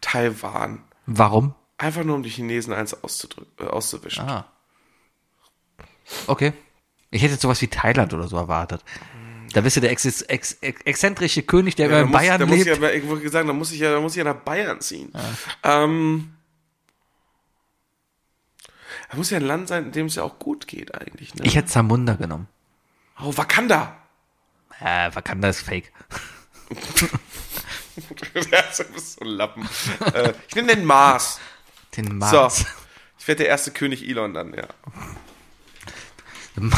Speaker 2: Taiwan.
Speaker 1: Warum?
Speaker 2: Einfach nur, um die Chinesen eins auszudrücken, äh, auszuwischen.
Speaker 1: Ah. Okay. Ich hätte jetzt sowas wie Thailand oder so erwartet. Da bist du der ex ex ex exzentrische König, der über
Speaker 2: da
Speaker 1: in
Speaker 2: muss,
Speaker 1: Bayern
Speaker 2: da muss ich
Speaker 1: lebt.
Speaker 2: ja, ich wollte sagen, da muss ich ja, da muss ich ja nach Bayern ziehen. Ähm, da muss ja ein Land sein, in dem es ja auch gut geht eigentlich. Ne?
Speaker 1: ich hätte Zamunda genommen.
Speaker 2: oh, Wakanda!
Speaker 1: Äh, Wakanda ist fake.
Speaker 2: das ist so ein Lappen. äh, ich nenne den Mars.
Speaker 1: Den Mars.
Speaker 2: So. Ich werde der erste König Elon dann, ja.
Speaker 1: Du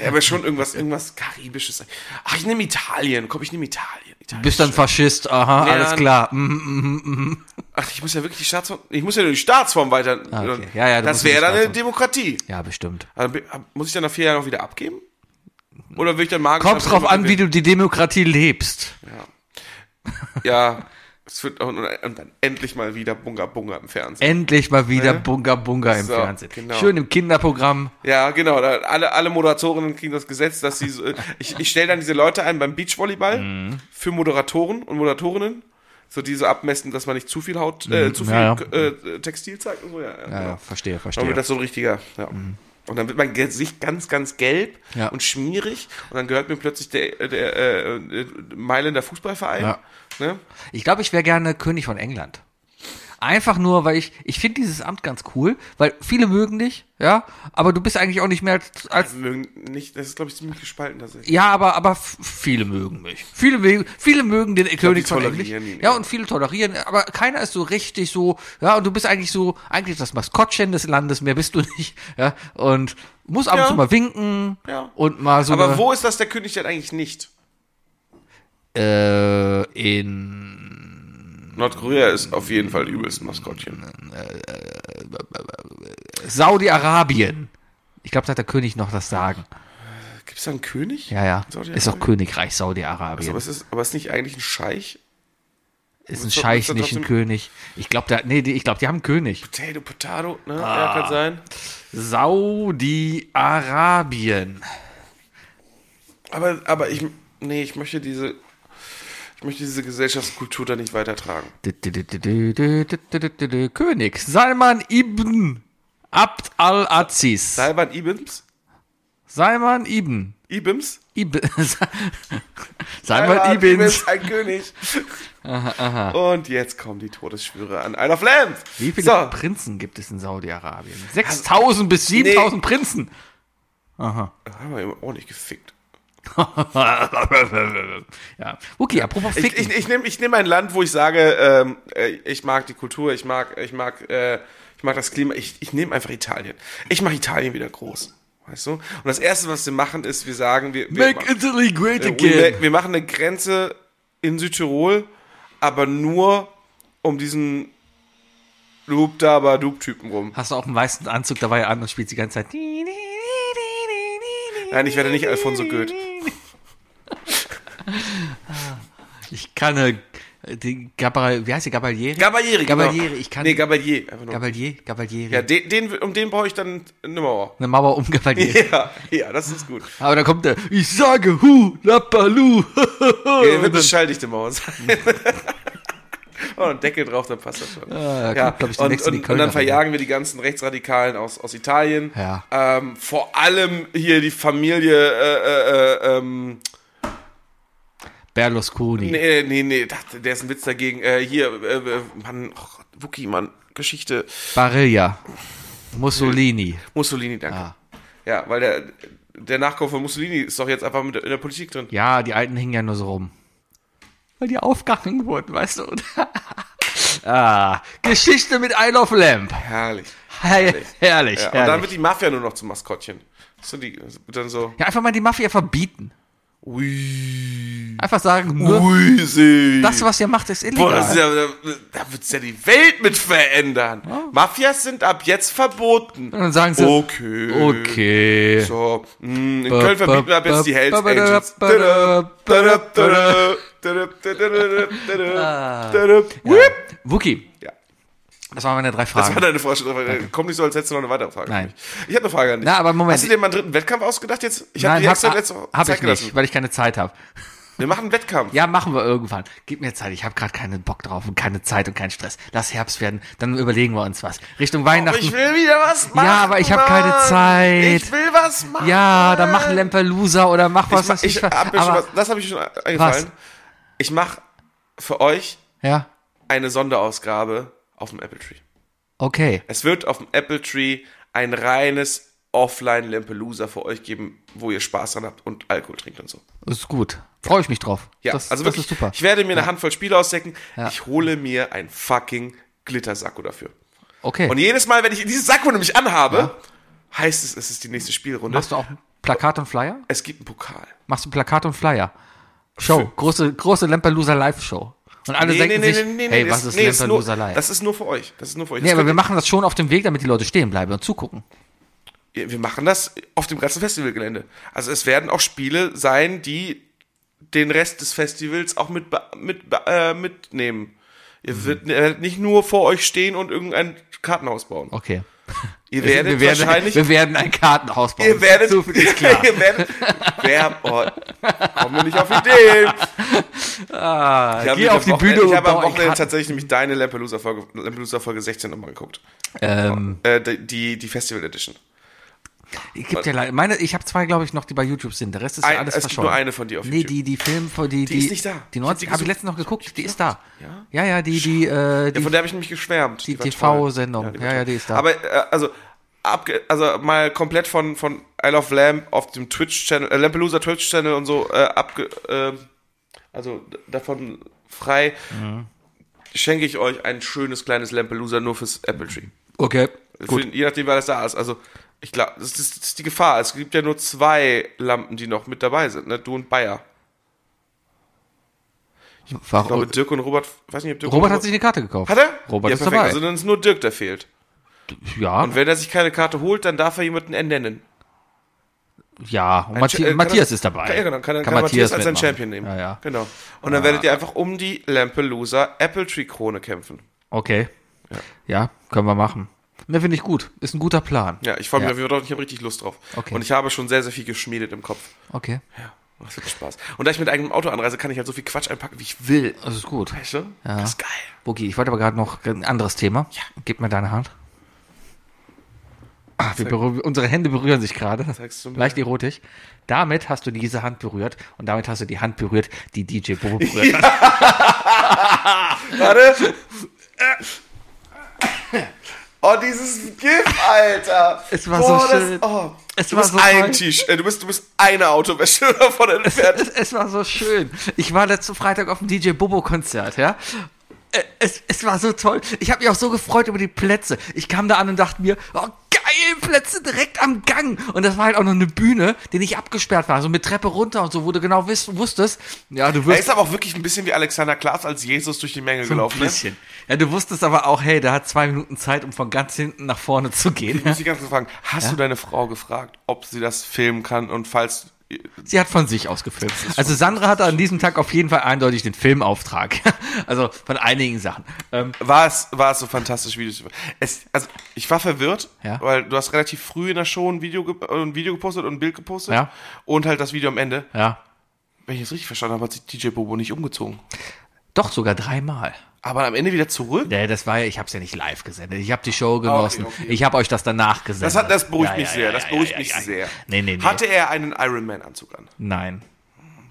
Speaker 2: Ja, aber schon irgendwas, irgendwas Karibisches. Ach, ich nehme Italien. Komm, ich nehme Italien. Italien.
Speaker 1: bist dann Faschist, aha,
Speaker 2: Ja.
Speaker 1: alles klar. Mhm.
Speaker 2: Ach, ich muss ja wirklich die Staatsform. Ich muss ja nur die Staatsform weiter.
Speaker 1: Ah, okay. Ja, ja, du
Speaker 2: das
Speaker 1: musst die
Speaker 2: wäre dann eine
Speaker 1: Staatsform.
Speaker 2: Demokratie.
Speaker 1: Ja, bestimmt.
Speaker 2: Also, bi- hab- muss ich dann nach vier Jahren auch wieder abgeben? Oder will ich dann magisch.
Speaker 1: Kommt drauf an, wie du die Demokratie lebst.
Speaker 2: Ja. Es wird und, und dann endlich mal wieder Bunga Bunga im Fernsehen.
Speaker 1: Endlich mal wieder Bunga Bunga im
Speaker 2: So,
Speaker 1: Fernsehen.
Speaker 2: genau.
Speaker 1: Schön im Kinderprogramm.
Speaker 2: ja, genau. Da, alle, alle Moderatorinnen kriegen das Gesetz, dass sie. so- Ich, ich stelle dann diese Leute ein beim Beachvolleyball
Speaker 1: Mhm.
Speaker 2: für Moderatoren und Moderatorinnen. So, die so abmessen, dass man nicht zu viel Haut, äh, zu viel
Speaker 1: Mhm. Ja,
Speaker 2: Äh, Textil zeigt und so, ja. ja,
Speaker 1: Ja,
Speaker 2: genau.
Speaker 1: ja, verstehe,
Speaker 2: Dann wird
Speaker 1: verstehe.
Speaker 2: das so ein richtiger, ja. Und dann wird mein Gesicht ganz, ganz gelb
Speaker 1: Ja.
Speaker 2: und schmierig. Und dann gehört mir plötzlich der, der äh, äh, Mailänder Fußballverein.
Speaker 1: Ja.
Speaker 2: Ne?
Speaker 1: Ich glaube, ich wäre gerne König von England. Einfach nur, weil ich, ich finde dieses Amt ganz cool, weil viele mögen dich, ja, aber du bist eigentlich auch nicht mehr als, als
Speaker 2: Also Mögen nicht, das ist, glaube ich, ziemlich gespalten tatsächlich.
Speaker 1: ja, aber, aber f- viele mögen mich. Viele, mögen- viele mögen den König
Speaker 2: die
Speaker 1: von England.
Speaker 2: tolerieren ihn,
Speaker 1: ja,
Speaker 2: ja.
Speaker 1: und viele tolerieren, aber keiner ist so richtig so, ja, und du bist eigentlich so, eigentlich das Maskottchen des Landes, mehr bist du nicht, ja, und musst ab und
Speaker 2: Ja.
Speaker 1: zu mal winken
Speaker 2: Ja.
Speaker 1: und äh, mal so
Speaker 2: Aber
Speaker 1: eine-
Speaker 2: wo ist das der König denn eigentlich nicht?
Speaker 1: äh, in
Speaker 2: Nordkorea ist auf jeden Fall übelst ein Maskottchen.
Speaker 1: Saudi-Arabien. Ich glaube, da hat der König noch das Sagen.
Speaker 2: Gibt es da einen König?
Speaker 1: Ja, ja.
Speaker 2: Saudi-Arabien?
Speaker 1: Ist
Speaker 2: Also,
Speaker 1: doch Königreich
Speaker 2: Aber
Speaker 1: Saudi-Arabien.
Speaker 2: es ist, aber es ist nicht eigentlich ein Scheich?
Speaker 1: Ist ein
Speaker 2: ist doch-
Speaker 1: Scheich,
Speaker 2: ist doch
Speaker 1: nicht ein
Speaker 2: trotzdem-
Speaker 1: König. Ich glaube, da, nee, die, ich glaube, die haben einen König.
Speaker 2: Potato, Potato, ne? Ja, kann sein.
Speaker 1: Saudi-Arabien.
Speaker 2: Aber, aber ich, nee, ich möchte diese, ich möchte diese Gesellschaftskultur da nicht weitertragen.
Speaker 1: Dü- dü- dü- dü- dü- dü- dü- dü- dü- dü- dü- König Salman ibn Abd al-Aziz.
Speaker 2: Salman Ibims?
Speaker 1: Salman ibn.
Speaker 2: Ibims?
Speaker 1: Ibn. Salman ibn.
Speaker 2: Ibis, ein König. Und jetzt kommen die Todesschwüre an Isle of Lamp.
Speaker 1: Wie viele
Speaker 2: So, Also-
Speaker 1: Prinzen gibt es in Saudi-Arabien? 6000 bis 7000 Prinzen.
Speaker 2: haben wir eben ordentlich gefickt.
Speaker 1: ja. Okay, apropos
Speaker 2: Ich,
Speaker 1: Ficken.
Speaker 2: ich, ich nehme ich nehm ein Land, wo ich sage, ähm, äh, ich mag die Kultur, ich mag, ich mag, äh, ich mag das Klima. Ich, ich nehme einfach Italien. Ich mache Italien wieder groß. Weißt du? Und das Erste, was wir machen, ist, wir sagen, wir, wir,
Speaker 1: Make Italy great
Speaker 2: äh,
Speaker 1: again.
Speaker 2: wir, wir machen eine Grenze in Südtirol, aber nur um diesen Loop da, aber Loop-Typen rum.
Speaker 1: Hast du auch einen weißen Anzug dabei an und spielst die ganze Zeit.
Speaker 2: Nein, ich werde nicht Alfonso Goeth.
Speaker 1: Ich kann äh, die Gabal, wie heißt die Gabalieri?
Speaker 2: Gabalieri,
Speaker 1: Gabalieri,
Speaker 2: genau.
Speaker 1: ich kann-
Speaker 2: Nee, Gabalier. Einfach nur.
Speaker 1: Gabalier, Gabalieri.
Speaker 2: ja, den, den, um den brauche ich dann eine Mauer.
Speaker 1: Eine Mauer um Gabalieri.
Speaker 2: Ja, ja, das ist gut.
Speaker 1: Aber dann kommt der, ich sage Hu, Lapalu.
Speaker 2: Ja, wird eine schalldichte Mauer sein. Oh, ein Deckel drauf, dann passt das schon.
Speaker 1: Ah, da kommt, glaub ich,
Speaker 2: und,
Speaker 1: demnächst in die
Speaker 2: und, und dann
Speaker 1: Kölner
Speaker 2: verjagen wir die ganzen Rechtsradikalen aus, aus Italien.
Speaker 1: Ja.
Speaker 2: Ähm, vor allem hier die Familie äh, äh, äh, ähm,
Speaker 1: Berlusconi.
Speaker 2: Nee, nee, nee, das, der ist ein Witz dagegen. Äh, hier, äh, äh, Mann, oh, Wookie, Mann, Geschichte.
Speaker 1: Barilla. Mussolini.
Speaker 2: Mussolini, danke.
Speaker 1: Ah.
Speaker 2: Ja, weil der, der Nachkauf von Mussolini ist doch jetzt einfach mit in der Politik drin.
Speaker 1: Ja, die Alten hingen ja nur so rum. Weil die aufgehangen wurden, weißt du? Und ah, Geschichte mit Isle of Lamp.
Speaker 2: Herrlich.
Speaker 1: Herrlich, herrlich.
Speaker 2: Ja,
Speaker 1: Ja,
Speaker 2: und dann wird die Mafia nur noch zum Maskottchen. So die, dann so,
Speaker 1: ja, einfach mal die Mafia verbieten.
Speaker 2: ui,
Speaker 1: Einfach sagen, nur
Speaker 2: ui, sie.
Speaker 1: das, was ihr macht, ist illegal.
Speaker 2: Boah, das ist ja, da, da wird's ja die Welt mit verändern. Mafias sind ab jetzt verboten.
Speaker 1: Und dann sagen sie,
Speaker 2: okay.
Speaker 1: okay.
Speaker 2: So, mh, in Köln verbieten wir ab jetzt die Hells Angels. Tada, tada, tada, tada, tada, tada, tada. Whip.
Speaker 1: Wookie.
Speaker 2: Ja.
Speaker 1: Das waren meine drei
Speaker 2: Das war
Speaker 1: Fragen.
Speaker 2: deine Vorstellung. Komm nicht so, als hättest du noch eine weitere Frage.
Speaker 1: Nein.
Speaker 2: Ich habe eine Frage an dich.
Speaker 1: Na, aber Moment.
Speaker 2: Hast du dir mal einen dritten Wettkampf ausgedacht jetzt? Ich habe
Speaker 1: Nein,
Speaker 2: die extra
Speaker 1: hab, ah,
Speaker 2: letzte
Speaker 1: hab
Speaker 2: Zeit
Speaker 1: ich
Speaker 2: gelassen.
Speaker 1: nicht, weil ich keine Zeit habe.
Speaker 2: Wir machen einen Wettkampf.
Speaker 1: Ja, machen wir irgendwann. Gib mir Zeit. Ich habe gerade keinen Bock drauf und keine Zeit und keinen Stress. Lass Herbst werden. Dann überlegen wir uns was. Richtung
Speaker 2: Aber
Speaker 1: Weihnachten.
Speaker 2: ich will wieder was machen.
Speaker 1: Ja, aber ich hab keine
Speaker 2: Mann.
Speaker 1: Zeit.
Speaker 2: Ich will was machen.
Speaker 1: ja, dann mach Lamperloser oder mach was.
Speaker 2: Ich, mach-
Speaker 1: was
Speaker 2: ich,
Speaker 1: ver-
Speaker 2: hab mir schon
Speaker 1: aber-
Speaker 2: was, das habe ich schon eingefallen. Ich mache für euch
Speaker 1: Ja,
Speaker 2: eine Sonderausgabe auf dem Apple Tree.
Speaker 1: okay.
Speaker 2: Es wird auf dem Apple Tree ein reines offline Lampelusa für euch geben, wo ihr Spaß dran habt und Alkohol trinkt und so.
Speaker 1: Ist gut. Freue ich mich drauf.
Speaker 2: Ja,
Speaker 1: das,
Speaker 2: also
Speaker 1: das
Speaker 2: wirklich,
Speaker 1: ist super.
Speaker 2: ich werde mir eine Handvoll Spiele ausdecken. Ich hole mir ein fucking Glittersacko dafür.
Speaker 1: Okay.
Speaker 2: Und jedes Mal, wenn ich dieses Sakko nämlich anhabe, heißt es, es ist die nächste Spielrunde.
Speaker 1: Machst du auch Plakat und Flyer?
Speaker 2: Es gibt einen Pokal.
Speaker 1: Machst du Plakat und Flyer? Show. Große, große Lamperloser Live-Show. Und alle Also denken sich, hey, was
Speaker 2: das-
Speaker 1: ist
Speaker 2: nee, ist nur,
Speaker 1: Lamperloser Live?
Speaker 2: das ist nur für euch. Das ist nur für euch.
Speaker 1: Nee,
Speaker 2: Das
Speaker 1: aber wir
Speaker 2: könnt
Speaker 1: machen das schon auf dem Weg, damit die Leute stehen bleiben und zugucken.
Speaker 2: ihr, wir machen das auf dem ganzen Festivalgelände. Also es werden auch Spiele sein, die den Rest des Festivals auch mit, be- mit, be- äh, mitnehmen. Ihr
Speaker 1: Mhm.
Speaker 2: wird- ihr werdet nicht nur vor euch stehen und irgendein Kartenhaus bauen.
Speaker 1: Okay.
Speaker 2: Ihr werdet
Speaker 1: wir, werden,
Speaker 2: wahrscheinlich
Speaker 1: wir werden ein Kartenhaus bauen.
Speaker 2: Ihr werdet,
Speaker 1: so viel ist klar.
Speaker 2: ihr werdet, wer, oh, kommen wir nicht auf Ideen. Ich hab
Speaker 1: Ah, geh
Speaker 2: mich
Speaker 1: auf
Speaker 2: am
Speaker 1: die
Speaker 2: Wochenende-
Speaker 1: Bühne und
Speaker 2: Ich habe am
Speaker 1: bau ein
Speaker 2: Wochenende
Speaker 1: Karten-
Speaker 2: tatsächlich nämlich deine Lampelusa Folge, Lampelusa Folge 16 nochmal geguckt.
Speaker 1: Ähm.
Speaker 2: Äh, die- die, die Festival Edition.
Speaker 1: Ich gibt ja leider, meine, ich habe zwei, glaube ich, noch, die bei YouTube sind. Der Rest ist
Speaker 2: Ein-
Speaker 1: ja alles
Speaker 2: es gibt
Speaker 1: verschollen.
Speaker 2: nur eine von dir auf
Speaker 1: Nee,
Speaker 2: YouTube.
Speaker 1: die, die Film, die, die, die
Speaker 2: ist nicht da.
Speaker 1: Die 90
Speaker 2: Ich hab die
Speaker 1: habe ich
Speaker 2: gesucht.
Speaker 1: letztens noch geguckt, die ist da. Ja, ja, die, die, äh, die
Speaker 2: Ja, von der habe ich nämlich geschwärmt.
Speaker 1: die
Speaker 2: war
Speaker 1: TV-Sendung.
Speaker 2: toll. war
Speaker 1: Ja, ja,
Speaker 2: toll.
Speaker 1: die ist da.
Speaker 2: Aber, äh, also, abge also mal komplett von, von Isle of Lamp auf dem Twitch-Channel, äh, Lampelusa Twitch-Channel und so, äh, abge, äh, also d- davon frei,
Speaker 1: Mhm.
Speaker 2: schenke ich euch ein schönes kleines Lampelusa nur fürs Apple Tree.
Speaker 1: Okay,
Speaker 2: Für, je nachdem, wer das da ist. Also, ich glaube, das, ist- das ist die Gefahr. Es gibt ja nur zwei Lampen, die noch mit dabei sind, ne? Du und Bayer. Ich glaube,
Speaker 1: Warum?
Speaker 2: Dirk und Robert, weiß nicht, ob Dirk
Speaker 1: oh. Robert
Speaker 2: und
Speaker 1: hat sich eine Karte gekauft.
Speaker 2: Hat er?
Speaker 1: Robert
Speaker 2: ja,
Speaker 1: ist
Speaker 2: perfekt.
Speaker 1: dabei.
Speaker 2: Also dann ist nur Dirk, der fehlt.
Speaker 1: ja,
Speaker 2: Und wenn er sich keine Karte holt, dann darf er jemanden ernennen.
Speaker 1: ja. Und Mathi
Speaker 2: Äh, kann
Speaker 1: Matthias
Speaker 2: er-
Speaker 1: ist dabei.
Speaker 2: Kann, ja, genau. Kann, kann, Matthias, als sein
Speaker 1: mitmachen.
Speaker 2: Champion nehmen.
Speaker 1: Ja, ja.
Speaker 2: Genau. Und dann werdet ihr einfach um die Lampelusa Apple Tree Krone kämpfen.
Speaker 1: Okay. Ja, können wir machen. Ne, finde ich gut. Ist ein guter Plan.
Speaker 2: Ja, ich freue mich
Speaker 1: Ja.
Speaker 2: auf jeden Fall drauf. Ich habe richtig Lust drauf.
Speaker 1: Okay.
Speaker 2: Und ich habe schon sehr, sehr viel geschmiedet im Kopf.
Speaker 1: Okay.
Speaker 2: Das wird Spaß. Und da ich mit eigenem Auto anreise, kann ich halt so viel Quatsch einpacken, wie ich will.
Speaker 1: Das Also ist gut.
Speaker 2: Weißt du? Das ist geil.
Speaker 1: Boogie, ich wollte aber gerade noch ein anderes Thema.
Speaker 2: Ja.
Speaker 1: Gib mir deine Hand. Ah, wir berühren- unsere Hände berühren sich gerade.
Speaker 2: Zeigst du mir.
Speaker 1: Leicht erotisch. Damit hast du diese Hand berührt und damit hast du die Hand berührt, die DJ Bobo berührt hat.
Speaker 2: Warte. Oh, dieses GIF, Alter.
Speaker 1: Es war
Speaker 2: Boah,
Speaker 1: so
Speaker 2: das-
Speaker 1: schön.
Speaker 2: oh.
Speaker 1: Es
Speaker 2: Du
Speaker 1: war
Speaker 2: bist
Speaker 1: so
Speaker 2: ein
Speaker 1: toll.
Speaker 2: Tisch. Äh, Du bist, du bist eine Autowäsche davon entfernt.
Speaker 1: Es, es war so schön. Ich war letzten Freitag auf dem DJ Bobo-Konzert, ja. Äh, Es, es war so toll. Ich habe mich auch so gefreut über die Plätze. Ich kam da an und dachte mir, oh geil, Plätze direkt am Gang. Und das war halt auch noch eine Bühne, die nicht abgesperrt war. So mit Treppe runter und so, wo du genau wis- wusstest, ja, du
Speaker 2: Er
Speaker 1: wirst
Speaker 2: ist aber auch wirklich ein bisschen wie Alexander Klaas als Jesus durch die Menge
Speaker 1: so ein
Speaker 2: gelaufen. Ne?
Speaker 1: bisschen. Ja, du wusstest aber auch, hey, der hat zwei Minuten Zeit, um von ganz hinten nach vorne zu gehen.
Speaker 2: Muss ich ganz kurz fragen, hast du deine Frau gefragt, ob sie das filmen kann und falls.
Speaker 1: Sie hat von sich aus gefilmt. Also Sandra hatte an diesem Tag auf jeden Fall eindeutig den Filmauftrag. Also von einigen Sachen. Ähm,
Speaker 2: War es, war es so fantastisch, wie du es- es. Also, ich war verwirrt,
Speaker 1: Ja.
Speaker 2: weil du hast relativ früh in der Show ein Video, ge äh, ein Video gepostet und ein Bild gepostet
Speaker 1: Ja.
Speaker 2: und halt das Video am Ende.
Speaker 1: ja.
Speaker 2: Wenn ich es richtig verstanden habe, hat sich DJ Bobo nicht umgezogen.
Speaker 1: Doch sogar dreimal.
Speaker 2: Aber am Ende wieder zurück?
Speaker 1: Nee, das war ja, ich habe es ja nicht live gesendet. Ich habe die Show genossen.
Speaker 2: Ah, okay.
Speaker 1: Ich habe euch das danach gesendet.
Speaker 2: Das, hat, das beruhigt
Speaker 1: Ja,
Speaker 2: mich
Speaker 1: ja,
Speaker 2: sehr.
Speaker 1: ja,
Speaker 2: Das
Speaker 1: ja,
Speaker 2: beruhigt
Speaker 1: ja,
Speaker 2: mich
Speaker 1: ja, ja.
Speaker 2: sehr.
Speaker 1: Nee, nee, nee.
Speaker 2: Hatte er einen Iron Man Anzug an?
Speaker 1: Nein.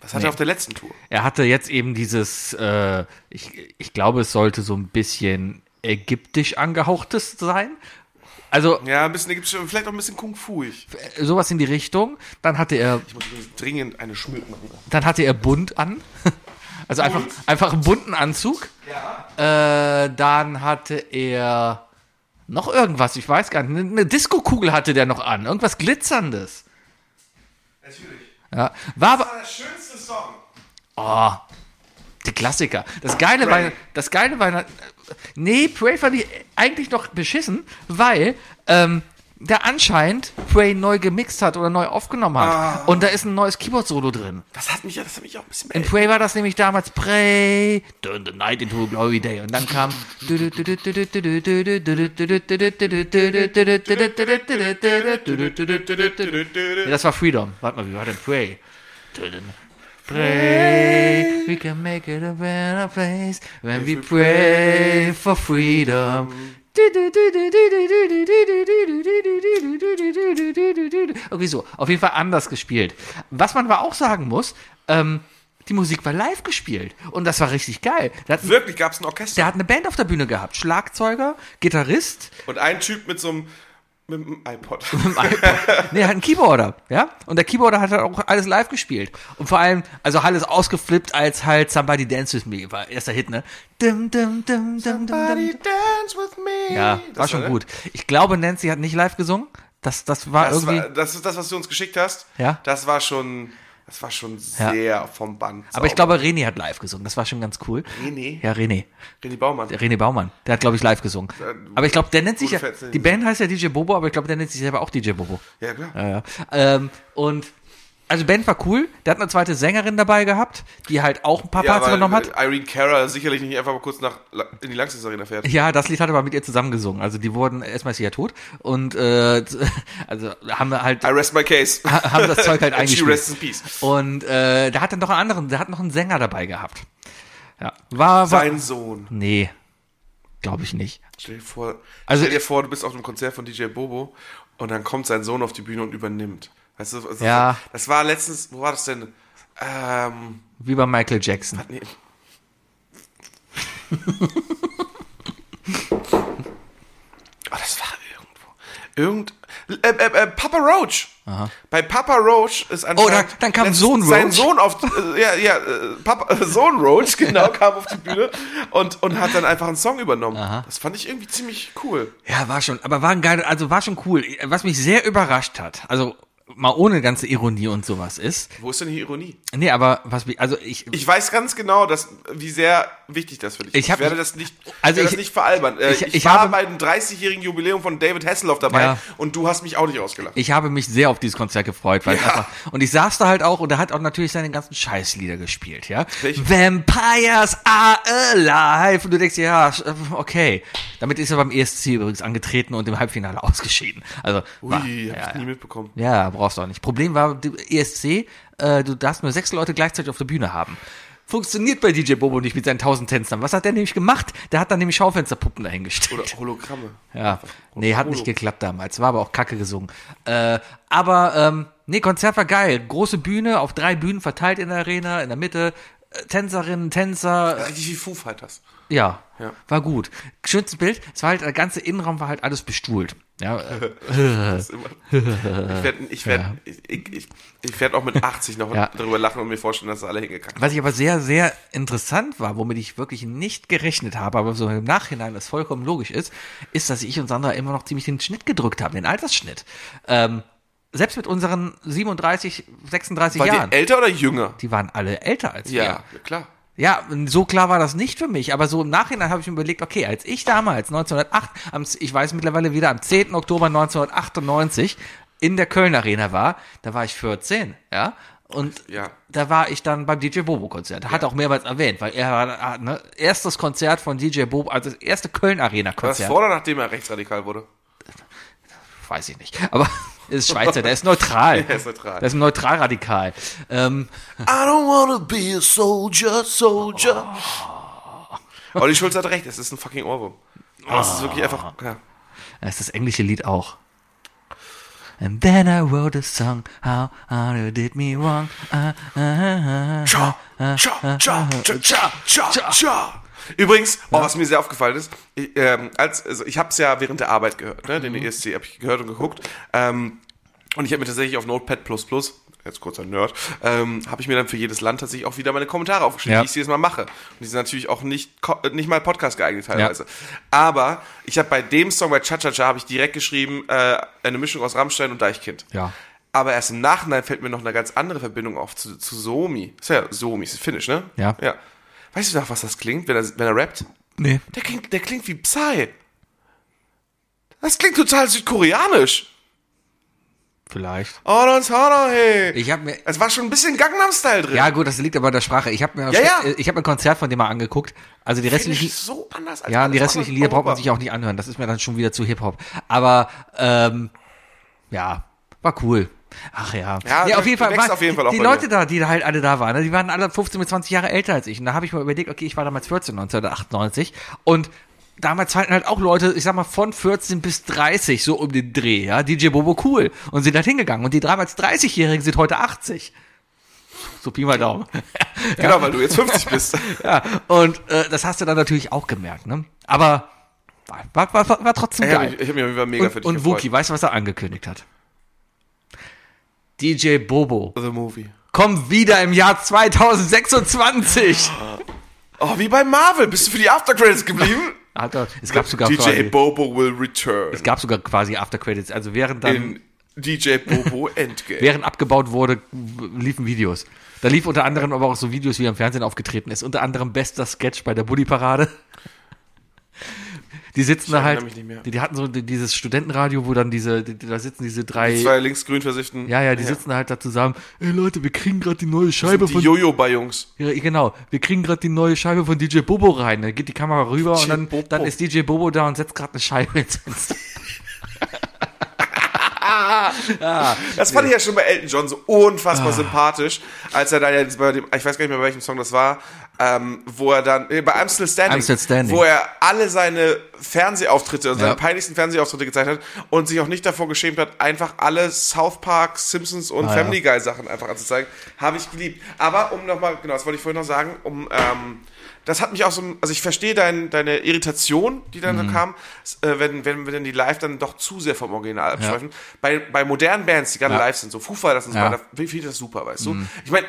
Speaker 2: Was hat er auf der letzten Tour?
Speaker 1: Er hatte jetzt eben dieses, äh, ich, ich glaube, es sollte so ein bisschen ägyptisch angehauchtes sein. Also
Speaker 2: Ja, ein bisschen Ägyptisch, vielleicht auch ein bisschen Kung Fu. Ich
Speaker 1: äh, sowas in die Richtung. Dann hatte er,
Speaker 2: muss übrigens dringend eine Schmück machen.
Speaker 1: dann hatte er bunt an. Also einfach, einfach einen bunten Anzug. Äh, dann hatte er noch irgendwas, ich weiß gar nicht. Eine Diskokugel hatte der noch an. Irgendwas Glitzerndes.
Speaker 2: Natürlich. Ah,
Speaker 1: Ja. War aber,
Speaker 2: Der schönste Song.
Speaker 1: Oh, die Klassiker. Das Geile
Speaker 2: Pray.
Speaker 1: bei, das Geile bei einer, nee, Prey fand ich eigentlich noch beschissen, weil, ähm, der anscheinend Prey neu gemixt hat oder neu aufgenommen hat. Und da ist ein neues Keyboard-Solo drin.
Speaker 2: Das hat mich, ja- das hat mich auch ein bisschen
Speaker 1: In Prey war das nämlich damals Prey, Turn the Night into a Glory Day. Und dann kam. Nee, das war Freedom. Warte mal, wie war denn Prey? Pray, we can make it a better place when we pray for freedom. Irgendwie so. Auf jeden Fall anders gespielt. Was man aber auch sagen muss, ähm, die Musik war live gespielt. Und das war richtig geil. Der hat,
Speaker 2: Wirklich gab es ein Orchester.
Speaker 1: der hat eine Band auf der Bühne gehabt. Schlagzeuger, Gitarrist,
Speaker 2: Und ein Typ mit so einem, mit einem iPod.
Speaker 1: Nee, er hat einen Keyboarder, ja? Und der Keyboarder hat halt auch alles live gespielt. Und vor allem, also Hall ist ausgeflippt, als halt Somebody Dance With Me war. Erster Hit, ne? Dum, dum, dum, dum, dum, dum.
Speaker 2: dance with me.
Speaker 1: Ja,
Speaker 2: Das ne?
Speaker 1: war schon
Speaker 2: der?
Speaker 1: gut. Ich glaube, Nancy hat nicht live gesungen. Das, das war
Speaker 2: Das,
Speaker 1: irgendwie...
Speaker 2: war, das ist das, was du uns geschickt hast.
Speaker 1: Ja.
Speaker 2: Das war schon, das war schon sehr vom Band.
Speaker 1: aber ich glaube, René hat live gesungen. Das war schon ganz cool.
Speaker 2: René?
Speaker 1: Ja, René.
Speaker 2: René Baumann.
Speaker 1: Der René Baumann. Der hat, glaube ich, live gesungen. Aber ich glaube, der nennt sich ja...
Speaker 2: gute Fetzen.
Speaker 1: Die Band heißt ja DJ Bobo, aber ich glaube, der nennt sich selber auch DJ Bobo.
Speaker 2: Ja, klar.
Speaker 1: Ja, ja. Ähm, und... Also Band war cool, der hat eine zweite Sängerin dabei gehabt, die halt auch ein paar
Speaker 2: Ja,
Speaker 1: Parts
Speaker 2: aber
Speaker 1: übernommen hat.
Speaker 2: Irene Cara sicherlich nicht einfach mal kurz nach, in die Langsys Arena fährt.
Speaker 1: Ja, das Lied hat er aber mit ihr zusammen gesungen. Also die wurden erstmal ist sie ja tot und äh, also haben wir halt
Speaker 2: I rest my case.
Speaker 1: haben das Zeug halt
Speaker 2: And She rests
Speaker 1: eingespielt.
Speaker 2: in peace.
Speaker 1: Und äh, da hat er noch einen anderen, da hat noch einen Sänger dabei gehabt. Ja, war, war
Speaker 2: Sein Sohn.
Speaker 1: nee, glaube ich nicht.
Speaker 2: Stell dir vor,
Speaker 1: Also-
Speaker 2: stell dir vor, du bist auf einem Konzert von DJ Bobo und dann kommt sein Sohn auf die Bühne und übernimmt. Weißt du, also
Speaker 1: Ja.
Speaker 2: das war letztens, wo war das denn? Ähm,
Speaker 1: Wie bei Michael Jackson.
Speaker 2: nee. oh, das war irgendwo. Irgend. Äh, äh, äh, Papa Roach. Bei Papa Roach ist anscheinend.
Speaker 1: Oh, dann- dann kam
Speaker 2: letztens
Speaker 1: Sohn Roach.
Speaker 2: Sein Sohn auf. Äh, ja, ja, äh, Papa, äh, Sohn Roach, genau, kam auf die Bühne und, und hat dann einfach einen Song übernommen. Das fand ich irgendwie ziemlich cool.
Speaker 1: Ja, war schon, aber war ein geil, also war schon cool. Was mich sehr überrascht hat, also mal ohne ganze Ironie und sowas ist.
Speaker 2: Wo ist denn die Ironie?
Speaker 1: Nee, aber was mich, also ich,
Speaker 2: Ich weiß ganz genau, dass, wie sehr wichtig das für dich
Speaker 1: Ich
Speaker 2: ist.
Speaker 1: hab-
Speaker 2: ich werde das nicht,
Speaker 1: also
Speaker 2: werde
Speaker 1: ich-
Speaker 2: das nicht veralbern. Äh,
Speaker 1: ich-
Speaker 2: ich,
Speaker 1: ich
Speaker 2: war
Speaker 1: habe-
Speaker 2: bei dem 30-jährigen Jubiläum von David Hasselhoff dabei
Speaker 1: Ja.
Speaker 2: und du hast mich auch nicht ausgelacht.
Speaker 1: Ich habe mich sehr auf dieses Konzert gefreut, weil es
Speaker 2: Ja.
Speaker 1: einfach, und ich saß da halt auch und er hat auch natürlich seine ganzen Scheißlieder gespielt, ja.
Speaker 2: Welche?
Speaker 1: Vampires are alive. Und du denkst, dir, ja, sch- okay. Damit ist er beim ESC übrigens angetreten und im Halbfinale ausgeschieden. Also, war,
Speaker 2: Ui, hab
Speaker 1: ja,
Speaker 2: ich nie mitbekommen.
Speaker 1: ja, brauchst du auch nicht. Problem war, die ESC, äh, du darfst nur sechs Leute gleichzeitig auf der Bühne haben. Funktioniert bei DJ Bobo nicht mit seinen tausend Tänzern. Was hat der nämlich gemacht? Der hat dann nämlich Schaufensterpuppen dahingestellt.
Speaker 2: Oder Hologramme.
Speaker 1: Ja, nee, hat nicht geklappt damals. War aber auch kacke gesungen. Äh, aber, ähm, nee, Konzert war geil. Große Bühne, auf drei Bühnen verteilt in der Arena, in der Mitte. Äh, Tänzerinnen, Tänzer, äh,
Speaker 2: Richtig wie Foo Fighters.
Speaker 1: ja,
Speaker 2: Ja.
Speaker 1: war gut. Schönstes Bild, es war halt, der ganze Innenraum war halt alles bestuhlt. Ja, äh,
Speaker 2: Das ist immer- Ich werde ich werd, ich, ich, ich, ich werd auch mit 80 noch
Speaker 1: Ja.
Speaker 2: darüber lachen und mir vorstellen, dass alle hingekackt haben.
Speaker 1: was ich aber sehr, sehr interessant war, womit ich wirklich nicht gerechnet habe, aber so im Nachhinein das vollkommen logisch ist, ist, dass ich und Sandra immer noch ziemlich den Schnitt gedrückt haben, den Altersschnitt. Ähm, selbst mit unseren 37, 36
Speaker 2: War
Speaker 1: Jahren.
Speaker 2: die älter oder jünger?
Speaker 1: die waren alle älter als wir.
Speaker 2: Ja, ja, klar.
Speaker 1: Ja, so klar war das nicht für mich, aber so im Nachhinein habe ich mir überlegt, okay, als ich damals 1908, am, ich weiß mittlerweile wieder, am 10. Oktober 1998 in der Köln Arena war, da war ich 14, ja. Und
Speaker 2: Ja.
Speaker 1: da war ich dann beim DJ Bobo Konzert. Hat auch mehrmals erwähnt, weil er war ne, erstes Konzert von DJ Bobo, also das erste Köln Arena
Speaker 2: War das
Speaker 1: Konzert.
Speaker 2: vor oder nachdem er rechtsradikal wurde?
Speaker 1: Weiß ich nicht. Aber ist Schweizer, der ist neutral.
Speaker 2: Er ist neutral.
Speaker 1: Der ist neutral radikal. Ähm,
Speaker 2: I don't wanna be a soldier, soldier. Olli Schulz hat recht, es ist ein
Speaker 1: Ah.
Speaker 2: fucking Ohrwurm. Aber es ist wirklich einfach. Ja.
Speaker 1: das ist das englische Lied auch. And then I wrote a song, how, how you did me wrong. Ah, ah, ah, ah.
Speaker 2: Cha,
Speaker 1: äh,
Speaker 2: cha, cha, cha, cha, cha, cha. Übrigens, oh, was mir sehr aufgefallen ist, ich, ähm, als, also ich habe es ja während der Arbeit gehört, ne? den
Speaker 1: Mhm.
Speaker 2: ESC habe ich gehört und geguckt. Ähm, und ich habe mir tatsächlich auf Notepad, jetzt kurzer Nerd, ähm, habe ich mir dann für jedes Land tatsächlich auch wieder meine Kommentare aufgeschrieben,
Speaker 1: Ja.
Speaker 2: die ich jedes Mal mache. Und die sind natürlich auch nicht, ko- äh, nicht mal Podcast geeignet teilweise. Aber ich habe bei dem Song bei Cha Cha Cha habe ich direkt geschrieben, äh, eine Mischung aus Rammstein und Deichkind.
Speaker 1: Ja.
Speaker 2: Aber erst im Nachhinein fällt mir noch eine ganz andere Verbindung auf zu, zu Somi. Ist ja Somi, ist finnisch, ne?
Speaker 1: Ja.
Speaker 2: ja. Weißt du nach was das klingt, wenn er, wenn er rappt?
Speaker 1: Nee.
Speaker 2: Der klingt, der klingt wie Psy. Das klingt total südkoreanisch.
Speaker 1: Vielleicht.
Speaker 2: Oh, das hat er, hey.
Speaker 1: Ich habe mir.
Speaker 2: Es war schon ein bisschen Gangnam-Style drin.
Speaker 1: Ja, gut, das liegt aber an der Sprache. Ich habe mir,
Speaker 2: Ja, ja.
Speaker 1: ich habe ein Konzert von dem mal angeguckt. Also die
Speaker 2: Finnisch
Speaker 1: restlichen,
Speaker 2: ist so anders als
Speaker 1: ja, und die
Speaker 2: Also alles
Speaker 1: restlichen
Speaker 2: andere in
Speaker 1: Lieder braucht man
Speaker 2: Europa.
Speaker 1: sich auch nicht anhören. Das ist mir dann schon wieder zu Hip Hop. Aber ähm, ja, war cool. Ach ja.
Speaker 2: Ja,
Speaker 1: nee,
Speaker 2: da
Speaker 1: auf jeden Fall
Speaker 2: wächst
Speaker 1: waren
Speaker 2: auf jeden Fall auch
Speaker 1: die
Speaker 2: bei
Speaker 1: Leute
Speaker 2: mir.
Speaker 1: da, die da halt alle da waren, ne, die waren alle 15 bis 20 Jahre älter als ich. Und da habe ich mal überlegt, okay, ich war damals 14, 1998. Und damals fanden halt auch Leute, ich sag mal, von 14 bis 30, so um den Dreh, ja, DJ Bobo cool. Und sind halt hingegangen. Und die damals 30-Jährigen sind heute 80. So Pi mal Daumen.
Speaker 2: Genau, weil du jetzt 50 bist.
Speaker 1: Ja, und äh, das hast du dann natürlich auch gemerkt, ne? Aber war, war, war, war trotzdem
Speaker 2: Ich habe
Speaker 1: geil.
Speaker 2: mich, ich hab mich auf jeden Fall mega für
Speaker 1: und
Speaker 2: dich
Speaker 1: und
Speaker 2: gefreut.
Speaker 1: Wookie, weißt du, was er angekündigt hat? DJ Bobo,
Speaker 2: The Movie.
Speaker 1: komm wieder im Jahr 2026!
Speaker 2: Oh, wie bei Marvel. Bist du für die Aftercredits geblieben?
Speaker 1: Hat er, es gab sogar
Speaker 2: DJ
Speaker 1: quasi,
Speaker 2: Bobo will return.
Speaker 1: es gab sogar quasi Aftercredits. Also während dann,
Speaker 2: in DJ Bobo Endgame.
Speaker 1: während abgebaut wurde, w- liefen Videos. Da lief unter anderem aber auch so Videos, wie er im Fernsehen aufgetreten ist. Unter anderem bester Sketch bei der Bulli-Parade. Die sitzen da halt,
Speaker 2: erinnere mich nicht mehr.
Speaker 1: die, die hatten so die- dieses Studentenradio, wo dann diese, die, die- da sitzen diese drei,
Speaker 2: Zwei linksgrün versifften.
Speaker 1: ja, ja, die sitzen halt da zusammen. Ey Leute, wir kriegen gerade die neue Scheibe
Speaker 2: Die
Speaker 1: von,
Speaker 2: Jojo-Bei-Jungs.
Speaker 1: ja, genau, wir kriegen gerade die neue Scheibe von DJ Bobo rein. Dann geht die Kamera rüber und dann,
Speaker 2: Bobo.
Speaker 1: dann ist DJ Bobo da und setzt gerade eine Scheibe ins Fenster.
Speaker 2: Das fand ich ja schon bei Elton John so
Speaker 1: Ah.
Speaker 2: unfassbar sympathisch, als er dann jetzt bei dem, ich weiß gar nicht mehr, bei welchem Song das war, ähm, wo er dann, nee, bei I'm Still Standing,
Speaker 1: I'm Still Standing.
Speaker 2: wo er alle seine Fernsehauftritte, also
Speaker 1: Ja.
Speaker 2: seine peinlichsten Fernsehauftritte gezeigt hat und sich auch nicht davor geschämt hat, einfach alle South Park, Simpsons und
Speaker 1: Ah,
Speaker 2: Family Guy Sachen einfach anzuzeigen, habe ich geliebt. Aber um nochmal, genau, das wollte ich vorhin noch sagen, um, ähm, das hat mich auch so, also ich verstehe dein, deine Irritation, die dann
Speaker 1: Mhm.
Speaker 2: so kam, s- äh, wenn, wenn wir dann die Live dann doch zu sehr vom Original abschweifen. Bei, bei modernen Bands, die gerade live sind, so Foo Fighters und so
Speaker 1: Ja. Mhm.
Speaker 2: weiter, finde ich das super, weißt du? Ich meine,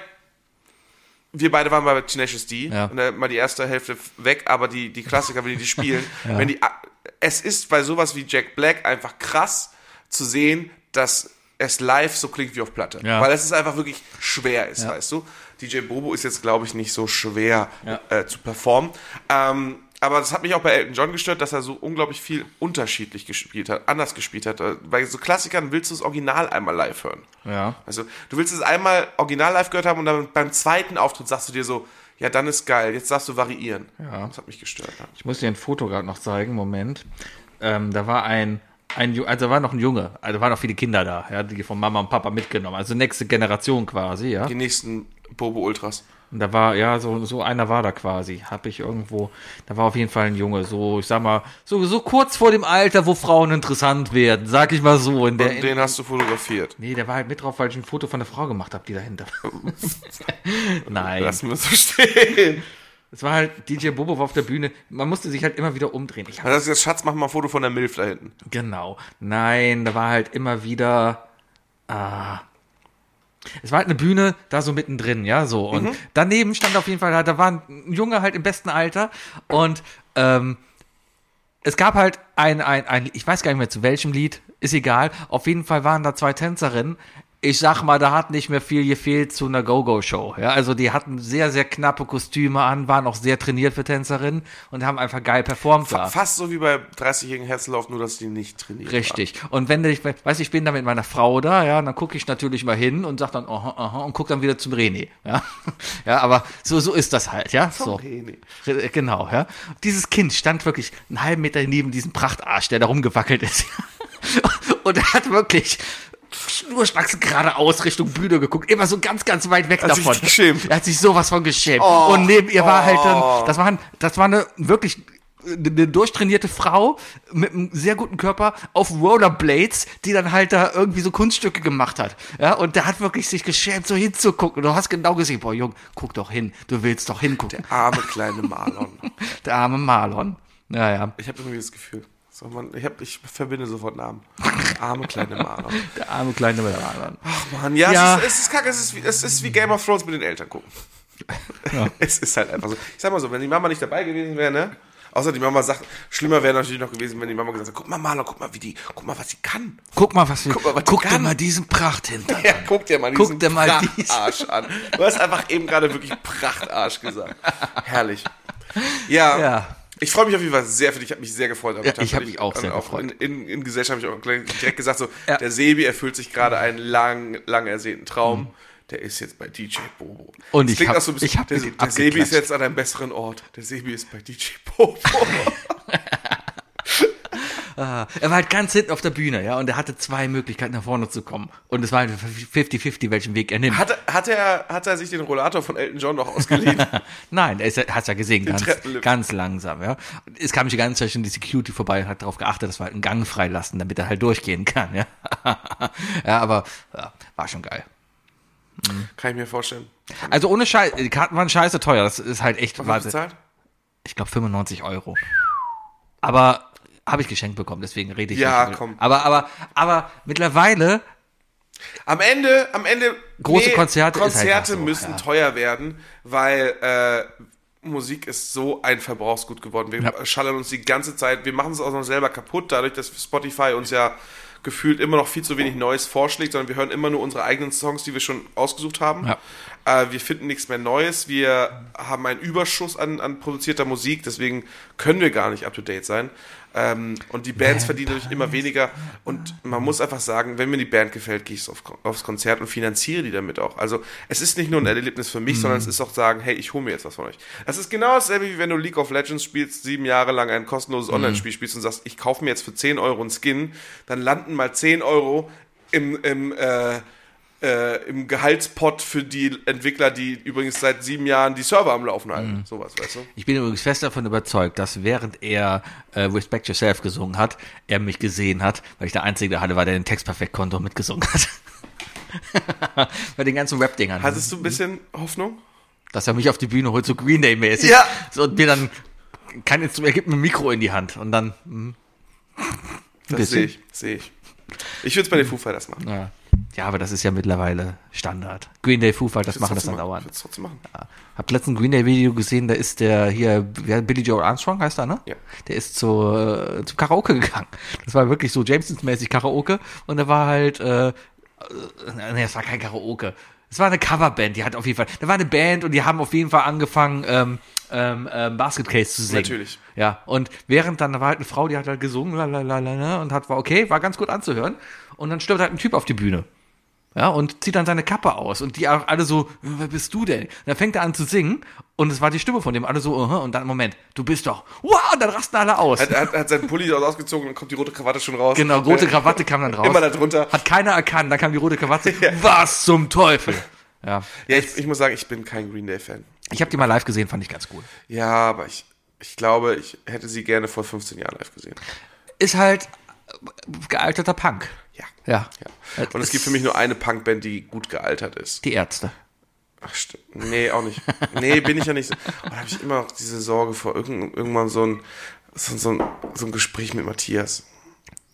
Speaker 2: wir beide waren bei Tenacious D,
Speaker 1: Ja.
Speaker 2: und da mal die erste Hälfte weg, aber die, die Klassiker, wenn die die spielen, wenn die, ah, es ist bei sowas wie Jack Black einfach krass zu sehen, dass es live so klingt wie auf Platte,
Speaker 1: Ja.
Speaker 2: weil es ist einfach wirklich schwer ist, weißt du. DJ Bobo ist jetzt, glaube ich, nicht so schwer äh, zu performen. Ähm, aber das hat mich auch bei Elton John gestört, dass er so unglaublich viel unterschiedlich gespielt hat, anders gespielt hat. Äh, Bei so Klassikern willst du das Original einmal live hören.
Speaker 1: Ja.
Speaker 2: Also du willst es einmal original live gehört haben und dann beim zweiten Auftritt sagst du dir so, ja, dann ist geil, jetzt darfst du variieren. Ja. Das hat mich gestört. Ja.
Speaker 1: Ich muss dir ein Foto gerade noch zeigen, Moment. Ähm, da war ein, ein, Ju- also da war noch ein Junge, also da waren noch viele Kinder da, ja, die von Mama und Papa mitgenommen, also nächste Generation quasi, ja.
Speaker 2: Die nächsten Bobo Ultras.
Speaker 1: Und da war, ja, so, so einer war da quasi, hab ich irgendwo, da war auf jeden Fall ein Junge, so, ich sag mal, so, so kurz vor dem Alter, wo Frauen interessant werden, sag ich mal so, in der,
Speaker 2: Und den hast du fotografiert.
Speaker 1: nee, der war halt mit drauf, weil ich ein Foto von der Frau gemacht habe, die dahinter war. Nein.
Speaker 2: Lassen wir so stehen.
Speaker 1: Es war halt, DJ Bobo war auf der Bühne, man musste sich halt immer wieder umdrehen. Ich hab
Speaker 2: Dann hast du gesagt, Schatz, mach mal ein Foto von der Milf da hinten.
Speaker 1: Genau. Nein, da war halt immer wieder. Ah, es war halt eine Bühne da so mittendrin, ja, so. Und daneben stand auf jeden Fall, da- da war ein Junge halt im besten Alter und ähm, es gab halt ein, ein, ein, ich weiß gar nicht mehr zu welchem Lied, ist egal. Auf jeden Fall waren da zwei Tänzerinnen. Ich sag mal, da hat nicht mehr viel gefehlt zu einer Go-Go-Show. Ja, also die hatten sehr, sehr knappe Kostüme an, waren auch sehr trainiert für Tänzerinnen und haben einfach geil performt da.
Speaker 2: Fast so wie bei 30-jährigen Herzlauf, nur dass die nicht trainieren.
Speaker 1: Richtig. Und wenn ich, weiß ich bin da mit meiner Frau da, ja, und dann gucke ich natürlich mal hin und sag dann, aha, aha, und guck dann wieder zum René. Ja, ja aber so, so ist das halt, ja. So.
Speaker 2: René.
Speaker 1: Re- Genau, ja. Dieses Kind stand wirklich einen halben Meter neben diesem Prachtarsch, der da rumgewackelt ist. und er hat wirklich schnurstracks geradeaus Richtung Bühne geguckt, immer so ganz, ganz weit weg
Speaker 2: Hat sich
Speaker 1: davon.
Speaker 2: geschämt. Oh.
Speaker 1: Er hat sich sowas von geschämt. und neben ihr war halt dann, das war, ein- das war eine wirklich eine durchtrainierte Frau mit einem sehr guten Körper auf Rollerblades, die dann halt da irgendwie so Kunststücke gemacht hat. Ja, und der hat wirklich sich geschämt, so hinzugucken. Du hast genau gesehen, boah, Jung, guck doch hin. Du willst doch hingucken.
Speaker 2: Arme kleine Marlon.
Speaker 1: Der, arme Marlon. Naja,
Speaker 2: Ich habe irgendwie das Gefühl. So, man, ich, hab, ich verbinde sofort Namen. Arme kleine Marlon.
Speaker 1: der arme kleine Marlon.
Speaker 2: Ach man, ja,
Speaker 1: Ja.
Speaker 2: Es, ist, es ist kacke, es ist, wie, es ist wie Game of Thrones mit den Eltern gucken. Es ist halt einfach so. Ich sag mal so, wenn die Mama nicht dabei gewesen wäre, ne? Außer die Mama sagt, schlimmer wäre natürlich noch gewesen, wenn die Mama gesagt hat, guck mal Marlon, guck mal, wie die, guck mal, was sie kann.
Speaker 1: Guck mal, was wir,
Speaker 2: Guck
Speaker 1: guck,
Speaker 2: mal, was die
Speaker 1: dir
Speaker 2: kann.
Speaker 1: mal diesen Pracht hinter.
Speaker 2: Ja, guck dir mal
Speaker 1: Guck
Speaker 2: diesen
Speaker 1: dir mal
Speaker 2: Prachtarsch an. Du hast einfach eben gerade wirklich Prachtarsch gesagt. Herrlich. Ja.
Speaker 1: Ja.
Speaker 2: Ich freue mich auf jeden Fall sehr für dich. Ich habe mich sehr gefreut. damit.
Speaker 1: Ja, ich hab
Speaker 2: Tatsächlich.
Speaker 1: mich auch sehr
Speaker 2: Und
Speaker 1: gefreut.
Speaker 2: ähm, In, in, in Gesellschaft habe ich auch gleich direkt gesagt, so,
Speaker 1: Ja.
Speaker 2: der Sebi erfüllt sich gerade einen lang, lang ersehnten Traum. Der ist jetzt bei DJ Bobo.
Speaker 1: Mhm. Und
Speaker 2: Das
Speaker 1: ich
Speaker 2: klingt
Speaker 1: hab-
Speaker 2: auch so ein bisschen,
Speaker 1: ich hab
Speaker 2: der,
Speaker 1: den
Speaker 2: der Sebi ist
Speaker 1: abgeklatscht.
Speaker 2: jetzt an einem besseren Ort. Der Sebi ist bei DJ Bobo.
Speaker 1: Er war halt ganz hinten auf der Bühne, ja, und er hatte zwei Möglichkeiten, nach vorne zu kommen. Und es war halt 50-50, welchen Weg er nimmt.
Speaker 2: hat, er- hat, er, hat er sich den Rollator von Elton John noch ausgeliehen?
Speaker 1: Nein, er ist, hat's ja gesehen, ganz,
Speaker 2: Treppenlift.
Speaker 1: ganz langsam, ja. Es kam die ganze Zeit schon die Security vorbei und hat darauf geachtet, dass wir halt einen Gang freilassen, damit er halt durchgehen kann, ja. ja, aber ja, war schon geil.
Speaker 2: Kann ich mir vorstellen.
Speaker 1: Also ohne Scheiß, die Karten waren scheiße teuer, das ist halt echt,
Speaker 2: Was hast du
Speaker 1: warte,
Speaker 2: bezahlt?
Speaker 1: ich glaube 95 Euro. Aber habe ich geschenkt bekommen, deswegen rede ich
Speaker 2: Ja,
Speaker 1: nicht.
Speaker 2: komm.
Speaker 1: Aber, aber, aber mittlerweile
Speaker 2: Am Ende, am Ende
Speaker 1: Große Konzerte ist halt
Speaker 2: Konzerte
Speaker 1: einfach so,
Speaker 2: müssen
Speaker 1: ja.
Speaker 2: teuer werden, weil äh, Musik ist so ein Verbrauchsgut geworden. Wir schallern uns die ganze Zeit, wir machen es auch noch selber kaputt, dadurch, dass Spotify uns ja gefühlt immer noch viel zu wenig Neues vorschlägt, sondern wir hören immer nur unsere eigenen Songs, die wir schon ausgesucht haben. Äh, wir finden nichts mehr Neues, wir haben einen Überschuss an, an produzierter Musik, deswegen können wir gar nicht up-to-date sein. Ähm, und die Bands verdienen natürlich immer weniger. Und man muss einfach sagen, wenn mir die Band gefällt, gehe ich auf, aufs Konzert und finanziere die damit auch. Also es ist nicht nur ein Erlebnis für mich, sondern es ist auch sagen, hey, ich hole mir jetzt was von euch. Das ist genau dasselbe, wie wenn du League of Legends spielst, sieben Jahre lang ein kostenloses Online-Spiel spielst und sagst, ich kaufe mir jetzt für 10 Euro einen Skin, dann landen mal 10 Euro im, im äh, äh, im Gehaltspot für die Entwickler, die übrigens seit sieben Jahren die Server am Laufen halten.
Speaker 1: Mhm.
Speaker 2: Sowas, weißt du?
Speaker 1: Ich bin übrigens fest davon überzeugt, dass während er äh, Respect Yourself gesungen hat, er mich gesehen hat, weil ich der Einzige da hatte, war, der den Text perfekt konnte und mitgesungen hat. Bei den ganzen Rap-Dingern.
Speaker 2: Hattest du ein bisschen Hoffnung?
Speaker 1: dass er mich auf die Bühne holt, so Green Day-mäßig.
Speaker 2: Ja.
Speaker 1: So, und mir dann kein Instrument, er gibt mir ein Mikro in die Hand und dann. hm,
Speaker 2: Das
Speaker 1: bisschen.
Speaker 2: sehe ich, sehe ich. Ich würde es bei den Foo Fighters machen.
Speaker 1: Ja. ja, aber das ist ja mittlerweile Standard. Green Day Foo Fighters machen das dann dauernd.
Speaker 2: dauern. Ich würde es trotzdem machen.
Speaker 1: Hab letztens ein Green Day Video gesehen, da ist der hier, ja, Billy Joe Armstrong heißt er, ne?
Speaker 2: Ja.
Speaker 1: Der ist zu, äh, zum Karaoke gegangen. Das war wirklich so Jamesons-mäßig Karaoke und da war halt, äh, äh, nee, es war kein Karaoke. Es war eine Coverband, die hat auf jeden Fall, da war eine Band und die haben auf jeden Fall angefangen, ähm, ähm, ähm, Basket Case zu singen.
Speaker 2: Natürlich.
Speaker 1: Ja, und während dann da war halt eine Frau, die hat halt gesungen, la la la la, la, und hat war okay, war ganz gut anzuhören. Und dann stürmt halt ein Typ auf die Bühne. Ja, und zieht dann seine Kappe aus und die auch alle so, "Äh, wer bist du denn? Und dann fängt er an zu singen und es war die Stimme von dem, alle so, uh und dann, Moment, du bist doch, wow, und dann rasten alle aus.
Speaker 2: Hat, hat, hat seinen Pulli aus- ausgezogen, dann kommt die rote Krawatte schon raus. Äh,
Speaker 1: genau, rote Krawatte kam dann raus.
Speaker 2: Immer darunter.
Speaker 1: Hat keiner erkannt, dann kam die rote Krawatte. Was zum Teufel? Ja.
Speaker 2: Ja, ich, ich muss sagen, ich bin kein Green Day-Fan.
Speaker 1: Ich habe die mal live gesehen, fand ich ganz cool.
Speaker 2: Ja, aber ich, ich glaube, ich hätte sie gerne vor 15 Jahren live gesehen.
Speaker 1: Ist halt äh, gealterter Punk.
Speaker 2: Ja.
Speaker 1: Ja.
Speaker 2: ja. Und es gibt für mich nur eine Punkband, die gut gealtert ist.
Speaker 1: die Ärzte.
Speaker 2: Ach, stimmt. Nee, auch nicht. Nee, bin ich ja nicht so. Und da habe ich immer noch diese Sorge vor irgend, irgendwann so ein, so, so, ein, so ein Gespräch mit Matthias.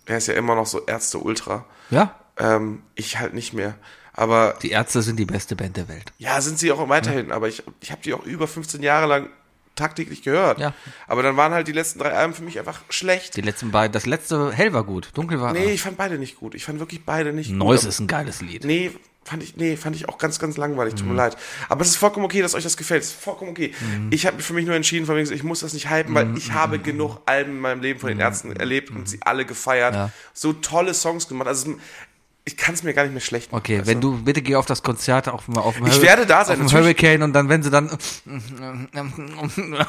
Speaker 2: Er ist ja immer noch so Ärzte-Ultra.
Speaker 1: Ja.
Speaker 2: Ähm, ich halt nicht mehr. Aber
Speaker 1: Die Ärzte sind die beste Band der Welt.
Speaker 2: ja, sind sie auch weiterhin. Aber ich, ich habe die auch über 15 Jahre lang tagtäglich gehört.
Speaker 1: Ja.
Speaker 2: Aber dann waren halt die letzten drei Alben für mich einfach schlecht.
Speaker 1: Die letzten beiden, das letzte hell war gut, dunkel war.
Speaker 2: Nee, ich fand beide nicht gut. Ich fand wirklich beide nicht gut.
Speaker 1: Neues ist ein geiles Lied.
Speaker 2: Nee, fand ich, nee, fand ich auch ganz, ganz langweilig.
Speaker 1: Mhm.
Speaker 2: Tut mir leid. Aber es ist vollkommen okay, dass euch das gefällt. Es ist vollkommen okay. Ich habe für mich nur entschieden, von wegen, ich muss das nicht hypen,
Speaker 1: Mhm,
Speaker 2: weil ich habe genug Alben in meinem Leben von den Ärzten erlebt und sie alle gefeiert.
Speaker 1: Ja.
Speaker 2: So tolle Songs gemacht. Also ich kann es mir gar nicht mehr schlecht machen.
Speaker 1: Okay,
Speaker 2: weißt
Speaker 1: wenn du bitte geh auf das Konzert auch mal auf dem
Speaker 2: Also Ich
Speaker 1: Hurri-
Speaker 2: werde da sein,
Speaker 1: auf dem
Speaker 2: natürlich.
Speaker 1: Hurricane und dann wenn sie dann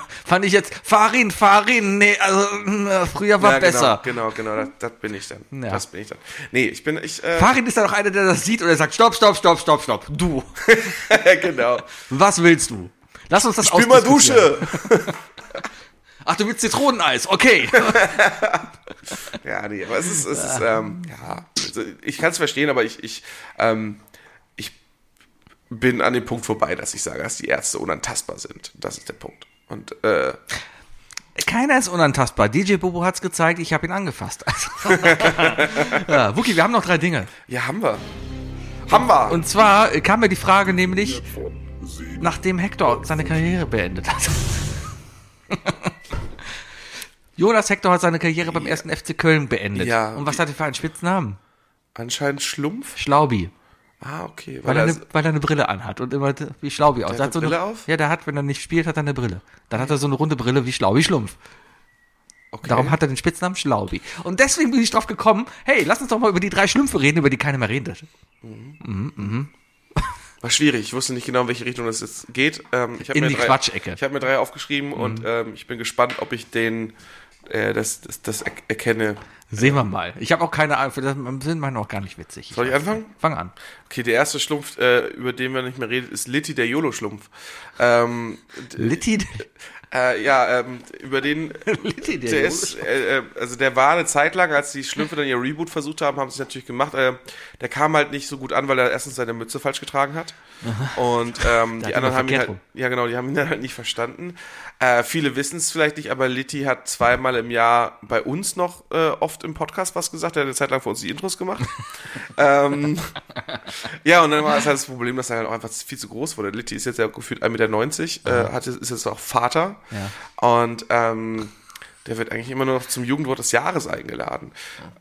Speaker 1: fand ich jetzt Farin Farin nee also früher war
Speaker 2: ja,
Speaker 1: besser.
Speaker 2: Genau, genau, genau das, das bin ich dann.
Speaker 1: Ja.
Speaker 2: Das bin ich dann. Nee, ich bin, ich, äh,
Speaker 1: Farin ist dann auch einer, der das sieht und er sagt stopp stopp stopp stopp stopp du
Speaker 2: genau.
Speaker 1: was willst du? Lass uns das
Speaker 2: Spiel mal
Speaker 1: ausdiskutieren.
Speaker 2: Dusche!
Speaker 1: Ach, du willst Zitroneneis, okay.
Speaker 2: Ja, nee, aber es ist, es ist
Speaker 1: Ah.
Speaker 2: ähm, ja, also ich kann es verstehen, aber ich, ich, ähm, ich bin an dem Punkt vorbei, dass ich sage, dass die Ärzte unantastbar sind. Das ist der Punkt. Und äh,
Speaker 1: Keiner ist unantastbar. DJ Bobo hat's gezeigt, ich habe ihn angefasst. Also, ja, Wookie, wir haben noch drei Dinge.
Speaker 2: ja, haben wir. Haben wir.
Speaker 1: Und zwar kam mir die Frage nämlich, nachdem Hector seine Karriere beendet hat. Jonas Hector hat seine Karriere beim ersten FC Köln beendet.
Speaker 2: Ja.
Speaker 1: Und was hat er für einen Spitznamen?
Speaker 2: Anscheinend Schlumpf.
Speaker 1: Schlaubi.
Speaker 2: Ah, okay.
Speaker 1: Weil,
Speaker 2: er
Speaker 1: er,
Speaker 2: so-
Speaker 1: eine, weil er eine Brille anhat und immer d- wie Schlaubi aus.
Speaker 2: hat
Speaker 1: Der hat
Speaker 2: eine
Speaker 1: so
Speaker 2: Brille auf?
Speaker 1: Ja, der hat, wenn er nicht spielt, hat er eine Brille. Dann hat er so eine runde Brille wie Schlaubi Schlumpf.
Speaker 2: okay.
Speaker 1: Darum hat er den Spitznamen Schlaubi. Und deswegen bin ich drauf gekommen, hey, lass uns doch mal über die drei Schlümpfe reden, über die keiner mehr redet.
Speaker 2: War schwierig. Ich wusste nicht genau, in welche Richtung das jetzt geht. Ähm, ich hab
Speaker 1: In
Speaker 2: mir
Speaker 1: die
Speaker 2: drei,
Speaker 1: Quatschecke. Mhm.
Speaker 2: Ich habe mir drei aufgeschrieben und ähm, ich bin gespannt, ob ich den äh, das, das, das er erkenne.
Speaker 1: Sehen wir mal. Ich habe auch keine Ahnung, das sind meine auch gar nicht witzig.
Speaker 2: Soll ich
Speaker 1: weiß
Speaker 2: anfangen?
Speaker 1: nicht. Fang an.
Speaker 2: Okay, der erste Schlumpf, äh, über den wir nicht mehr reden, ist Litti, der YOLO-Schlumpf. Ähm,
Speaker 1: Litti,
Speaker 2: äh, ja, ähm, über den,
Speaker 1: Litti
Speaker 2: der ist, äh, äh, also der war eine Zeit lang, als die Schlümpfe dann ihr Reboot versucht haben, haben sie es natürlich gemacht. Äh, der kam halt nicht so gut an, weil er erstens seine Mütze falsch getragen hat. Und ähm, die
Speaker 1: hat immer
Speaker 2: anderen haben ihn
Speaker 1: verkehrt
Speaker 2: halt,
Speaker 1: rum.
Speaker 2: ja genau, die haben ihn dann halt nicht verstanden. Äh, viele wissen es vielleicht nicht, aber Litti hat zweimal im Jahr bei uns noch äh, oft im Podcast was gesagt. Er hat eine Zeit lang für uns die Intros gemacht. ähm, ja, und dann war es halt das Problem, dass er halt auch einfach viel zu groß wurde. Litti ist jetzt ja gefühlt 1,90 Meter, äh, hat, ist jetzt auch Vater. Und ähm, der wird eigentlich immer nur noch zum Jugendwort des Jahres eingeladen.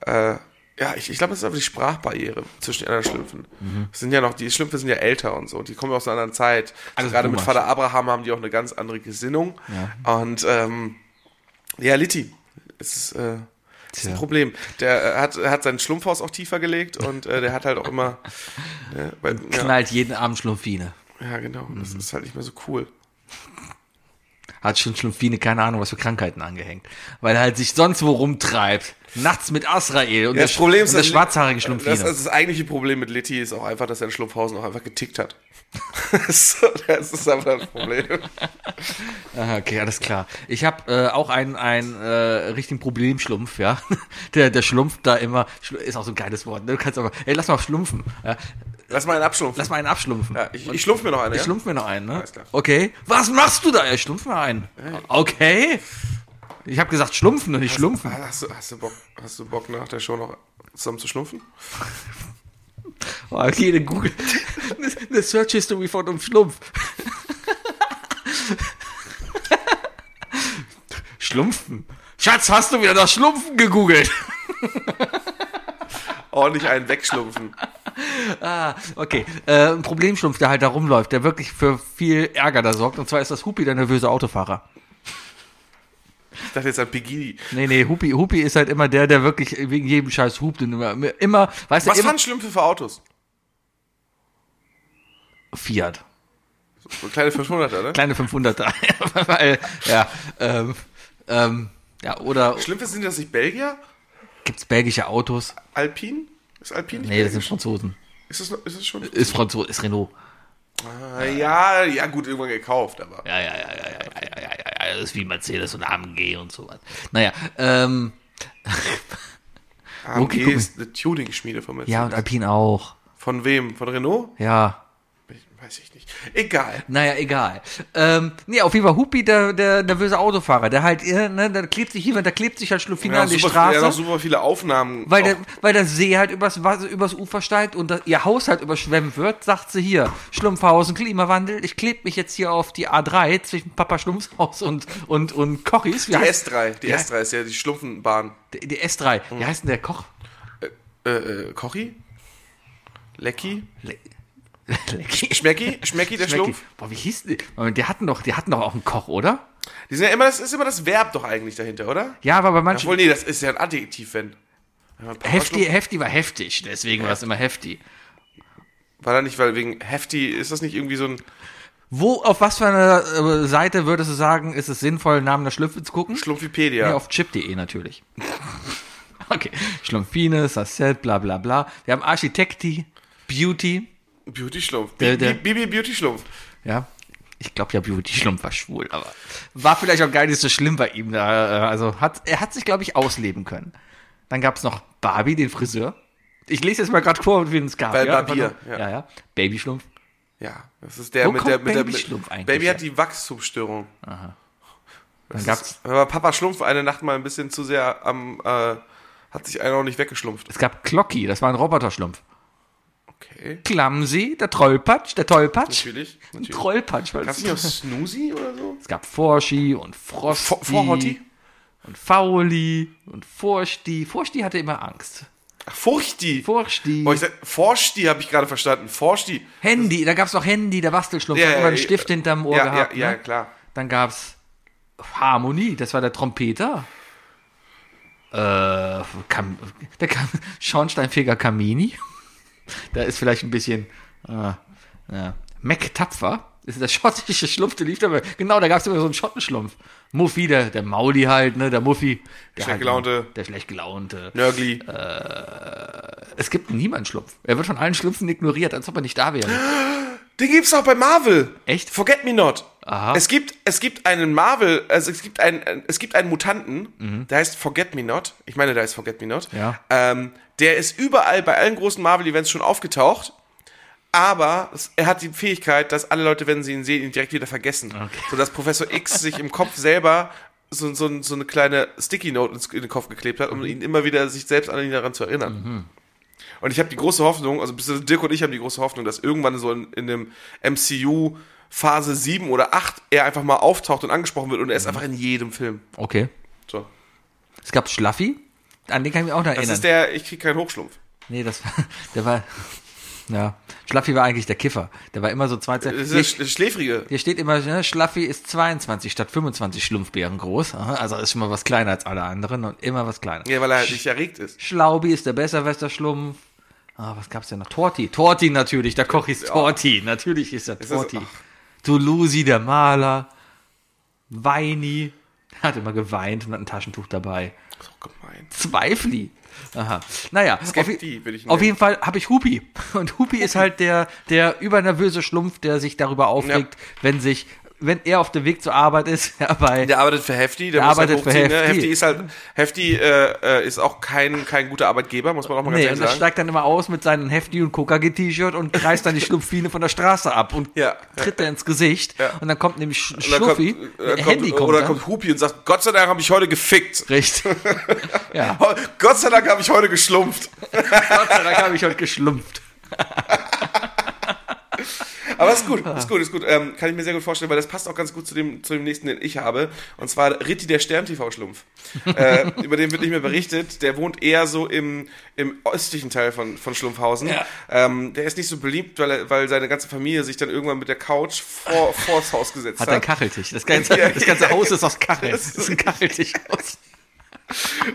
Speaker 2: Ja, äh, ja ich, ich glaube, das ist einfach die Sprachbarriere zwischen den anderen Schlümpfen. Es Sind ja noch, die Schlümpfe sind ja älter und so, die kommen ja aus einer anderen Zeit. Also
Speaker 1: Alles
Speaker 2: Gerade mit
Speaker 1: Boomer.
Speaker 2: Vater Abraham haben die auch eine ganz andere Gesinnung. Und ähm, ja, Litti, es ist, äh, ist ein
Speaker 1: Tja.
Speaker 2: Problem. Der äh, hat, hat sein Schlumpfhaus auch tiefer gelegt und äh, der hat halt auch immer. Ne, weil, ja,
Speaker 1: knallt jeden Abend Schlumpfine.
Speaker 2: ja, genau. Das ist halt nicht mehr so cool.
Speaker 1: Hat schon Schlumpfine keine Ahnung, was für Krankheiten angehängt. Weil er halt sich sonst wo rumtreibt. Nachts mit Asrael und,
Speaker 2: Ja,
Speaker 1: der, Sch- und der
Speaker 2: dass-
Speaker 1: schwarzhaarige
Speaker 2: Das,
Speaker 1: Schlumpfine.
Speaker 2: das, das eigentliche Problem mit Litti ist auch einfach, dass er in Schlumpfhausen auch einfach getickt hat. so, das ist einfach das Problem.
Speaker 1: Aha, okay, alles klar. Ich habe äh, auch einen, einen äh, richtigen Problemschlumpf, ja. Der, der schlumpft da immer. Schlu- Ist auch so ein geiles Wort. Ne? Du kannst aber, ey, lass mal schlumpfen. Ja?
Speaker 2: Lass mal einen abschlumpfen.
Speaker 1: Lass mal einen abschlumpfen.
Speaker 2: ja, ich, ich schlumpf mir noch einen.
Speaker 1: Ich
Speaker 2: ja?
Speaker 1: schlumpf mir noch einen, ne?
Speaker 2: Alles klar.
Speaker 1: Okay. Was machst du da? Ich schlumpf mir einen. Okay. Ich habe gesagt schlumpfen und nicht schlumpfen.
Speaker 2: Ah, Hast du, hast, du Bock, hast du Bock, nach der Show noch zusammen zu schlumpfen?
Speaker 1: Oh, okay, eine Google. Eine eine Search History von einem Schlumpf. Schlumpfen. Schatz, hast du wieder nach Schlumpfen gegoogelt?
Speaker 2: Ordentlich einen wegschlumpfen.
Speaker 1: Okay, äh, ein Problemschlumpf, der halt da rumläuft, der wirklich für viel Ärger da sorgt. Und zwar ist das Hupi der nervöse Autofahrer.
Speaker 2: Ich dachte jetzt an Pigini.
Speaker 1: Nee, nee, Hupi, Hupi ist halt immer der, der wirklich wegen jedem Scheiß hupt und immer, immer weißt du,
Speaker 2: Was
Speaker 1: immer
Speaker 2: waren Schlümpfe für Autos?
Speaker 1: Fiat.
Speaker 2: So kleine 500er, ne?
Speaker 1: Kleine 500er. Weil, ja, ähm, ähm, ja, oder
Speaker 2: Schlümpfe sind das nicht Belgier?
Speaker 1: gibt's belgische Autos?
Speaker 2: Alpin? Ist Alpin nicht
Speaker 1: Nee, das sind
Speaker 2: belgisch?
Speaker 1: Franzosen.
Speaker 2: Ist das, noch- ist das schon?
Speaker 1: Ist Franzose, ist Renault.
Speaker 2: Ah, ja, ja, gut, irgendwann gekauft, aber.
Speaker 1: Ja, ja, ja, ja, ja, ja, ja, ja, ja, das Also ist wie Mercedes und AMG und sowas. Naja, ähm,
Speaker 2: AMG
Speaker 1: Okay, gucken.
Speaker 2: ist eine Tuning-Schmiede von Mercedes.
Speaker 1: ja, und Alpine auch.
Speaker 2: Von wem? Von Renault?
Speaker 1: Ja,
Speaker 2: Weiß ich nicht. Egal.
Speaker 1: Naja, egal. Ähm, nee, auf jeden Fall Hupi, der, der nervöse Autofahrer, der halt, äh, ne, da klebt sich jemand, da klebt sich halt Schluffina
Speaker 2: Ja,
Speaker 1: an die
Speaker 2: super,
Speaker 1: Straße.
Speaker 2: ja, noch super viele Aufnahmen.
Speaker 1: weil, der,
Speaker 2: auch.
Speaker 1: weil der See halt übers, Wasser, übers Ufer steigt und das, ihr Haus halt überschwemmt wird, sagt sie hier, Schlumpfhausen, Klimawandel, ich klebe mich jetzt hier auf die A3 zwischen Papa Schlumpfhaus und, und, und Kochis. Wie
Speaker 2: die
Speaker 1: heißt,
Speaker 2: S3. Die S3 ist ja die Schlumpfenbahn.
Speaker 1: die, die S3.
Speaker 2: Mhm.
Speaker 1: Wie heißt denn der Koch?
Speaker 2: Äh, äh, Kochi? Lecki?
Speaker 1: Schmecki,
Speaker 2: Schmecki? Schmecki, der Schlumpf?
Speaker 1: Boah, wie hieß die? Moment, Die hatten doch, die hatten doch auch einen Koch, oder?
Speaker 2: Die sind ja immer, das ist immer das Verb doch eigentlich dahinter, oder?
Speaker 1: Ja, aber bei manchen.
Speaker 2: Obwohl, nee, das ist ja ein Adjektiv, wenn. wenn man Papa
Speaker 1: Hefti,
Speaker 2: Schlumpf-
Speaker 1: hefti war heftig, deswegen war es immer heftig.
Speaker 2: War da nicht, weil wegen Hefti ist das nicht irgendwie so ein
Speaker 1: Wo, auf was für einer äh, Seite würdest du sagen, ist es sinnvoll, Namen der Schlümpfe zu gucken?
Speaker 2: Schlumpfipedia?
Speaker 1: Ja, auf chip.de natürlich. okay. Schlumpfine, Sasset, bla bla bla. Wir haben Architekti, Beauty,
Speaker 2: Beauty-Schlumpf.
Speaker 1: Der- der-
Speaker 2: Bibi Beauty-Schlumpf.
Speaker 1: ja. Ich glaube ja, Beauty Schlumpf war schwul, aber war vielleicht auch gar nicht so schlimm bei ihm. Da, äh, also hat, er hat sich, glaube ich, ausleben können. Dann gab es noch Barbie, den Friseur. Ich lese jetzt mal gerade vor, wen es gab.
Speaker 2: Weil
Speaker 1: ja,
Speaker 2: Barbier,
Speaker 1: einfach nur-
Speaker 2: ja.
Speaker 1: ja. ja. Baby Schlumpf.
Speaker 2: Ja, das ist der
Speaker 1: Wo
Speaker 2: mit
Speaker 1: kommt
Speaker 2: der mit der
Speaker 1: Baby Schlumpf eigentlich
Speaker 2: Baby
Speaker 1: her?
Speaker 2: hat die Wachstumsstörung.
Speaker 1: Dann
Speaker 2: Das
Speaker 1: gab's,
Speaker 2: ist, aber Papa Schlumpf eine Nacht mal ein bisschen zu sehr am äh, hat sich einer auch nicht weggeschlumpft.
Speaker 1: es gab Glocky, das war ein Roboterschlumpf.
Speaker 2: Okay.
Speaker 1: Clumsy, der Trollpatsch, der Tollpatsch.
Speaker 2: Natürlich.
Speaker 1: Ein
Speaker 2: natürlich.
Speaker 1: Trollpatsch. weil es-
Speaker 2: Kannst du nicht auch Snoozy oder so?
Speaker 1: Es gab Forschi und Frosty.
Speaker 2: Fo- Vorhotti?
Speaker 1: Und Fauli und Forsti. Forsti hatte immer Angst.
Speaker 2: Ach, Furchti.
Speaker 1: Forsti.
Speaker 2: Oh, ich sag, Forschti habe ich gerade verstanden. Forschti.
Speaker 1: Handy, da gab's noch Handy, der Bastelschlumpf,
Speaker 2: Ja,
Speaker 1: hat
Speaker 2: ja,
Speaker 1: immer einen
Speaker 2: ja,
Speaker 1: Stift hinterm Ohr
Speaker 2: ja,
Speaker 1: gehabt.
Speaker 2: ja, ja,
Speaker 1: ne?
Speaker 2: klar.
Speaker 1: Dann gab's Harmonie, das war der Trompeter. Äh, Kam der Kam Schornsteinfeger Kamini. da ist vielleicht ein bisschen äh, äh, Mac Tapfer. Das ist der schottische Schlumpf, der lief da. Genau, da gab's immer so einen Schottenschlumpf. Muffy, der, der Mauli halt, ne, der Muffy. Der
Speaker 2: Schlecht gelaunte.
Speaker 1: Der schlecht gelaunte.
Speaker 2: Nörgli.
Speaker 1: Es gibt niemanden Schlumpf. Er wird von allen Schlümpfen ignoriert, als ob er nicht da wäre.
Speaker 2: Den gibt's auch bei Marvel.
Speaker 1: Echt?
Speaker 2: Forget Me Not. Es gibt es gibt einen Marvel, also es gibt einen es gibt einen Mutanten, der heißt Forget Me Not. Ich meine, da ist Forget Me Not.
Speaker 1: Ja.
Speaker 2: Ähm, der ist überall bei allen großen Marvel Events schon aufgetaucht. Aber es, er hat die Fähigkeit, dass alle Leute, wenn sie ihn sehen, ihn direkt wieder vergessen. Sodass Professor X sich im Kopf selber so, so, so eine kleine Sticky Note ins- in den Kopf geklebt hat, um ihn immer wieder sich selbst an ihn daran zu erinnern. Und ich habe die große Hoffnung, also beziehungsweise Dirk und ich haben die große Hoffnung, dass irgendwann so in, in dem MCU Phase 7 oder 8 er einfach mal auftaucht und angesprochen wird und er ist einfach in jedem Film.
Speaker 1: Okay.
Speaker 2: So.
Speaker 1: Es gab Schlaffi, an den kann ich mich auch noch
Speaker 2: Das
Speaker 1: erinnern.
Speaker 2: ist der, ich krieg keinen Hochschlumpf.
Speaker 1: Nee, das war, der war, ja, Schlaffi war eigentlich der Kiffer. Der war immer so 20,
Speaker 2: Das
Speaker 1: hier,
Speaker 2: ist der Sch- Schläfrige.
Speaker 1: hier steht immer, ne, Schlaffi ist 22 statt 25 Schlumpfbeeren groß. Aha, Also ist schon mal was kleiner als alle anderen und immer was kleiner.
Speaker 2: Ja, weil er halt nicht erregt ist.
Speaker 1: Schlaubi ist der besserwester Schlumpf. Ah, was gab's denn noch? Torti. Torti natürlich, der Koch ist Torti. Natürlich ist er
Speaker 2: das-
Speaker 1: Torti. Dulusi, der Maler. Weini. Hat immer geweint und hat ein Taschentuch dabei.
Speaker 2: So gemein.
Speaker 1: Zweifli. Aha. Naja, auf,
Speaker 2: Skepti würde ich ihn
Speaker 1: auf
Speaker 2: nennen.
Speaker 1: jeden Fall habe ich Hupi. Und Hupi ist halt der, der übernervöse Schlumpf, der sich darüber aufregt, wenn sich, wenn er auf dem Weg zur Arbeit ist, ja, bei
Speaker 2: Der arbeitet für Hefti, der,
Speaker 1: Der
Speaker 2: muss
Speaker 1: arbeitet für
Speaker 2: halt hochziehen. ne?
Speaker 1: Hefti.
Speaker 2: Hefti ist halt, Hefti äh, äh, ist auch kein, kein guter Arbeitgeber, muss man auch mal ganz
Speaker 1: Nee, und
Speaker 2: ehrlich
Speaker 1: er
Speaker 2: sagen.
Speaker 1: steigt dann immer aus mit seinem Hefti und Kokage-T-Shirt und reißt dann die Schlumpfine von der Straße ab und
Speaker 2: Ja.
Speaker 1: tritt er ins Gesicht. Und dann kommt nämlich Sch
Speaker 2: Und dann kommt-
Speaker 1: Schluffi,
Speaker 2: dann kommt,
Speaker 1: Handy kommt,
Speaker 2: oder
Speaker 1: dann.
Speaker 2: kommt Hupi und sagt, Gott sei Dank habe ich heute gefickt.
Speaker 1: Richtig. ja.
Speaker 2: Ho- Gott sei Dank habe ich heute geschlumpft.
Speaker 1: Gott sei Dank habe ich heute geschlumpft.
Speaker 2: Aber ist gut,
Speaker 1: Ah.
Speaker 2: ist gut, ist gut. Ähm, kann ich mir sehr gut vorstellen, weil das passt auch ganz gut zu dem, zu dem nächsten, den ich habe. Und zwar Ritti der Stern-TV-Schlumpf. äh, über den wird nicht mehr berichtet. Der wohnt eher so im, im östlichen Teil von, von Schlumpfhausen. Ähm, der ist nicht so beliebt, weil, er, weil seine ganze Familie sich dann irgendwann mit der Couch vor, vors Haus gesetzt
Speaker 1: Hat
Speaker 2: hat.
Speaker 1: ein Kacheltisch. Das ganze,
Speaker 2: Ja,
Speaker 1: das ganze
Speaker 2: ja.
Speaker 1: Haus ist aus Kacheln. Das ist ein Kacheltischhaus.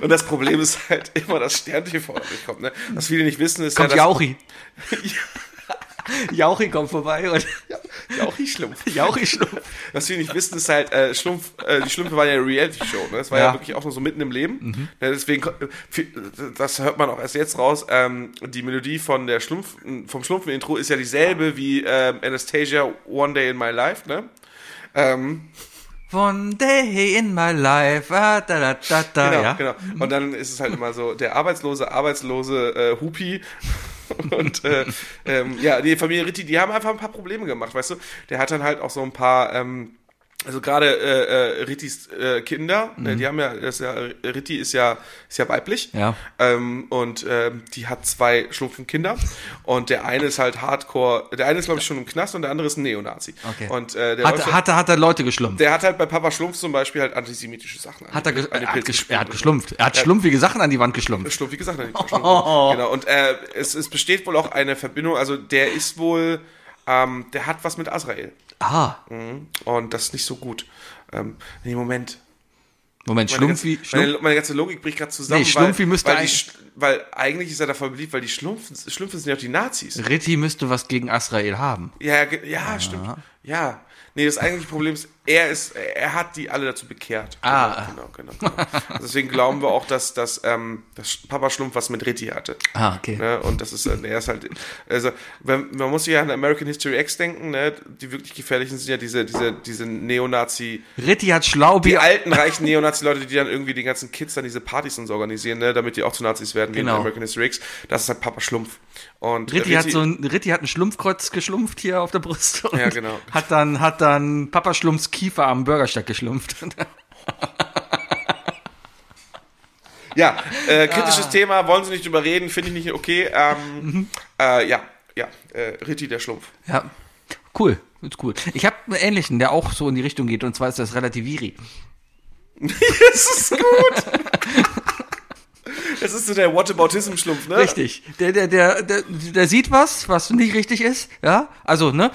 Speaker 2: Und das Problem ist halt immer, dass Stern-TV nicht kommt. Ne? Was viele nicht wissen, ist
Speaker 1: Kommt
Speaker 2: ja, dass
Speaker 1: Jauchi. Jauchi kommt vorbei und
Speaker 2: Jauchi-Schlumpf.
Speaker 1: Jauchi schlumpft.
Speaker 2: Was wir nicht wissen, ist halt, äh, Schlumpf, äh, die Schlümpfe war ja eine Reality-Show. Ne? Das war ja.
Speaker 1: Ja.
Speaker 2: wirklich auch nur so mitten im Leben. Ja, deswegen, ko- viel- das hört man auch erst jetzt raus. Ähm, die Melodie von der Schlumpf, vom Schlumpfen-Intro ist ja dieselbe wie ähm, Anastasia One Day in My Life. Ne? Ähm,
Speaker 1: One day in my life. Ah, da, da, da, da,
Speaker 2: genau,
Speaker 1: ja.
Speaker 2: genau. Und dann ist es halt immer so, der arbeitslose, arbeitslose äh, Hupi. und äh, ähm, ja, die Familie Ritti, die haben einfach ein paar Probleme gemacht, weißt du? Der hat dann halt auch so ein paar, ähm, also gerade äh, äh, Rittis äh, Kinder, ne, die haben ja, das ist ja, Ritti ist ja, ist ja weiblich.
Speaker 1: Mhm. Ja.
Speaker 2: Ähm, und ähm, die hat zwei Schlumpfenkinder. Und der eine ist halt Hardcore, der eine ist, glaube ich, schon im Knast und der andere ist ein Neonazi.
Speaker 1: Okay.
Speaker 2: Und äh, der,
Speaker 1: Hat,
Speaker 2: läuft-
Speaker 1: hat, er- hat er Leute geschlumpft?
Speaker 2: der hat halt bei Papa Schlumpf zum Beispiel halt antisemitische Sachen
Speaker 1: Hat er, ge-
Speaker 2: an den
Speaker 1: er, hat
Speaker 2: Pilzen
Speaker 1: gesch er hat
Speaker 2: gespielt.
Speaker 1: geschlumpft. Er hat schlumpfige Sachen an die Wand geschlumpft.
Speaker 2: Schlumpf, wie gesagt, nicht Schlumpf. Genau. Und äh, es, es besteht wohl auch eine Verbindung, also der ist wohl, ähm, der hat was mit Azrael.
Speaker 1: Ah,
Speaker 2: Und das ist nicht so gut. Ähm, nee, Moment.
Speaker 1: Moment,
Speaker 2: Meine
Speaker 1: Schlumpfi.
Speaker 2: ganze,
Speaker 1: Schlumpf
Speaker 2: meine, meine ganze Logik bricht gerade zusammen.
Speaker 1: Nee, Schlumpfi
Speaker 2: weil,
Speaker 1: müsste
Speaker 2: weil, die,
Speaker 1: eigentlich-
Speaker 2: Sch- weil eigentlich ist er davon beliebt, weil die Schlumpfen, Schlumpfen sind ja auch die Nazis.
Speaker 1: Ritti müsste was gegen Azrael haben.
Speaker 2: Ja, ja, ge- ja stimmt. Ja, nee, das eigentliche Problem ist, er ist, er hat die alle dazu bekehrt.
Speaker 1: Ah.
Speaker 2: Genau, genau, genau. Also deswegen glauben wir auch, dass, dass, ähm, dass Papa Schlumpf was mit Ritti hatte.
Speaker 1: Ah, okay.
Speaker 2: Ne? Und das ist, äh, er ist halt, also wenn, man muss sich ja an American History X denken, ne? die wirklich gefährlichen sind ja diese, diese, diese Neonazi,
Speaker 1: Ritti hat Schlaubi.
Speaker 2: die alten reichen Neonazi-Leute, die dann irgendwie die ganzen Kids dann diese Partys und so organisieren, ne? damit die auch zu Nazis werden, wie in
Speaker 1: Genau.
Speaker 2: American History X. Das ist halt Papa Schlumpf. Und
Speaker 1: Ritti hat so ein, Ritti hat ein Schlumpfkreuz geschlumpft hier auf der Brust. und
Speaker 2: Ja, genau.
Speaker 1: Hat dann, hat dann Papa Schlumpfs Kiefer am Bürgersteig geschlumpft.
Speaker 2: Ja, äh, kritisches Thema, wollen Sie nicht drüber reden, finde ich nicht okay. Ähm, äh, ja, ja, äh, Ritti der Schlumpf.
Speaker 1: ja. Cool. Ist cool. Ich habe einen ähnlichen, der auch so in die Richtung geht, und zwar ist das Relativiri.
Speaker 2: das ist gut. das ist so der Whataboutism-Schlumpf, ne?
Speaker 1: Richtig. Der, der, der, der, der sieht was, was nicht richtig ist, ja. Also, ne?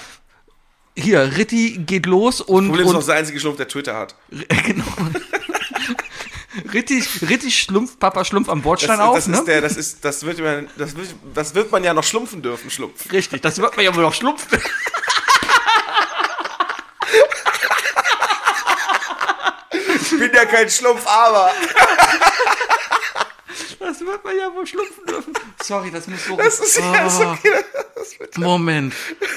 Speaker 1: Hier, Ritti geht los und.
Speaker 2: Problem ist
Speaker 1: und
Speaker 2: auch der einzige Schlumpf, der Twitter hat.
Speaker 1: genau. Ritti, Ritti schlumpft Papa Schlumpf am
Speaker 2: Das,
Speaker 1: Bordstein auf,
Speaker 2: das,
Speaker 1: ne?
Speaker 2: ist der, das, ist, das, wird man, das, wird, das wird man ja noch schlumpfen dürfen, Schlumpf.
Speaker 1: Richtig, das wird man ja wohl noch schlumpfen.
Speaker 2: Ich bin ja kein Schlumpf, aber.
Speaker 1: Das wird man ja wohl schlumpfen dürfen. Sorry, das muss so.
Speaker 2: Ah. Das ist, ja, ist okay.
Speaker 1: Moment.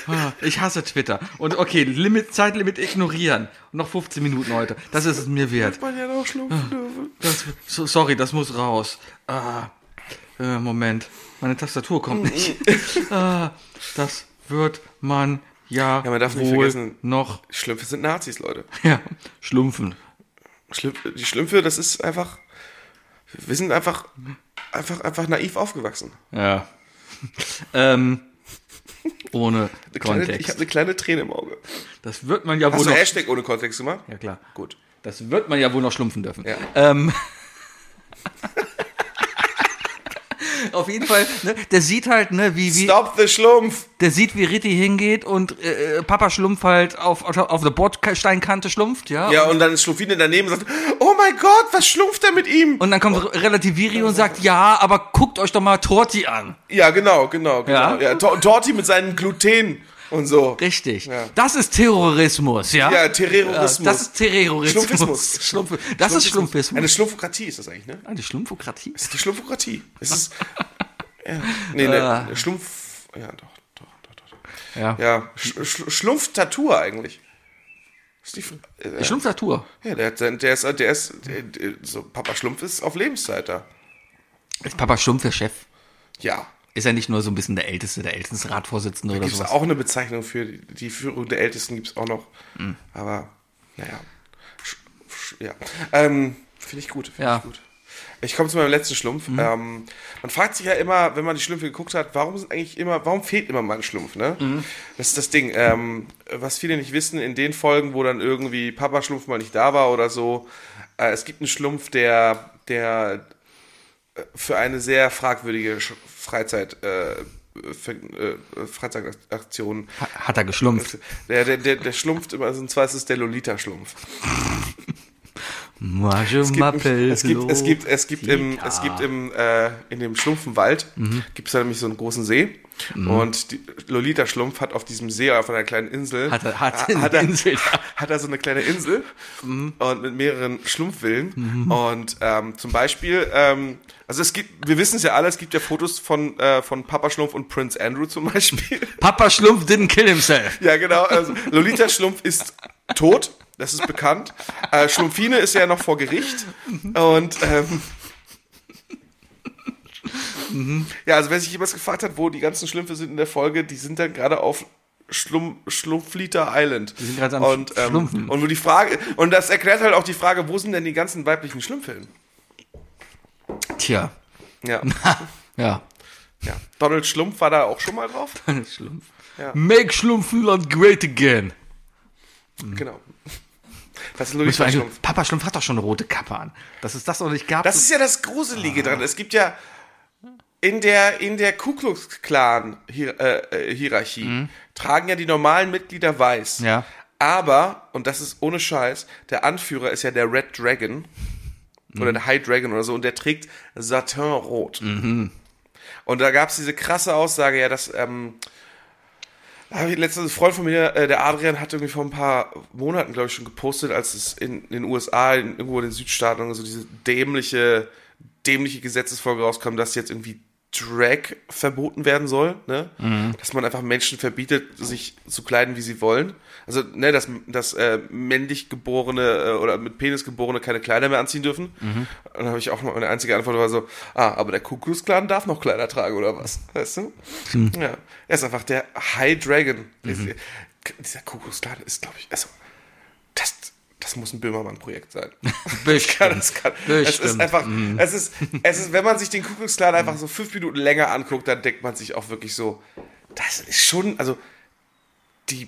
Speaker 1: Ah, Ich hasse Twitter. Und okay, Limit, Zeitlimit ignorieren. Und noch 15 Minuten heute. Das ist es mir wert.
Speaker 2: Man ja noch schlumpfen dürfen.
Speaker 1: Das, so, sorry, das muss raus. Ah, äh, Moment. Meine Tastatur kommt
Speaker 2: Hm,
Speaker 1: nicht. Ah, das wird man ja,
Speaker 2: man darf nicht
Speaker 1: wohl
Speaker 2: vergessen-
Speaker 1: noch
Speaker 2: Schlümpfe sind Nazis, Leute.
Speaker 1: ja, schlumpfen.
Speaker 2: Schlümpfe, die Schlümpfe, das ist einfach. Wir sind einfach, einfach, einfach naiv aufgewachsen.
Speaker 1: Ja. ähm, ohne
Speaker 2: Eine kleine, ich habe
Speaker 1: Kontext.
Speaker 2: eine kleine Träne im Auge.
Speaker 1: Das wird man ja wohl
Speaker 2: Hast du
Speaker 1: noch
Speaker 2: Hashtag ohne Kontext gemacht?
Speaker 1: Ja, klar.
Speaker 2: Gut.
Speaker 1: Das wird man ja wohl noch schlumpfen dürfen.
Speaker 2: Ja.
Speaker 1: Ähm, auf jeden Fall, ne, der sieht halt, ne, wie, wie
Speaker 2: Stop the Schlumpf!
Speaker 1: der sieht, wie Ritti hingeht und äh, Papa Schlumpf halt auf, auf, auf der Bordsteinkante schlumpft, ja.
Speaker 2: Ja, und dann ist Schlumpfine daneben und sagt, oh mein Gott, was schlumpft er mit ihm?
Speaker 1: Und dann kommt Re- Relativiri und sagt, ja, aber guckt euch doch mal Torti an.
Speaker 2: ja, genau, genau,
Speaker 1: Ja.
Speaker 2: genau. Ja. Tor- Torti mit seinen Gluten und so.
Speaker 1: Richtig.
Speaker 2: Ja.
Speaker 1: Das ist Terrorismus, ja.
Speaker 2: Ja, Terrorismus.
Speaker 1: Das ist Terrorismus.
Speaker 2: Schlumpfismus.
Speaker 1: Schlumpf, das ist Schlumpfismus.
Speaker 2: Eine Schlumpfokratie ist das eigentlich, ne?
Speaker 1: Eine Schlumpfokratie.
Speaker 2: Das ist die Schlumpfokratie. Es ist. ja. Nee, ne, Schlumpf. Ja, doch, doch, doch, doch. doch.
Speaker 1: Ah. Ja.
Speaker 2: Ja, Sch Sch Schlumpftatur eigentlich. Ist die. Fr- Äh,
Speaker 1: Schlumpftatur.
Speaker 2: ja, der, hat sein- der ist. Der ist der, der, so, Papa Schlumpf ist auf Lebenszeit da.
Speaker 1: Ist Papa Schlumpf der Chef?
Speaker 2: Ja.
Speaker 1: Ist er nicht nur so ein bisschen der Älteste, der Ältestenratsvorsitzende oder
Speaker 2: Gibt es
Speaker 1: sowas?
Speaker 2: auch eine Bezeichnung für die, die Führung der Ältesten? Gibt es auch noch.
Speaker 1: Mhm.
Speaker 2: Aber, naja. Sch, sch, ja. Ähm, Finde ich gut. Find
Speaker 1: Ja. Mhm.
Speaker 2: ich gut. Ich komme zu meinem letzten Schlumpf. Ähm, man fragt sich ja immer, wenn man die Schlümpfe geguckt hat, warum sind eigentlich immer, warum fehlt immer mal ein Schlumpf, ne?
Speaker 1: Mhm.
Speaker 2: Das ist das Ding. Ähm, was viele nicht wissen, in den Folgen, wo dann irgendwie Papa Schlumpf mal nicht da war oder so, äh, es gibt einen Schlumpf, der, der äh, für eine sehr fragwürdige Sch- Freizeit, äh, für, äh, Freizeitaktion
Speaker 1: Ha- Hat er geschlumpft.
Speaker 2: der, der, der, der schlumpft immer, also und zwar ist es der Lolita-Schlumpf.
Speaker 1: Marge
Speaker 2: Es gibt, es gibt, es gibt, es gibt im, es gibt im, äh, in dem Schlumpfenwald
Speaker 1: Mhm.
Speaker 2: gibt es da nämlich so einen großen See. Und die Lolita Schlumpf hat auf diesem See auf einer kleinen Insel
Speaker 1: Hat er- hat
Speaker 2: äh,
Speaker 1: eine
Speaker 2: hat er,
Speaker 1: Insel. Mhm.
Speaker 2: hat er so eine kleine Insel und mit mehreren Schlumpfvillen und ähm, zum Beispiel ähm, also es gibt wir wissen es ja alle es gibt ja Fotos von äh, von Papa Schlumpf und Prince Andrew zum Beispiel
Speaker 1: Papa Schlumpf didn't kill himself.
Speaker 2: Ja, genau. Also Lolita Schlumpf ist tot, das ist bekannt. Äh, Schlumpfine ist ja noch vor Gericht. Und ähm,
Speaker 1: Mhm.
Speaker 2: ja, also wer sich jemals gefragt hat, wo die ganzen Schlümpfe sind in der Folge, die sind dann gerade auf Schlum, Schlumpflita Island. Die
Speaker 1: sind gerade am
Speaker 2: und,
Speaker 1: Schlumpfen.
Speaker 2: ähm, und wo die Frage und das erklärt halt auch die Frage, wo sind denn die ganzen weiblichen Schlümpfe hin?
Speaker 1: Tja.
Speaker 2: Ja,
Speaker 1: Ja.
Speaker 2: ja. Donald Schlumpf war da auch schon mal drauf.
Speaker 1: Schlumpf.
Speaker 2: Ja.
Speaker 1: Make Schlumpfenland great again.
Speaker 2: Genau. Das ist
Speaker 1: Müssen wir
Speaker 2: Lolita
Speaker 1: Mhm. eigentlich-
Speaker 2: Schlumpf.
Speaker 1: Papa Schlumpf hat doch schon eine rote Kappe an. Dass es das noch nicht gab.
Speaker 2: Das ist ja das
Speaker 1: Ah.
Speaker 2: Gruselige dran. Es gibt ja in der, in der Ku Klux Klan Hier, äh, äh, Hierarchie tragen ja die normalen Mitglieder weiß.
Speaker 1: ja.
Speaker 2: Aber, und das ist ohne Scheiß, der Anführer ist ja der Red Dragon oder der High Dragon oder so und der trägt Satin Rot. Und da gab es diese krasse Aussage, ja, dass ähm, Da hab ich letztens ein Freund von mir, äh, der Adrian, hat irgendwie vor ein paar Monaten, glaube ich, schon gepostet, als es in, in den USA, in, irgendwo in den Südstaaten oder so diese dämliche, dämliche Gesetzesfolge rauskam, dass jetzt irgendwie Drag verboten werden soll, ne? Dass man einfach Menschen verbietet, sich zu kleiden, wie sie wollen. Also, ne, dass, dass äh, männlich geborene äh, oder mit Penis geborene keine Kleider mehr anziehen dürfen. Und dann habe ich auch noch meine einzige Antwort war so, ah, aber der Kuckucksklan darf noch Kleider tragen oder was? Weißt du? Ja. Er ist einfach der High Dragon. Dieser Kuckucksklan ist, glaube ich, also, das, das muss ein Böhmermann-Projekt sein. kann,
Speaker 1: Bestimmt.
Speaker 2: das kann. Es ist
Speaker 1: Bestimmt. Mhm.
Speaker 2: einfach, es ist, es ist, wenn man sich den Kuckucksklan einfach so fünf Minuten länger anguckt, dann denkt man sich auch wirklich so, das ist schon, also die,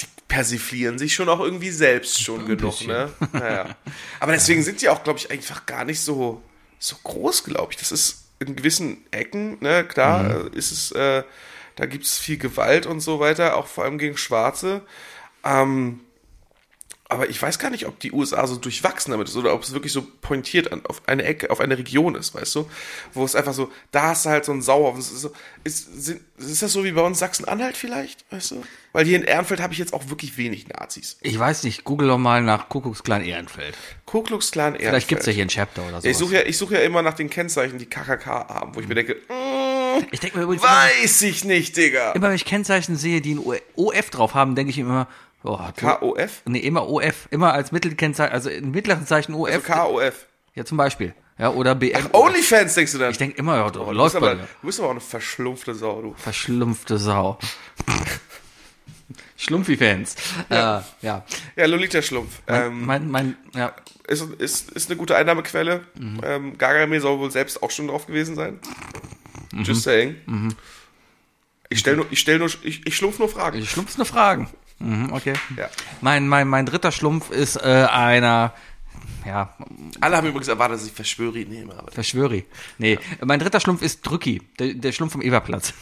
Speaker 2: die persiflieren sich schon auch irgendwie selbst schon genug,
Speaker 1: bisschen.
Speaker 2: ne? Naja. Aber deswegen sind die auch, glaube ich, einfach gar nicht so, so groß, glaube ich. Das ist in gewissen Ecken, ne, klar,
Speaker 1: Mhm.
Speaker 2: äh, ist es, äh, da gibt es viel Gewalt und so weiter, auch vor allem gegen Schwarze. Ähm, aber ich weiß gar nicht, ob die USA so durchwachsen damit ist oder ob es wirklich so pointiert an, auf eine Ecke, auf eine Region ist, weißt du? Wo es einfach so, da hast du halt so einen Sauerhaufen. Es Ist, so, ist, sind, ist das so wie bei uns Sachsen-Anhalt vielleicht, weißt du? Weil hier in Ehrenfeld habe ich jetzt auch wirklich wenig Nazis.
Speaker 1: Ich weiß nicht, google doch mal nach Kuckucksklan Ehrenfeld.
Speaker 2: Ku Klux Klan Ehrenfeld.
Speaker 1: Vielleicht gibt's ja hier ein Chapter oder so.
Speaker 2: Ich suche ja, ich suche ja immer nach den Kennzeichen, die KKK haben, wo ich mir denke, mm,
Speaker 1: Ich denke mir übrigens, immer,
Speaker 2: weiß ich nicht, Digga.
Speaker 1: immer wenn ich Kennzeichen sehe, die ein O- OF drauf haben, denke ich immer, oh, hat
Speaker 2: KOF?
Speaker 1: Nee, immer OF. Immer als Mittelkennzeichen, also in mittleren Zeichen OF.
Speaker 2: Also oh, KOF.
Speaker 1: ja, zum Beispiel. Ja, oder BM.
Speaker 2: Onlyfans, denkst du dann?
Speaker 1: ich denke immer, ja,
Speaker 2: du, bist
Speaker 1: läuft bei
Speaker 2: Oh, aber,
Speaker 1: mir.
Speaker 2: du bist aber auch eine verschlumpfte Sau, du.
Speaker 1: Verschlumpfte Sau. Schlumpfi-Fans. Ja. Äh, ja.
Speaker 2: Ja, Lolita-Schlumpf. Ähm,
Speaker 1: mein, mein, ja.
Speaker 2: ist, ist, ist eine gute Einnahmequelle. Ähm, Gargamel soll wohl selbst auch schon drauf gewesen sein. Just saying. Ich stelle nur, ich stell nur, ich, ich schlumpf nur Fragen.
Speaker 1: Ich schlumpf's nur Fragen. Mhm, okay.
Speaker 2: Ja.
Speaker 1: Mein, mein, mein dritter Schlumpf ist äh, einer, ja,
Speaker 2: Alle haben übrigens erwartet, dass ich Verschwöri nehme, aber
Speaker 1: Verschwöri. Nee, mein dritter Schlumpf ist Drücki, der, der Schlumpf vom Eberplatz.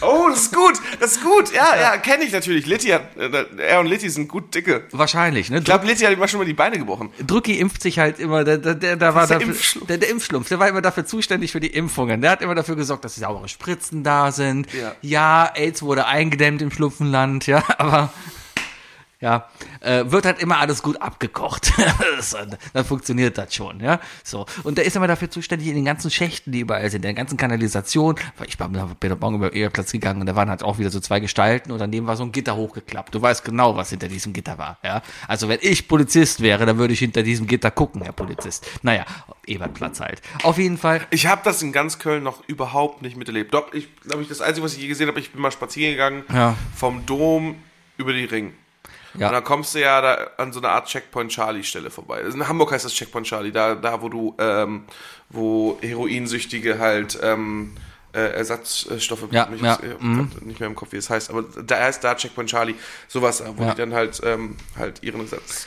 Speaker 2: Oh, das ist gut, das ist gut. Ja, ja, kenne ich natürlich. Litti hat, äh, er und Litti sind gut dicke.
Speaker 1: Wahrscheinlich, ne?
Speaker 2: Ich glaube, Litti hat immer schon mal die Beine gebrochen.
Speaker 1: Drücki impft sich halt immer, der, der, der, der war
Speaker 2: ist der
Speaker 1: dafür,
Speaker 2: Impfschlumpf.
Speaker 1: der, der Impfschlumpf, der war immer dafür zuständig für die Impfungen. Der hat immer dafür gesorgt, dass saubere Spritzen da sind.
Speaker 2: Ja.
Speaker 1: ja AIDS wurde eingedämmt im Schlupfenland, ja, aber ja, äh, wird halt immer alles gut abgekocht. Das, äh, dann funktioniert das schon, ja. So. Und der ist immer dafür zuständig in den ganzen Schächten, die überall sind, in der ganzen Kanalisation. Weil Ich bin, bin heute Morgen über den Ehrplatz gegangen und da waren halt auch wieder so zwei Gestalten und daneben war so ein Gitter hochgeklappt. Du weißt genau, was hinter diesem Gitter war, ja. Also wenn ich Polizist wäre, dann würde ich hinter diesem Gitter gucken, Herr Polizist. Naja, Ebertplatz halt. Auf jeden Fall.
Speaker 2: Ich habe das in ganz Köln noch überhaupt nicht miterlebt. Doch, ich glaube, ich das Einzige, was ich je gesehen habe, ich bin mal spazieren gegangen
Speaker 1: Ja.
Speaker 2: vom Dom über die Ring.
Speaker 1: Ja.
Speaker 2: Und dann kommst du ja da an so einer Art Checkpoint Charlie-Stelle vorbei. Also In Hamburg heißt das Checkpoint Charlie, da, da wo du, ähm, wo Heroinsüchtige halt ähm, äh, Ersatzstoffe
Speaker 1: Ja,
Speaker 2: mich-
Speaker 1: ja, Mhm.
Speaker 2: ich hab grad nicht mehr im Kopf, wie es heißt, aber da heißt da Checkpoint Charlie, sowas, wo
Speaker 1: Ja.
Speaker 2: die dann halt ähm, halt ihren Ersatz.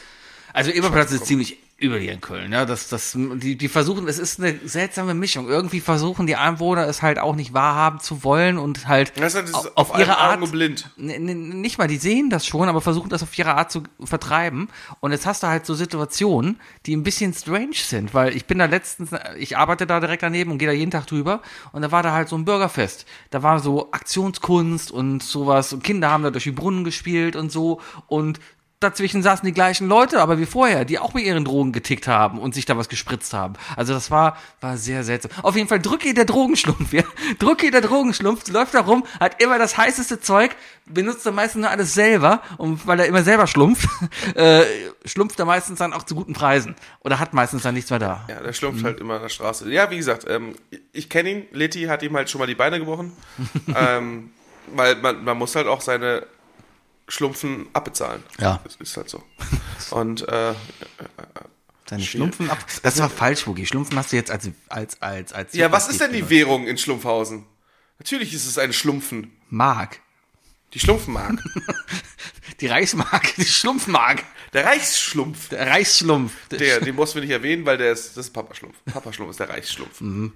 Speaker 1: Also Eberplatz ist ziemlich übel hier in Köln. Ja, das, das, die, die versuchen, es ist eine seltsame Mischung. Irgendwie versuchen die Einwohner es halt auch nicht wahrhaben zu wollen und halt
Speaker 2: Das ist halt dieses
Speaker 1: au- auf,
Speaker 2: auf einen
Speaker 1: ihre
Speaker 2: Augen
Speaker 1: Art
Speaker 2: nur blind.
Speaker 1: N- n- Nicht mal, die sehen das schon, aber versuchen das auf ihre Art zu vertreiben. Und jetzt hast du halt so Situationen, die ein bisschen strange sind, weil ich bin da letztens, ich arbeite da direkt daneben und gehe da jeden Tag drüber. Und da war da halt so ein Bürgerfest. Da war so Aktionskunst und sowas. Und Kinder haben da durch die Brunnen gespielt und so. Und dazwischen saßen die gleichen Leute, aber wie vorher, die auch mit ihren Drogen getickt haben und sich da was gespritzt haben. Also das war, war sehr seltsam. Auf jeden Fall Drücki der Drogenschlumpf, ja. Drücki der Drogenschlumpf läuft da rum, hat immer das heißeste Zeug, benutzt er meistens nur alles selber und weil er immer selber schlumpft, äh, schlumpft er meistens dann auch zu guten Preisen oder hat meistens dann nichts mehr da.
Speaker 2: Ja, der schlumpft halt immer an der Straße. Ja, wie gesagt, ähm, ich kenne ihn. Litti hat ihm halt schon mal die Beine gebrochen. ähm, weil man, man muss halt auch seine Schlumpfen abbezahlen.
Speaker 1: Ja.
Speaker 2: Das ist halt so. Und äh,
Speaker 1: Seine Schlumpfen ab. Das war falsch, Wookie. Schlumpfen hast du jetzt als als als als
Speaker 2: ja, was ist denn die Währung in Schlumpfhausen? Natürlich ist es eine Schlumpfen.
Speaker 1: Mark?
Speaker 2: Die Schlumpfenmark.
Speaker 1: Die Reichsmark, die Schlumpfmark,
Speaker 2: der Reichsschlumpf.
Speaker 1: der Reichsschlumpf.
Speaker 2: Der, den mussten wir nicht erwähnen, weil der ist, das ist Papaschlumpf. Papaschlumpf ist der Reichsschlumpf. So. Ähm,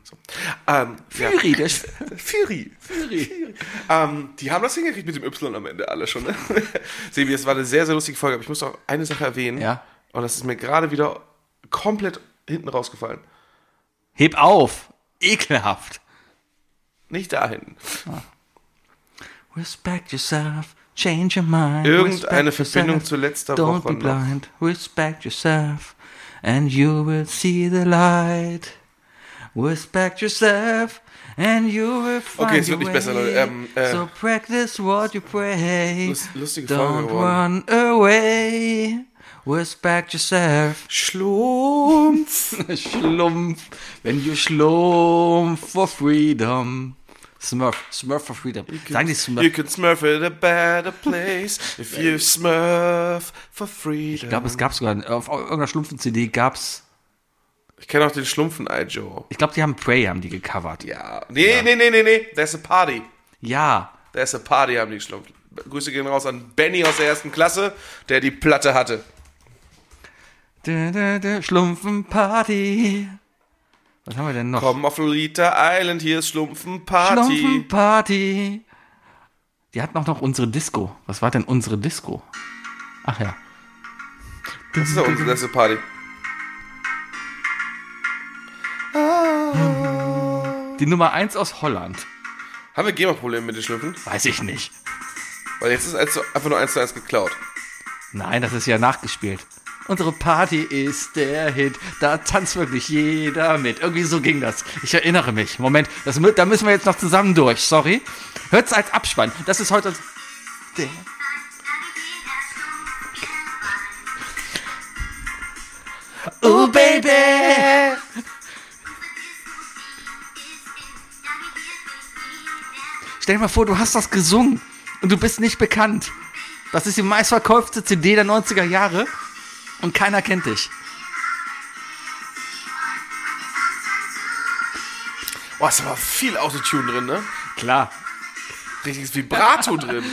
Speaker 2: ja.
Speaker 1: Führi, der Sch-
Speaker 2: Fury. Fury. Ähm, die haben das hingekriegt mit dem Y am Ende alle schon. Ne? Sebi, es war eine sehr, sehr lustige Folge, aber ich muss noch eine Sache erwähnen.
Speaker 1: Ja.
Speaker 2: Und das ist mir gerade wieder komplett hinten rausgefallen.
Speaker 1: Heb auf! Ekelhaft!
Speaker 2: Nicht da hinten.
Speaker 1: Respect yourself, change your mind.
Speaker 2: Irgendeine
Speaker 1: respect
Speaker 2: Verbindung
Speaker 1: yourself,
Speaker 2: zu letzter
Speaker 1: Don't be
Speaker 2: Woche noch.
Speaker 1: blind, respect yourself, and you will see the light. Respect yourself, and you will find
Speaker 2: Okay, es
Speaker 1: your
Speaker 2: wird nicht besser,
Speaker 1: way.
Speaker 2: Leute. Ähm, äh,
Speaker 1: so practice what you pray.
Speaker 2: Lust- lustige Folge
Speaker 1: Don't
Speaker 2: geworden.
Speaker 1: run away. Respect yourself.
Speaker 2: Schlumpf.
Speaker 1: schlumpf, when you schlumpf for freedom. Smurf, Smurf for freedom. Sagen die Smurf.
Speaker 2: You can smurf it a better place if you smurf for freedom.
Speaker 1: Ich glaube, es gab sogar, auf irgendeiner Schlumpfen-CD gab's,
Speaker 2: Ich kenne auch den Schlumpfen I. Joe.
Speaker 1: ich glaube, die haben Prey, haben die gecovert.
Speaker 2: Ja.
Speaker 1: genau.
Speaker 2: Nee, nee, nee, nee, nee. There's a party.
Speaker 1: ja.
Speaker 2: There's a party, haben die geschlumpft. Grüße gehen raus an Benny aus der ersten Klasse, der die Platte hatte.
Speaker 1: Da, da, da, Schlumpfenparty. Was haben wir denn noch?
Speaker 2: Komm auf Lolita Island, hier ist Schlumpfenparty.
Speaker 1: Schlumpfenparty. Die hatten auch noch unsere Disco. Was war denn unsere Disco? Ach ja.
Speaker 2: Das ist ja unsere letzte Party.
Speaker 1: Die Nummer 1 aus Holland.
Speaker 2: Haben wir GEMA-Probleme mit den Schlümpfen?
Speaker 1: Weiß ich nicht.
Speaker 2: Weil jetzt ist also einfach nur eins zu eins geklaut.
Speaker 1: Nein, das ist ja nachgespielt. Unsere Party ist der Hit. Da tanzt wirklich jeder mit. Irgendwie so ging das. Ich erinnere mich. Moment, das, mü- da müssen wir jetzt noch zusammen durch. Sorry. Hört's als Abspann. Das ist heute. Der Oh Baby! Stell dir mal vor, du hast das gesungen und du bist nicht bekannt. Das ist die meistverkaufte CD der 90er Jahre und keiner kennt dich.
Speaker 2: Boah, ist aber viel Autotune drin, ne?
Speaker 1: Klar.
Speaker 2: Richtiges Vibrato drin.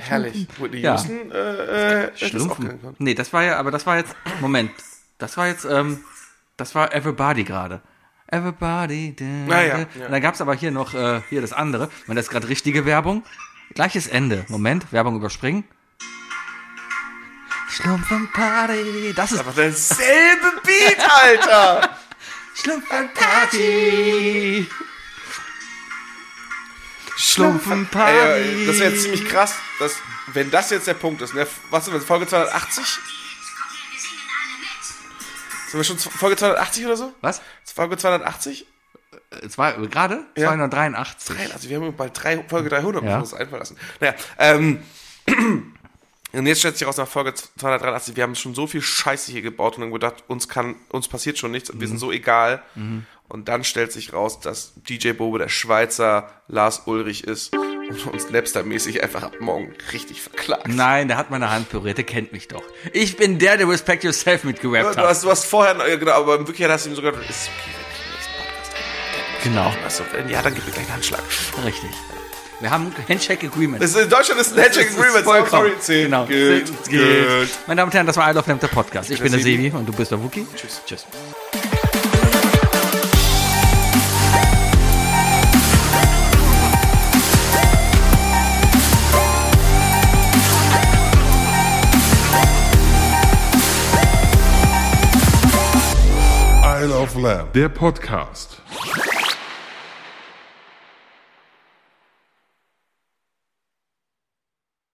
Speaker 2: Herrlich. Whitney
Speaker 1: Ah, Ja.
Speaker 2: Houston, äh, äh, das ist auch kein
Speaker 1: Schlumpfen.
Speaker 2: Kon-
Speaker 1: Nee, das war ja, aber das war jetzt, Moment. Das war jetzt, ähm, das war Everybody gerade. Everybody. Da,
Speaker 2: Ah, ja,
Speaker 1: da.
Speaker 2: ja.
Speaker 1: Und dann gab es aber hier noch, äh, hier das andere. Man, das ist gerade richtige Werbung. Gleiches Ende. Moment, Werbung überspringen. Schlumpfenparty. Das ist
Speaker 2: Aber derselbe Beat, Alter!
Speaker 1: Schlumpfenparty. Schlumpfenparty.
Speaker 2: Ey, äh, das wäre ziemlich krass, dass, wenn das jetzt der Punkt ist. Ne? Was sind wir, Folge 280? Sind wir schon zu- Folge 280 oder so?
Speaker 1: Was?
Speaker 2: Folge 280?
Speaker 1: Es war gerade?
Speaker 2: Ja.
Speaker 1: 283.
Speaker 2: Nein, also wir haben bald drei, Folge 300,
Speaker 1: Ja.
Speaker 2: müssen wir uns einfallen lassen. Naja, ähm, und jetzt stellt sich raus, nach Folge 283, wir haben schon so viel Scheiße hier gebaut und haben gedacht, uns kann, uns passiert schon nichts und wir sind so egal. Und dann stellt sich raus, dass DJ Bobo der Schweizer Lars Ulrich ist und uns Napster-mäßig einfach ab morgen richtig verklagt.
Speaker 1: Nein, der hat meine Hand berührt, der kennt mich doch. Ich bin der, der Respect Yourself mitgerappt
Speaker 2: Du
Speaker 1: hat.
Speaker 2: hast, du hast vorher, ja, genau, aber in Wirklichkeit hast du ihm sogar gesagt, ist okay, wenn ich den nächsten Podcast
Speaker 1: Genau,
Speaker 2: mache. Achso, wenn ja, dann gib mir gleich einen Handschlag.
Speaker 1: richtig. Wir haben ein Handshake Agreement.
Speaker 2: Das ist, in Deutschland ist ein Handshake
Speaker 1: Das ist
Speaker 2: Agreement,
Speaker 1: vollkommen-
Speaker 2: oh, sorry. Zehn.
Speaker 1: Genau.
Speaker 2: Gut,
Speaker 1: Zehn.
Speaker 2: gut.
Speaker 1: Meine Damen und Herren, das war I Love Lamp, der Podcast. Ich bin der
Speaker 2: Sebi.
Speaker 1: Sebi und du bist der Wookie.
Speaker 2: Tschüss.
Speaker 1: Tschüss.
Speaker 3: Isle of Lamb. Der Podcast.